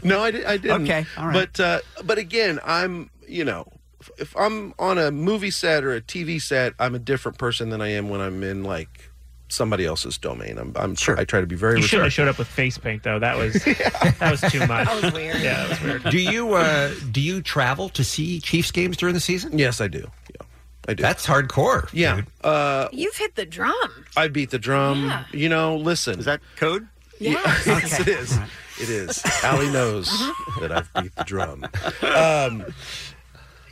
Speaker 21: no, I, di- I didn't.
Speaker 12: Okay, all right.
Speaker 21: But uh, but again, I'm you know, if- if I'm on a movie set or a TV set, I'm a different person than I am when I'm in like somebody else's domain. I'm, I'm sure. I try to be very.
Speaker 14: you shouldn't have
Speaker 21: respectful.
Speaker 14: showed up with face paint though. That was that was too much.
Speaker 21: That
Speaker 14: was weird. Yeah, that was weird.
Speaker 13: Do you uh, do you travel to see Chiefs games during the season?
Speaker 21: Yes, I do. Yeah, I do.
Speaker 13: That's hardcore.
Speaker 21: Yeah. Uh,
Speaker 15: You've hit the drum.
Speaker 21: I beat the drum.
Speaker 15: Yeah.
Speaker 21: You know, listen. Is that
Speaker 12: code?
Speaker 15: Yes.
Speaker 21: yes, it is. It is. Allie knows that I've beat the drum. Um, y-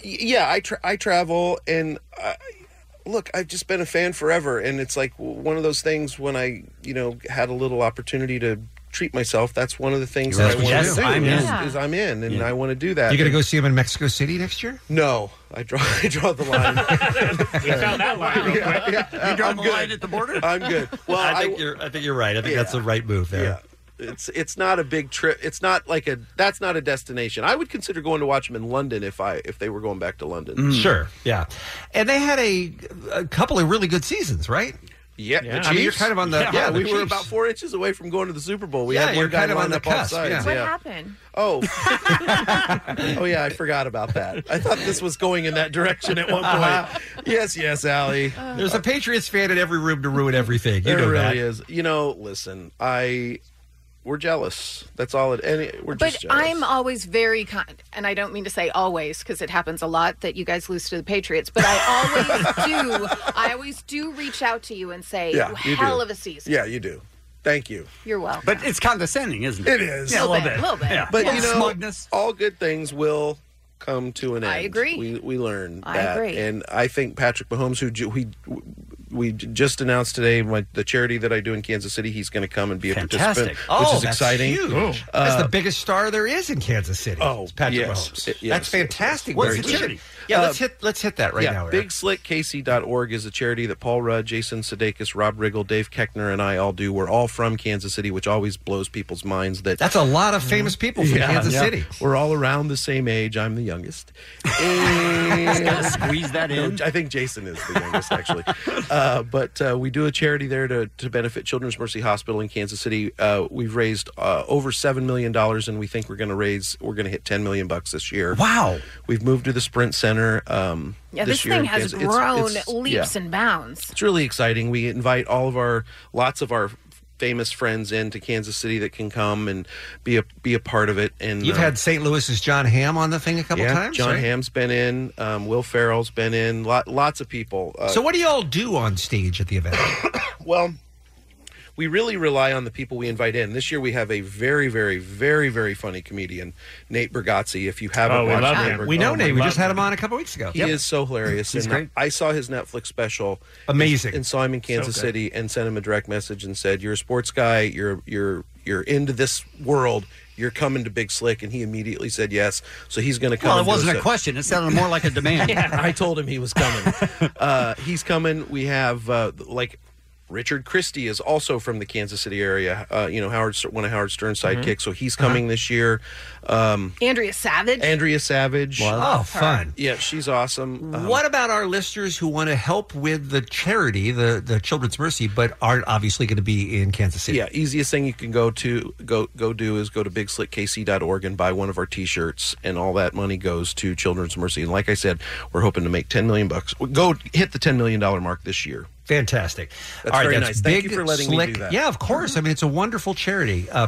Speaker 21: yeah, I tra- I travel and I, look, I've just been a fan forever, and it's like w- one of those things when I you know had a little opportunity to treat myself. That's one of the things
Speaker 13: That's
Speaker 21: that I
Speaker 13: what
Speaker 21: want
Speaker 13: you
Speaker 21: to
Speaker 13: do.
Speaker 21: do.
Speaker 13: I'm
Speaker 21: is,
Speaker 13: in.
Speaker 21: is I'm in, and I want to do that.
Speaker 13: You going to go see him in Mexico City next year?
Speaker 21: No, I draw I draw the line.
Speaker 14: we found that line. Real quick.
Speaker 21: you
Speaker 12: draw the line at the border.
Speaker 21: I'm good. Well,
Speaker 13: I
Speaker 21: I
Speaker 13: think Uh, you're. I think you're right. I think that's the right move there.
Speaker 21: Yeah. It's it's not a big trip. It's not like a that's not a destination. I would consider going to watch them in London if I if they were going
Speaker 13: Mm.
Speaker 21: back to London.
Speaker 13: Sure. Yeah. And they had a, a couple of really good seasons, right?
Speaker 21: Yep,
Speaker 13: Yeah. I mean, you're kind of on the-
Speaker 21: yeah.
Speaker 13: yeah, the
Speaker 21: we were
Speaker 13: Chiefs.
Speaker 21: about four inches away from going to the Super Bowl. We
Speaker 13: Yeah,
Speaker 21: had one
Speaker 13: you're
Speaker 21: guy
Speaker 13: kind of
Speaker 21: lined
Speaker 13: on
Speaker 21: up
Speaker 13: the
Speaker 21: on
Speaker 13: cusp,
Speaker 21: sides.
Speaker 15: What
Speaker 21: yeah.
Speaker 15: happened?
Speaker 21: Oh, oh yeah, I forgot about that. I thought this was going in that direction at one point. yes, yes, Allie.
Speaker 13: Uh-huh. There's a Patriots fan in every room to ruin everything. You
Speaker 21: there
Speaker 13: know
Speaker 21: really
Speaker 13: that.
Speaker 21: is. You know, listen, I we're jealous. That's all. It any we're
Speaker 15: But
Speaker 21: just jealous.
Speaker 15: I'm always very con- and I don't mean to say always because it happens a lot that you guys lose to the Patriots. But I always do. I always do reach out to you and say,
Speaker 21: Yeah, you
Speaker 15: "Hell
Speaker 21: do.
Speaker 15: of a season."
Speaker 21: Yeah, you do. Thank you.
Speaker 15: You're welcome.
Speaker 12: But it's condescending, isn't
Speaker 21: It
Speaker 12: it?
Speaker 21: is.
Speaker 12: Yeah, a little bit.
Speaker 15: little bit.
Speaker 12: Yeah.
Speaker 21: But
Speaker 12: Yeah.
Speaker 21: you know,
Speaker 12: Smugness.
Speaker 21: all good things will come to an end.
Speaker 15: I agree.
Speaker 21: We we learn.
Speaker 15: I
Speaker 21: that.
Speaker 15: agree.
Speaker 21: And I think Patrick Mahomes, who ju- we we j- just announced today, my, the charity that I do in Kansas City, he's going to come and be a
Speaker 13: Fantastic.
Speaker 21: participant,
Speaker 13: Oh,
Speaker 21: which is
Speaker 13: that's
Speaker 21: exciting. Uh,
Speaker 13: huge. That's the biggest star there is in Kansas City. Oh, it's Patrick
Speaker 21: yes.
Speaker 13: Mahomes.
Speaker 21: It- yes.
Speaker 13: That's fantastic.
Speaker 21: What's
Speaker 13: Barry.
Speaker 21: the charity?
Speaker 13: Yeah,
Speaker 21: Uh,
Speaker 13: let's hit let's hit that right
Speaker 21: yeah,
Speaker 13: now. Eric.
Speaker 21: BigSlickKC.org is a charity that Paul Rudd, Jason Sudeikis, Rob Riggle, Dave Keckner, and I all do. We're all from Kansas City, which always blows people's minds. That
Speaker 13: That's a lot of famous people from Kansas City.
Speaker 21: We're all around the same age. I'm the youngest.
Speaker 12: Gotta squeeze that in.
Speaker 21: No, I think Jason is the youngest, actually. uh, but uh, we do a charity there to, to benefit Children's Mercy Hospital in Kansas City. Uh, we've raised uh, over seven million dollars, and we think we're going to raise we're going to hit ten million bucks this year.
Speaker 13: Wow!
Speaker 21: We've moved to the Sprint Center. Um,
Speaker 15: Yeah,
Speaker 21: this,
Speaker 15: this,
Speaker 21: year
Speaker 15: thing
Speaker 21: in
Speaker 15: has
Speaker 21: Kansas- it's-
Speaker 15: grown
Speaker 21: it's-
Speaker 15: leaps
Speaker 21: yeah.
Speaker 15: and bounds.
Speaker 21: It's really exciting. We invite all of our lots of our famous friends into Kansas City that can come and be a be a part of it. And
Speaker 13: You've
Speaker 21: um,
Speaker 13: had St. Louis's John Hamm on the thing a couple
Speaker 21: yeah,
Speaker 13: times.
Speaker 21: John
Speaker 13: right?
Speaker 21: Hamm's been in. Um, Will Farrell's been in. Lot, lots of people. Uh,
Speaker 13: So what do y'all do on stage at the event?
Speaker 21: well, we really rely on the people we invite in. This year we have a very, very, very, very funny comedian, Nate Bergazzi. If you haven't
Speaker 13: Oh, we
Speaker 21: watched
Speaker 13: love
Speaker 21: Nate
Speaker 13: him.
Speaker 21: Berg-
Speaker 13: We know
Speaker 21: Oh,
Speaker 13: Nate.
Speaker 21: my
Speaker 13: We
Speaker 21: God.
Speaker 13: just had him on a couple weeks ago.
Speaker 21: He
Speaker 13: Yep.
Speaker 21: is so hilarious.
Speaker 13: He's
Speaker 21: and
Speaker 13: great.
Speaker 21: I saw his Netflix special.
Speaker 13: Amazing.
Speaker 21: And, saw him in Kansas
Speaker 13: good.
Speaker 21: City and sent him a direct message and said, You're a sports guy, you're you're you're into this world, you're coming to Big Slick, and he immediately said yes. So he's gonna come
Speaker 12: Well, it
Speaker 21: and do
Speaker 12: wasn't a
Speaker 21: set.
Speaker 12: question. It sounded more like a demand.
Speaker 21: I told him he was coming. uh, he's coming. We have uh, like Richard Christie is also from the Kansas City area. Uh, you know, Howard Stern- one of Howard Stern's sidekicks, so he's coming this year. Um,
Speaker 15: Andrea Savage.
Speaker 21: Andrea Savage.
Speaker 13: Wow. Oh, fun.
Speaker 21: Yeah, she's awesome. Um,
Speaker 13: what about our listeners who want to help with the charity, the, the Children's Mercy, but aren't obviously going to be in Kansas City?
Speaker 21: Yeah, easiest thing you can go to go go do is go to bigslickkc.org and buy one of our t-shirts and all that money goes to Children's Mercy. And like I said, we're hoping to make 10 million bucks. Go hit the 10 million dollar mark this year.
Speaker 13: Fantastic.
Speaker 21: That's
Speaker 13: All right,
Speaker 21: very
Speaker 13: that's
Speaker 21: nice. Thank
Speaker 13: Big
Speaker 21: you for letting
Speaker 13: Slick.
Speaker 21: me do that.
Speaker 13: Yeah, of course. I mean, it's a wonderful charity. Uh,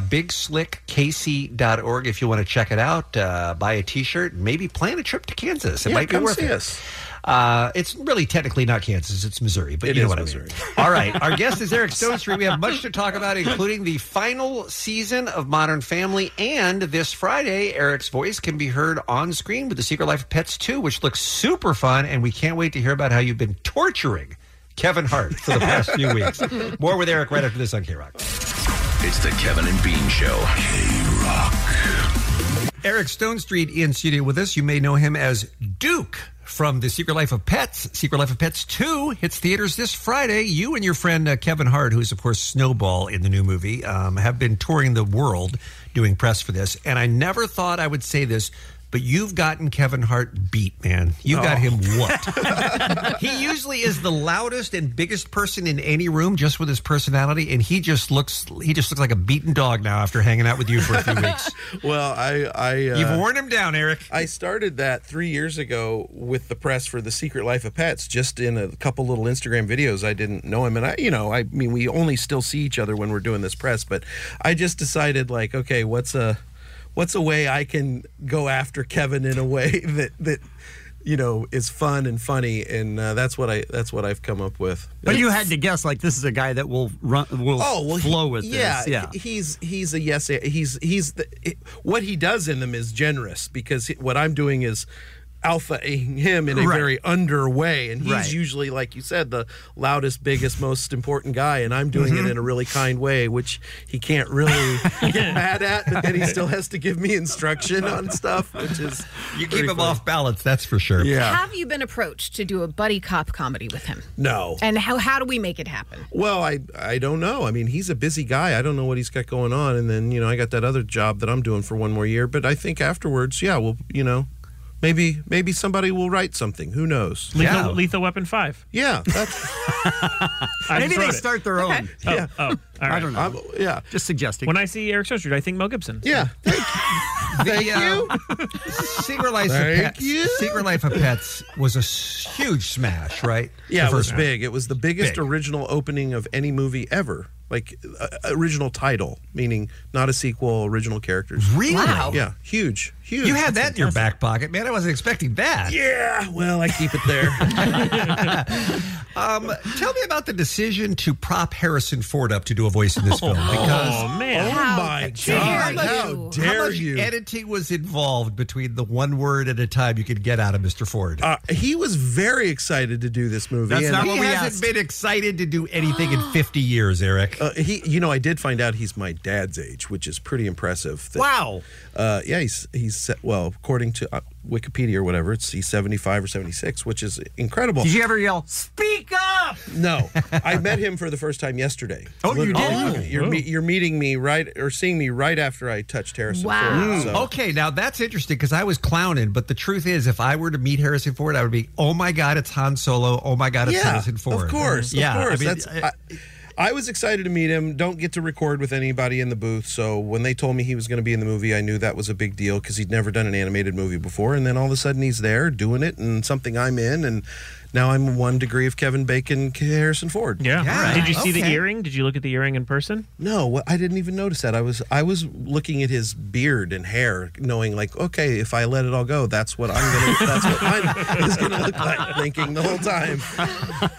Speaker 13: BigSlickKC.org if you want to check it out. Uh, buy a T-shirt. Maybe plan a trip to Kansas. It
Speaker 21: Yeah,
Speaker 13: might be
Speaker 21: come
Speaker 13: worth
Speaker 21: see
Speaker 13: it.
Speaker 21: us.
Speaker 13: Uh, it's really technically not Kansas. It's Missouri, but
Speaker 21: It
Speaker 13: you know
Speaker 21: is
Speaker 13: what
Speaker 21: Missouri.
Speaker 13: I mean. All right. Our guest is Eric Stone Street. We have much to talk about, including the final season of Modern Family. And this Friday, Eric's voice can be heard on screen with The Secret Life of Pets 2, which looks super fun. And we can't wait to hear about how you've been torturing Kevin Hart for the past few weeks. More with Eric right after this on K Rock.
Speaker 20: It's the Kevin and Bean Show. K Rock.
Speaker 13: Eric Stone Street in studio with us. You may know him as Duke from The Secret Life of Pets. Secret Life of Pets 2 hits theaters this Friday. You and your friend uh, Kevin Hart, who's, of course, Snowball in the new movie, um, have been touring the world doing press for this. And I never thought I would say this, but you've gotten Kevin Hart beat, man. You've got
Speaker 1: Oh.
Speaker 13: him what? he usually is the loudest and biggest person in any room just with his personality and he just looks he just looks like a beaten dog now after hanging out with you for a few weeks.
Speaker 21: Well, I, I uh,
Speaker 13: You've worn him down, Eric.
Speaker 21: I started that three years ago with the press for the Secret Life of Pets, just in a couple little Instagram videos. I didn't know him, and I, you know, I mean, we only still see each other when we're doing this press, but I just decided, like, okay, what's a, what's a way I can go after Kevin in a way that that. You know, is fun and funny, and uh, that's what I that's what I've come up with.
Speaker 12: But you had to guess like this is a guy that will run will
Speaker 21: Oh, he-
Speaker 12: flow with
Speaker 21: yeah,
Speaker 12: this. Yeah.
Speaker 21: he- he's he's a yes. He's he's the, it- what he does in them is generous because he- what I'm doing is alphaing him in a
Speaker 12: Right.
Speaker 21: very under way, and he's
Speaker 12: Right.
Speaker 21: usually like you said the loudest, biggest, most important guy, and I'm doing
Speaker 12: Mm-hmm.
Speaker 21: it in a really kind way, which he can't really get mad at, but then he still has to give me instruction on stuff, which is
Speaker 13: you
Speaker 21: pretty
Speaker 13: keep him
Speaker 21: funny.
Speaker 13: off balance, that's for sure.
Speaker 15: Have you been approached to do a buddy cop comedy with him?
Speaker 21: No.
Speaker 15: And how how do we make it happen?
Speaker 21: Well, I I don't know. I mean, he's a busy guy. I don't know what he's got going on. And then you know, I got that other job that I'm doing for one more year. But I think afterwards, yeah, well, you know, Maybe maybe somebody will write something. Who knows?
Speaker 14: Lethal, Lethal Weapon Five.
Speaker 21: Yeah, that's.
Speaker 14: I
Speaker 21: Maybe
Speaker 14: just
Speaker 21: they
Speaker 14: wrote it.
Speaker 21: start their own. Okay.
Speaker 14: Oh,
Speaker 21: Yeah.
Speaker 14: oh, all
Speaker 21: I
Speaker 14: right.
Speaker 21: don't know. I'm- yeah,
Speaker 12: just suggesting.
Speaker 14: When I see Eric Strostrud, I think Mel Gibson.
Speaker 21: Yeah,
Speaker 13: Thank you. Secret Life
Speaker 21: Thank
Speaker 13: of Pets. Secret Life of Pets was a s- huge smash, right?
Speaker 21: Yeah,
Speaker 13: The
Speaker 21: it was
Speaker 13: first one.
Speaker 21: big. It was the biggest
Speaker 13: Big.
Speaker 21: original opening of any movie ever. Like uh, original title, meaning not a sequel, original characters.
Speaker 13: Really? Wow.
Speaker 21: Yeah, huge, huge.
Speaker 13: You had that in your back pocket, man. I wasn't expecting that.
Speaker 21: Yeah, well, I keep it there.
Speaker 13: um, tell me about the decision to prop Harrison Ford up to do a voice in this film. Because
Speaker 14: oh man!
Speaker 13: How much- how much Editing was involved between the one word at a time you could get out of Mr. Ford.
Speaker 21: Uh, he was very excited to do this movie.
Speaker 13: That's
Speaker 21: and
Speaker 13: not
Speaker 21: he
Speaker 13: what we
Speaker 21: hasn't
Speaker 13: asked.
Speaker 21: been
Speaker 13: excited to do anything in 50 years, Eric.
Speaker 21: Uh, he, you know, I did find out he's my dad's age, which is pretty impressive.
Speaker 13: wow.
Speaker 21: Uh, yeah, he's he's se- well, according to uh, Wikipedia or whatever, it's he's seventy five or seventy six, which is incredible.
Speaker 12: Did you ever yell, speak up?
Speaker 21: No, I met him for the first time yesterday.
Speaker 12: Oh, you
Speaker 21: Literally.
Speaker 12: did?
Speaker 21: You're, me- you're meeting me right or seeing me right after I touched Harrison. Ford,
Speaker 12: Mm.
Speaker 21: so-
Speaker 13: Mm. Okay, now that's interesting because I was clowning, but the truth is, if I were to meet Harrison Ford, I would be, oh my God, it's Han Solo. Oh my God, it's
Speaker 21: yeah,
Speaker 13: Harrison Ford.
Speaker 21: Of course,
Speaker 13: yeah,
Speaker 21: of
Speaker 13: I
Speaker 21: course.
Speaker 13: mean,
Speaker 21: That's, I, I was excited to meet him. Don't get to record with anybody in the booth, so when they told me he was going to be in the movie, I knew that was a big deal because he'd never done an animated movie before. And then all of a sudden, he's there doing it, and something I'm in, and now I'm one degree of Kevin Bacon, Harrison Ford.
Speaker 14: Yeah. Did you see the
Speaker 21: Okay.
Speaker 14: earring? Did you look at the earring in person?
Speaker 21: No, what- I didn't even notice that. I was I was looking at his beard and hair, knowing like, okay, if I let it all go, that's what I'm gonna. that's what mine is gonna look like. Thinking the whole time.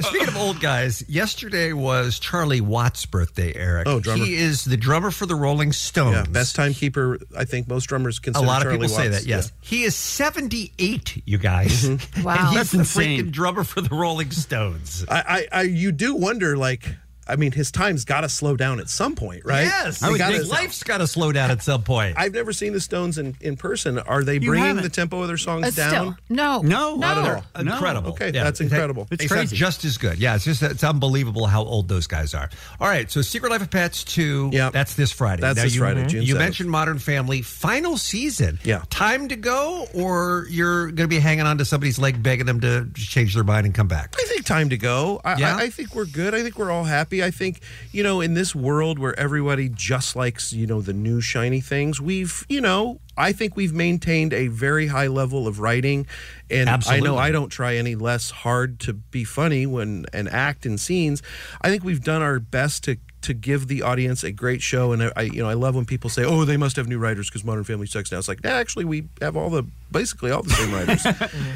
Speaker 13: Speaking of old guys, yesterday was Charlie Watt's birthday, Eric.
Speaker 21: Oh, drummer.
Speaker 13: He is the drummer for the Rolling Stones.
Speaker 21: Yeah, best timekeeper. I think most drummers
Speaker 13: A
Speaker 21: consider.
Speaker 13: lot of
Speaker 21: Charlie
Speaker 13: people say
Speaker 21: Watts.
Speaker 13: that, yes. He is 78, you guys.
Speaker 21: Wow.
Speaker 13: and he's
Speaker 21: That's
Speaker 13: the
Speaker 21: insane.
Speaker 13: freaking drummer for the Rolling Stones.
Speaker 21: Yeah. I, I, I, you do wonder like. I mean, his time's got to slow down at some point, right?
Speaker 13: Yes.
Speaker 21: They
Speaker 13: I would
Speaker 21: gotta-
Speaker 13: think life's got to slow down at some point.
Speaker 21: I've never seen the Stones in, in person. Are they
Speaker 13: You
Speaker 21: bringing
Speaker 13: haven't.
Speaker 21: the tempo of their songs
Speaker 13: Uh,
Speaker 21: down?
Speaker 13: still.
Speaker 15: No.
Speaker 13: No,
Speaker 21: Not at all.
Speaker 13: They're Incredible.
Speaker 21: Okay,
Speaker 13: Yeah.
Speaker 21: that's
Speaker 13: In fact,
Speaker 21: incredible.
Speaker 13: They sound just as good. Yeah, it's just it's unbelievable how old those guys are. All right, so Secret Life of Pets two. Yeah, that's this Friday.
Speaker 21: That's this
Speaker 13: you,
Speaker 21: Friday, June
Speaker 13: You
Speaker 21: 7th.
Speaker 13: mentioned Modern Family final season.
Speaker 21: Yeah.
Speaker 13: time to go, or you're going to be hanging on to somebody's leg, begging them to change their mind and come back.
Speaker 21: I think time to go. I,
Speaker 13: Yeah?
Speaker 21: I, I think we're good. I think we're all happy. I think you know, in this world where everybody just likes you know the new shiny things, we've you know, I think we've maintained a very high level of writing, and I know
Speaker 13: Absolutely.
Speaker 21: I don't try any less hard to be funny when and act in scenes. I think we've done our best to. To give the audience a great show, and I, I- you know, I love when people say, "Oh, they must have new writers because Modern Family sucks now." It's like, nah, actually, we have all the basically all the same writers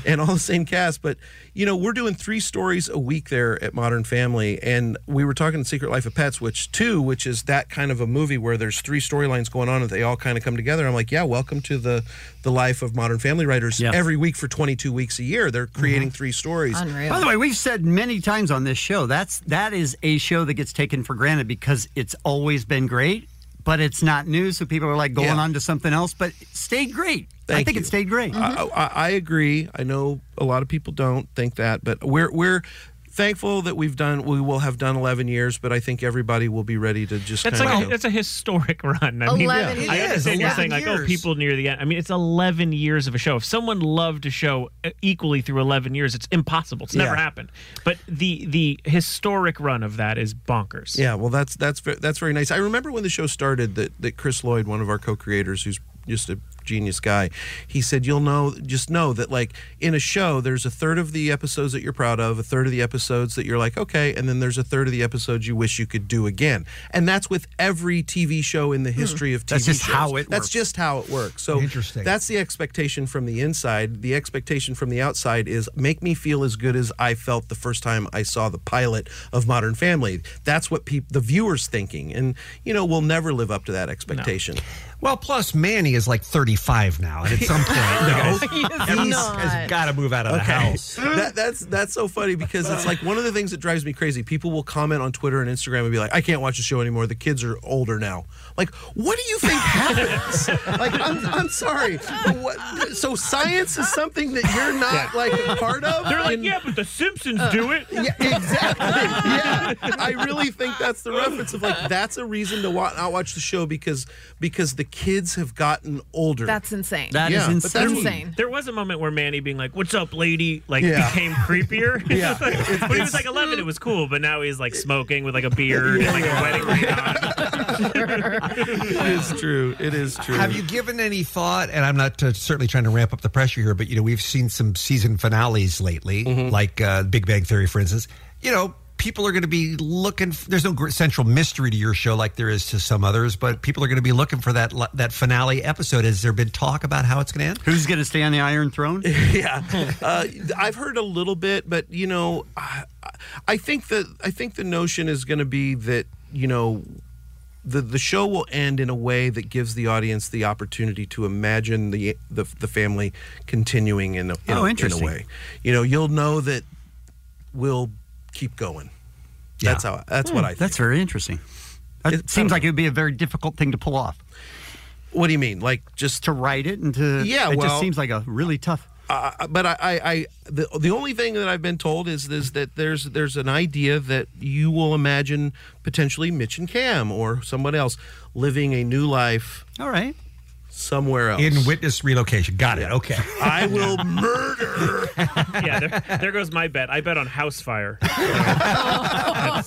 Speaker 21: and all the same cast. But you know, we're doing three stories a week there at Modern Family, and we were talking to Secret Life of Pets, which two, which is that kind of a movie where there's three storylines going on and they all kind of come together. I'm like, yeah, welcome to the the life of Modern Family writers.
Speaker 12: Yeah. Mm-hmm.
Speaker 21: Every week for 22 weeks a year, they're creating three stories.
Speaker 12: By the way, we've said many times on this show that's that is a show that gets taken for granted because it's always been great, but it's not new, so people are like going
Speaker 21: Yeah.
Speaker 12: on to something else. But it stayed great. I
Speaker 21: Thank
Speaker 12: think
Speaker 21: you.
Speaker 12: it stayed great.
Speaker 21: I, I, I agree. I know a lot of people don't think that, but we're we're thankful that we've done we will have done 11 years but i think everybody will be ready to just
Speaker 14: That's
Speaker 21: kind
Speaker 14: like
Speaker 21: of
Speaker 14: a, that's a historic run. I mean,
Speaker 21: 11 Yeah.
Speaker 14: I
Speaker 21: years.
Speaker 14: understand you're
Speaker 21: 11
Speaker 14: saying like, oh,
Speaker 21: years.
Speaker 14: people near the end. I mean, it's 11 years of a show. If someone loved a show uh, equally through 11 years, it's impossible. It's never
Speaker 21: Yeah.
Speaker 14: happened. But the the historic run of that is bonkers.
Speaker 21: Yeah, well, that's that's ve- that's very nice. I remember when the show started that that Chris Lloyd, one of our co-creators, who's just a genius guy, he said, "You'll know, just know that like in a show, there's a third of the episodes that you're proud of, a third of the episodes that you're like, okay, and then there's a third of the episodes you wish you could do again, and that's with every TV show in the history of TV.
Speaker 12: Hmm. That's just
Speaker 21: shows.
Speaker 12: how it
Speaker 21: That's
Speaker 12: works.
Speaker 21: just how it works. So
Speaker 12: Interesting.
Speaker 21: That's the expectation from the inside. The expectation from the outside is make me feel as good as I felt the first time I saw the pilot of Modern Family. That's what peop the viewers thinking, and you know we'll never live up to that expectation.
Speaker 13: Well, plus Manny is like 35 now, and at some point,
Speaker 21: He
Speaker 13: you
Speaker 21: is
Speaker 13: guys, everyone
Speaker 21: not.
Speaker 13: has got to move out of the house.
Speaker 21: That, that's that's so funny because it's like one of the things that drives me crazy. People will comment on Twitter and Instagram and be like, "I can't watch the show anymore. The kids are older now." Like, what do you think happens? like, I'm, I'm sorry. What, so science is something that you're not
Speaker 14: Yeah.
Speaker 21: like a part of.
Speaker 14: They're like,
Speaker 21: And-
Speaker 14: yeah, but The Simpsons do it.
Speaker 21: Yeah, exactly. yeah, I really think that's the reference of like that's a reason to wa- not watch the show because because the kids have gotten older.
Speaker 14: older.
Speaker 15: That's insane.
Speaker 14: That is
Speaker 15: But That's
Speaker 14: There-
Speaker 15: insane.
Speaker 14: There was a moment where Manny being like, "What's up, lady?" like
Speaker 10: Yeah.
Speaker 14: became creepier.
Speaker 10: Yeah.
Speaker 14: when he was like 11, it was cool, but now he's like smoking with like a beard and like a wedding ring.
Speaker 21: it is true. It is true.
Speaker 13: Have you given any thought? And I'm not uh, certainly trying to ramp up the pressure here, but you know we've seen some season finales lately, like uh, Big Bang Theory, for instance. You know, people are going to be looking. f there's no gr- central mystery to your show like there is to some others, but people are going to be looking for that li- that finale episode. Has there been talk about how it's going to end?
Speaker 12: Who's going to stay on the Iron Throne?
Speaker 21: yeah, uh, I've heard a little bit, but you know, I, I think that I think the notion is going to be that you know, the the show will end in a way that gives the audience the opportunity to imagine the the, the family continuing in a, in,
Speaker 12: Oh,
Speaker 21: a- in
Speaker 12: interesting.
Speaker 21: a way. You know, you'll know that we'll keep going. That's how. That's what I. Think.
Speaker 12: Hmm.
Speaker 21: uh,
Speaker 12: That's very interesting. It, seems like it would be a very difficult thing to pull off.
Speaker 21: What do you mean? Like just
Speaker 12: to write it and to
Speaker 21: Yeah,
Speaker 12: It just
Speaker 21: well-
Speaker 12: seems like a really tough.
Speaker 21: uh, but I, I, I the, the only thing that I've been told is is that there's there's an idea that you will imagine potentially Mitch and Cam or someone else living a new life.
Speaker 12: All right.
Speaker 21: Somewhere else.
Speaker 13: In witness relocation. Got it. Okay.
Speaker 21: I will murder.
Speaker 14: yeah, there, there goes my bet. I bet on house fire. that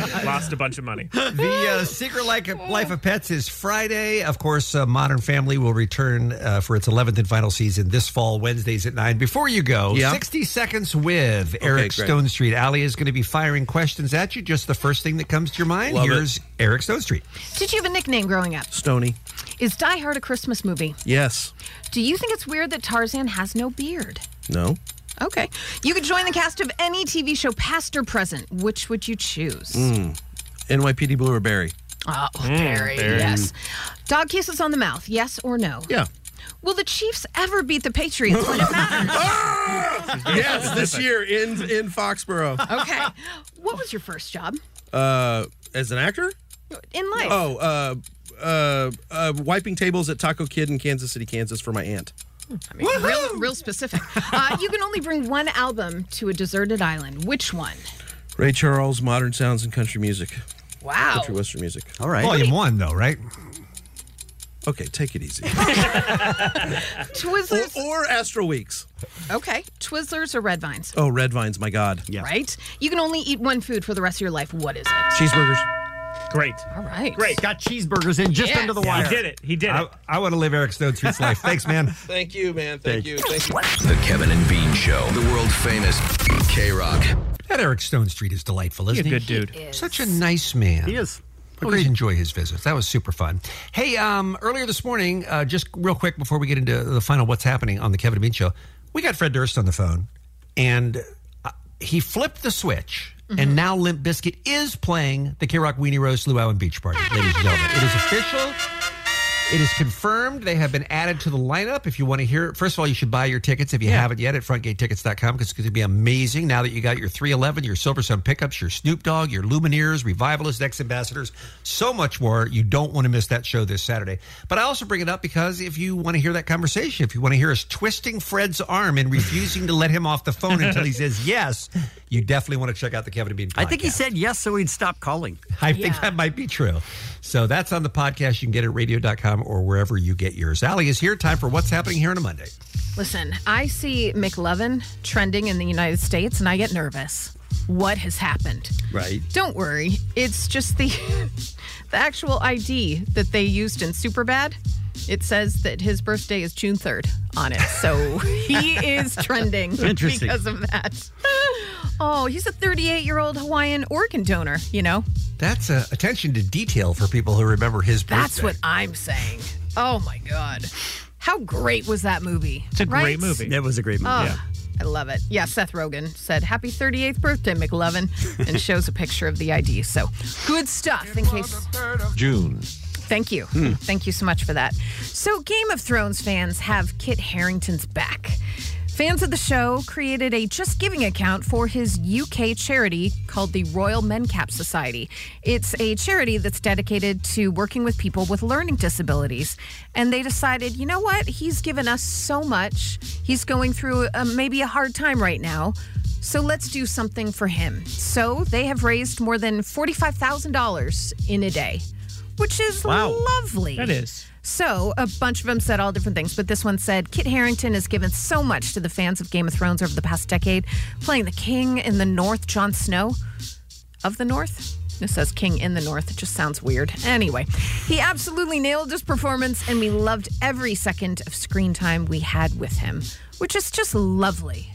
Speaker 14: sucks. Lost a bunch of money.
Speaker 13: the uh, Secret Life of, Life of Pets is Friday. Of course, uh, Modern Family will return uh, for its 11th and final season this fall, Wednesdays at 9. Before you go,
Speaker 21: Yeah.
Speaker 13: 60 Seconds with
Speaker 21: great.
Speaker 13: Eric Stone Street. Ali is going to be firing questions at you. Just the first thing that comes to your mind.
Speaker 21: Love it.
Speaker 13: Here's Eric Stone Street.
Speaker 15: Did you have a nickname growing up?
Speaker 21: Stony.
Speaker 15: Is Die Hard a Christmas movie?
Speaker 21: Yes.
Speaker 15: Do you think it's weird that Tarzan has no beard?
Speaker 21: No.
Speaker 15: Okay. You could join the cast of any TV show, past or present. Which would you choose?
Speaker 21: Mm. NYPD Blue or Barry?
Speaker 15: Oh,
Speaker 21: Mm,
Speaker 15: Barry,
Speaker 21: Barry.
Speaker 15: yes. Dog kisses on the mouth, yes or no?
Speaker 21: Yeah.
Speaker 15: Will the Chiefs ever beat the Patriots when it matters?
Speaker 21: yes, this year in in Foxborough.
Speaker 15: okay. What was your first job
Speaker 12: Oh.
Speaker 21: Uh, as an actor?
Speaker 15: in life?
Speaker 21: Oh, uh, uh, uh, wiping tables at Taco Kid in Kansas City, Kansas for my aunt.
Speaker 15: I mean, real, real specific. Uh, you can only bring one album to a deserted island. Which one?
Speaker 21: Ray Charles, Modern Sounds and Country Music.
Speaker 15: Wow.
Speaker 21: Country Western Music.
Speaker 12: All right.
Speaker 13: Volume one, though, right?
Speaker 21: Okay, take it easy.
Speaker 15: Twizzlers.
Speaker 21: Or, Astral Weeks.
Speaker 15: Okay. Twizzlers or Red Vines?
Speaker 21: Oh, Red Vines, my God.
Speaker 15: Right? You can only eat one food for the rest of your life. What is it?
Speaker 21: Cheeseburgers.
Speaker 14: Great.
Speaker 15: All right.
Speaker 14: Great.
Speaker 12: Got cheeseburgers in just
Speaker 15: Yes.
Speaker 12: under the
Speaker 15: Yeah,
Speaker 12: wire.
Speaker 15: he did
Speaker 14: it. He did
Speaker 13: I, I want to live Eric Stone Street's life. Thanks, man.
Speaker 21: Thank you, man. Thank you. Thank you.
Speaker 20: The Kevin and Bean Show, the world famous K Rock.
Speaker 13: That Eric Stone Street is delightful, isn't he?
Speaker 20: He's a good dude. He
Speaker 13: Such a nice man. He
Speaker 12: is.
Speaker 13: Always enjoy his visits. That was super fun. Hey, um, earlier this morning, uh, just real quick before we get into the final what's happening on the Kevin and Bean Show, we got Fred Durst on the phone, and uh, he flipped the switch, and now Limp Biscuit is playing the K Rock Weenie Rose Luau and Beach Party, ladies and gentlemen. It is official. It is confirmed. They have been added to the lineup. If you want to hear it, first of all, you should buy your tickets if you haven't yet at frontgatetickets.com because it's going to be amazing now that you got your 311, your Silver Sun pickups, your Snoop Dogg, your Lumineers, Revivalist, Ex Ambassadors, so much more. You don't want to miss that show this Saturday. But I also bring it up because if you want to hear that conversation, if you want to hear us twisting Fred's arm and refusing to let him off the phone until he says yes, you definitely want to check out the Kevin and Bean
Speaker 12: I think he said yes, so he'd stop calling.
Speaker 13: I think that might be true. So that's on the podcast. You can get it at radio.com or wherever you get yours. Allie is here. Time for what's happening here on a Monday.
Speaker 15: Listen, I see McLovin trending in the United States and I get nervous. What has happened?
Speaker 12: Right.
Speaker 15: Don't worry. It's just the the actual ID that they used in Superbad. It says that his birthday is June 3rd on it. So he is trending
Speaker 12: Interesting.
Speaker 15: because of that. Oh, he's a 38-year-old Hawaiian organ donor, you know.
Speaker 13: That's uh, attention to detail for people who remember his birthday.
Speaker 15: That's what I'm saying. Oh my god. How great was that movie? Right?
Speaker 12: It was a great movie.
Speaker 15: Oh, I love it. Yeah, Seth Rogen said, Happy 38th birthday, McLovin, and shows a picture of the ID. So good stuff in case.
Speaker 13: June.
Speaker 15: Thank you.
Speaker 13: Hmm.
Speaker 15: Thank you so much for that. So, Game of Thrones fans have Kit Harrington's back. Fans of the show created a Just Giving account for his UK charity called the Royal MenCap Society. It's a charity that's dedicated to working with people with learning disabilities. And they decided, you know what? He's given us so much. He's going through uh maybe a hard time right now. So let's do something for him. So they have raised more than $45,000 in a day which is
Speaker 1: Wow.
Speaker 15: lovely.
Speaker 1: That is.
Speaker 15: So, a bunch of them said all different things, but this one said Kit Harrington has given so much to the fans of Game of Thrones over the past decade, playing the king in the north, Jon Snow of the north. It says king in the north. It just sounds weird. Anyway, he absolutely nailed his performance, and we loved every second of screen time we had with him, which is just lovely.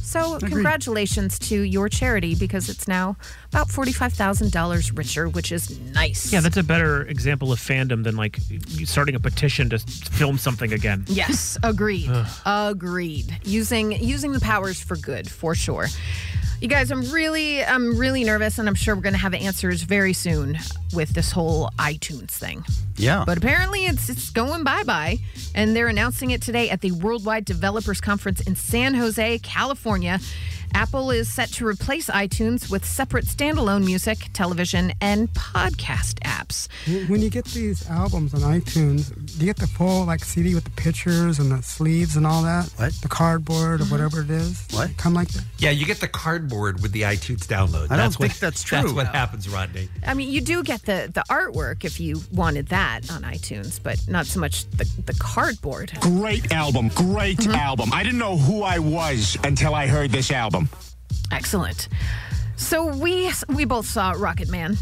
Speaker 15: So, congratulations to your charity because it's now about $45,000 richer, which is nice.
Speaker 1: Yeah, that's a better example of fandom than like starting a petition to s- film something again.
Speaker 15: Yes, agreed.
Speaker 1: Ugh.
Speaker 15: agreed. Using using the powers for good, for sure. You guys, I'm really I'm really nervous and I'm sure we're going to have answers very soon with this whole iTunes thing.
Speaker 12: Yeah.
Speaker 15: But apparently it's it's going bye-bye and they're announcing it today at the Worldwide Developers Conference in San Jose, California. Apple is set to replace iTunes with separate standalone music, television, and podcast apps.
Speaker 28: When you get these albums on iTunes, do you get the full like CD with the pictures and the sleeves and all that? What? The cardboard or whatever it is? What? Come like that?
Speaker 13: Yeah, you get the cardboard with the iTunes download.
Speaker 28: I don't
Speaker 13: that's
Speaker 28: think
Speaker 13: what,
Speaker 28: that's
Speaker 13: That's
Speaker 28: true.
Speaker 13: what happens, Rodney.
Speaker 15: I mean, you do get the the artwork if you wanted that on iTunes, but not so much the, the cardboard.
Speaker 25: Great album, great
Speaker 21: Mm-hmm.
Speaker 25: album. I didn't know who I was until I heard this album.
Speaker 15: Excellent. So we we both saw Rocket Man,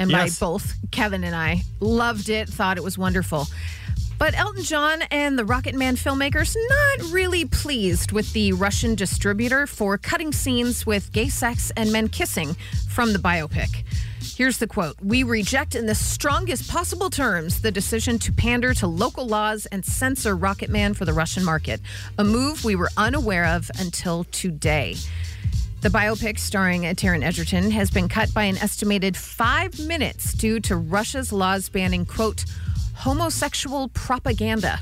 Speaker 15: and
Speaker 25: Yes.
Speaker 15: by both Kevin and I loved it, thought it was wonderful. But Elton John and the Rocket Man filmmakers not really pleased with the Russian distributor for cutting scenes with gay sex and men kissing from the biopic. Here's the quote We reject in the strongest possible terms the decision to pander to local laws and censor Rocket Man for the Russian market, a move we were unaware of until today. The biopic starring Taryn Edgerton has been cut by an estimated five minutes due to Russia's laws banning, quote, homosexual propaganda.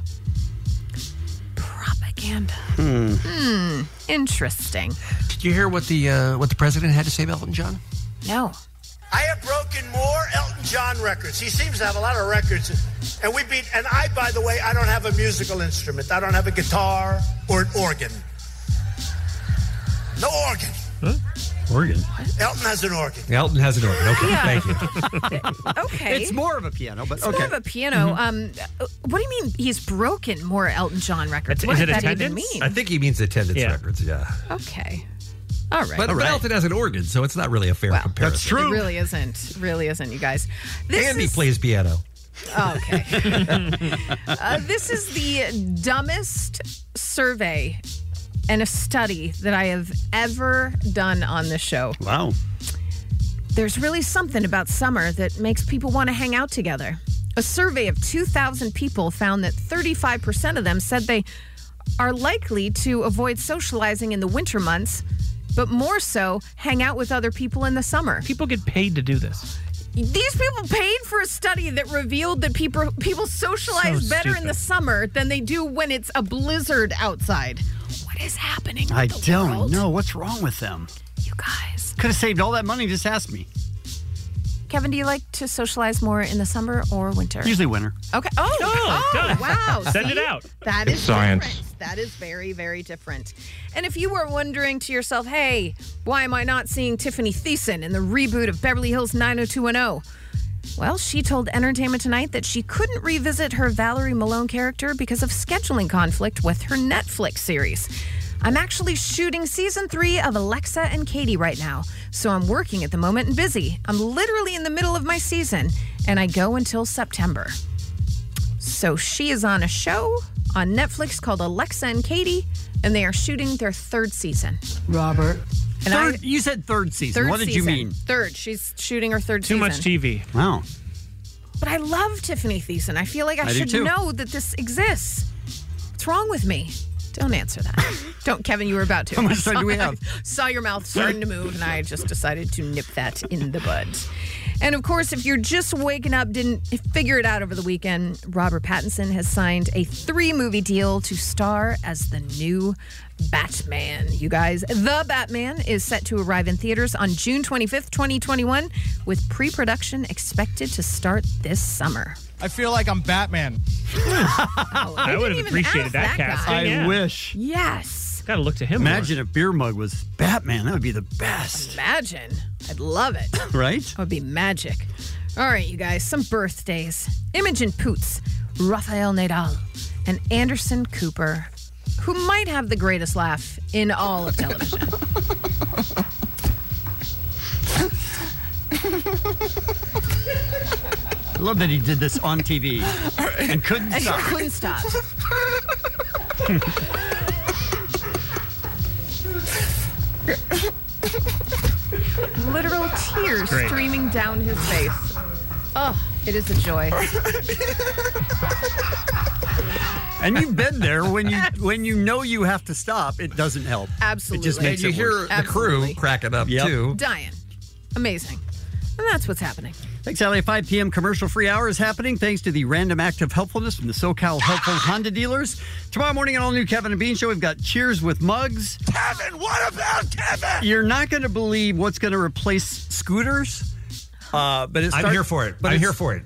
Speaker 15: Propaganda.
Speaker 13: Hmm.
Speaker 15: Hmm, interesting.
Speaker 13: Did you hear what the uh, what the president had to say about Elton John?
Speaker 15: No.
Speaker 30: I have broken more Elton John records. He seems to have a lot of records. And we beat, and I, by the way, I don't have a musical instrument. I don't have a guitar or an organ. No organ.
Speaker 1: Oregon.
Speaker 30: Elton has an organ.
Speaker 13: Elton has an organ. Okay,
Speaker 15: Yeah.
Speaker 13: thank you.
Speaker 15: Okay.
Speaker 12: It's more of a piano, but
Speaker 15: It's
Speaker 12: okay.
Speaker 15: more of a piano. Um,
Speaker 13: Mm-hmm.
Speaker 15: uh, what do you mean he's broken more Elton John records? What does that even
Speaker 13: I
Speaker 15: mean?
Speaker 13: think he means attendance records. Yeah.
Speaker 15: Okay. All right.
Speaker 13: But, but Elton has an organ, so it's not really a fair comparison.
Speaker 15: It really isn't. It really isn't, you guys. This
Speaker 13: Andy
Speaker 15: is,
Speaker 13: plays piano.
Speaker 15: Okay. uh, this is the dumbest survey and a study that I have ever done on this show.
Speaker 12: Wow.
Speaker 15: There's really something about summer that makes people want to hang out together. A survey of 2,000 people found that 35% of them said they are likely to avoid socializing in the winter months, but more so hang out with other people in the summer.
Speaker 1: People get paid to do this.
Speaker 15: These people paid for a study that revealed that people people socialize
Speaker 1: So
Speaker 15: better in
Speaker 1: stupid.
Speaker 15: the summer than they do when it's a blizzard outside. What is happening? with
Speaker 12: I
Speaker 15: the
Speaker 12: don't
Speaker 15: world?
Speaker 12: know what's wrong with them.
Speaker 15: You guys.
Speaker 12: Could have saved all that money. Just ask me.
Speaker 15: Kevin, do you like to socialize more in the summer or winter?
Speaker 12: Usually winter.
Speaker 15: Okay. Oh, oh,
Speaker 12: done.
Speaker 15: wow.
Speaker 12: Send
Speaker 15: See?
Speaker 12: it out.
Speaker 15: That
Speaker 12: It's
Speaker 15: is
Speaker 12: science.
Speaker 15: different. That is very, very different. And if you were wondering to yourself, hey, why am I not seeing Tiffany Thiessen in the reboot of Beverly Hills 90210? Well, she told Entertainment Tonight that she couldn't revisit her Valerie Malone character because of scheduling conflict with her Netflix series. I'm actually shooting season three of Alexa and Katie right now, so I'm working at the moment and busy. I'm literally in the middle of my season, and I go until September. So she is on a show on Netflix called Alexa and Katie, and they are shooting their third season.
Speaker 12: Robert.
Speaker 15: And
Speaker 12: third,
Speaker 15: I-
Speaker 12: you said third season.
Speaker 15: Third
Speaker 12: what did
Speaker 15: season.
Speaker 12: you mean?
Speaker 15: Third. She's shooting her third
Speaker 1: Too
Speaker 15: season.
Speaker 1: much TV.
Speaker 12: Wow.
Speaker 15: But I love Tiffany Thiessen. I feel like I,
Speaker 12: I do
Speaker 15: should
Speaker 12: too.
Speaker 15: know that this exists. What's wrong with me? Don't answer that. Don't, Kevin. You were about to.
Speaker 12: How much time do we have?
Speaker 15: I saw your mouth starting to move, and I just decided to nip that in the bud. And of course, if you're just waking up, didn't figure it out over the weekend, Robert Pattinson has signed a three movie deal to star as the new Batman. You guys, The Batman is set to arrive in theaters on June 25th, 2021, with pre production expected to start this summer. Oh,
Speaker 31: I feel like I'm Batman.
Speaker 15: I
Speaker 31: would have
Speaker 15: appreciated that that casting, guy.
Speaker 12: I
Speaker 31: yeah.
Speaker 12: wish.
Speaker 15: Yes.
Speaker 12: Gotta look to
Speaker 1: him
Speaker 12: Imagine if Beer Mug was Batman. That would be the best,
Speaker 15: Imagine. I'd love it.
Speaker 12: right?
Speaker 15: That would be magic. All right, you guys, some birthdays. Imogen Poots, Rafael Nadal, and Anderson Cooper, who might have the greatest laugh in all of television.
Speaker 12: I love that he did this on TV and couldn't
Speaker 15: And
Speaker 12: stop.
Speaker 15: couldn't stop. Literal tears
Speaker 10: It's great.
Speaker 15: streaming down his face. Oh, it is a joy.
Speaker 12: And you've been there when you when you know you have to stop. It doesn't help. It
Speaker 15: Absolutely.
Speaker 12: just makes
Speaker 15: And
Speaker 12: it
Speaker 15: you hear
Speaker 12: worse.
Speaker 15: the crew Absolutely.
Speaker 12: cracking up too.
Speaker 15: Dying. Amazing. And that's what's happening.
Speaker 12: Thanks, Allie. 5 p.m. commercial free hour is happening thanks to the random act of helpfulness from the SoCal Helpful
Speaker 10: Ah!
Speaker 12: Honda dealers. Tomorrow morning on All New Kevin and Bean Show, we've got Cheers with Mugs.
Speaker 10: Kevin, what about Kevin?
Speaker 12: You're not going to believe what's going to replace scooters. Uh, but it's
Speaker 13: I'm here for it. I'm here for it.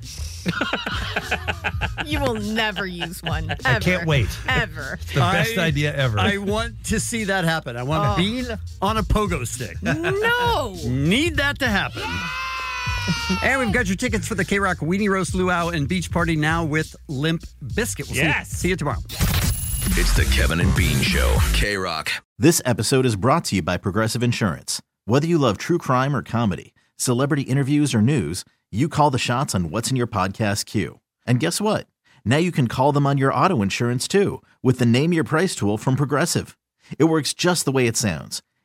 Speaker 15: You will never use one. Ever.
Speaker 12: I can't wait.
Speaker 15: Ever.
Speaker 12: I- I want to see that happen. I want
Speaker 15: Oh.
Speaker 12: to Bean on a pogo stick.
Speaker 15: No.
Speaker 12: Need that to happen. And we've got your tickets for the K Rock Weenie Roast Luau and Beach Party now with Limp Biscuit. We'll see-
Speaker 20: Yes.
Speaker 12: see you tomorrow.
Speaker 20: It's the Kevin and Bean Show. K Rock.
Speaker 22: This episode is brought to you by Progressive Insurance. Whether you love true crime or comedy, celebrity interviews or news, you call the shots on what's in your podcast queue. And guess what? Now you can call them on your auto insurance too with the Name Your Price tool from Progressive. It works just the way it sounds.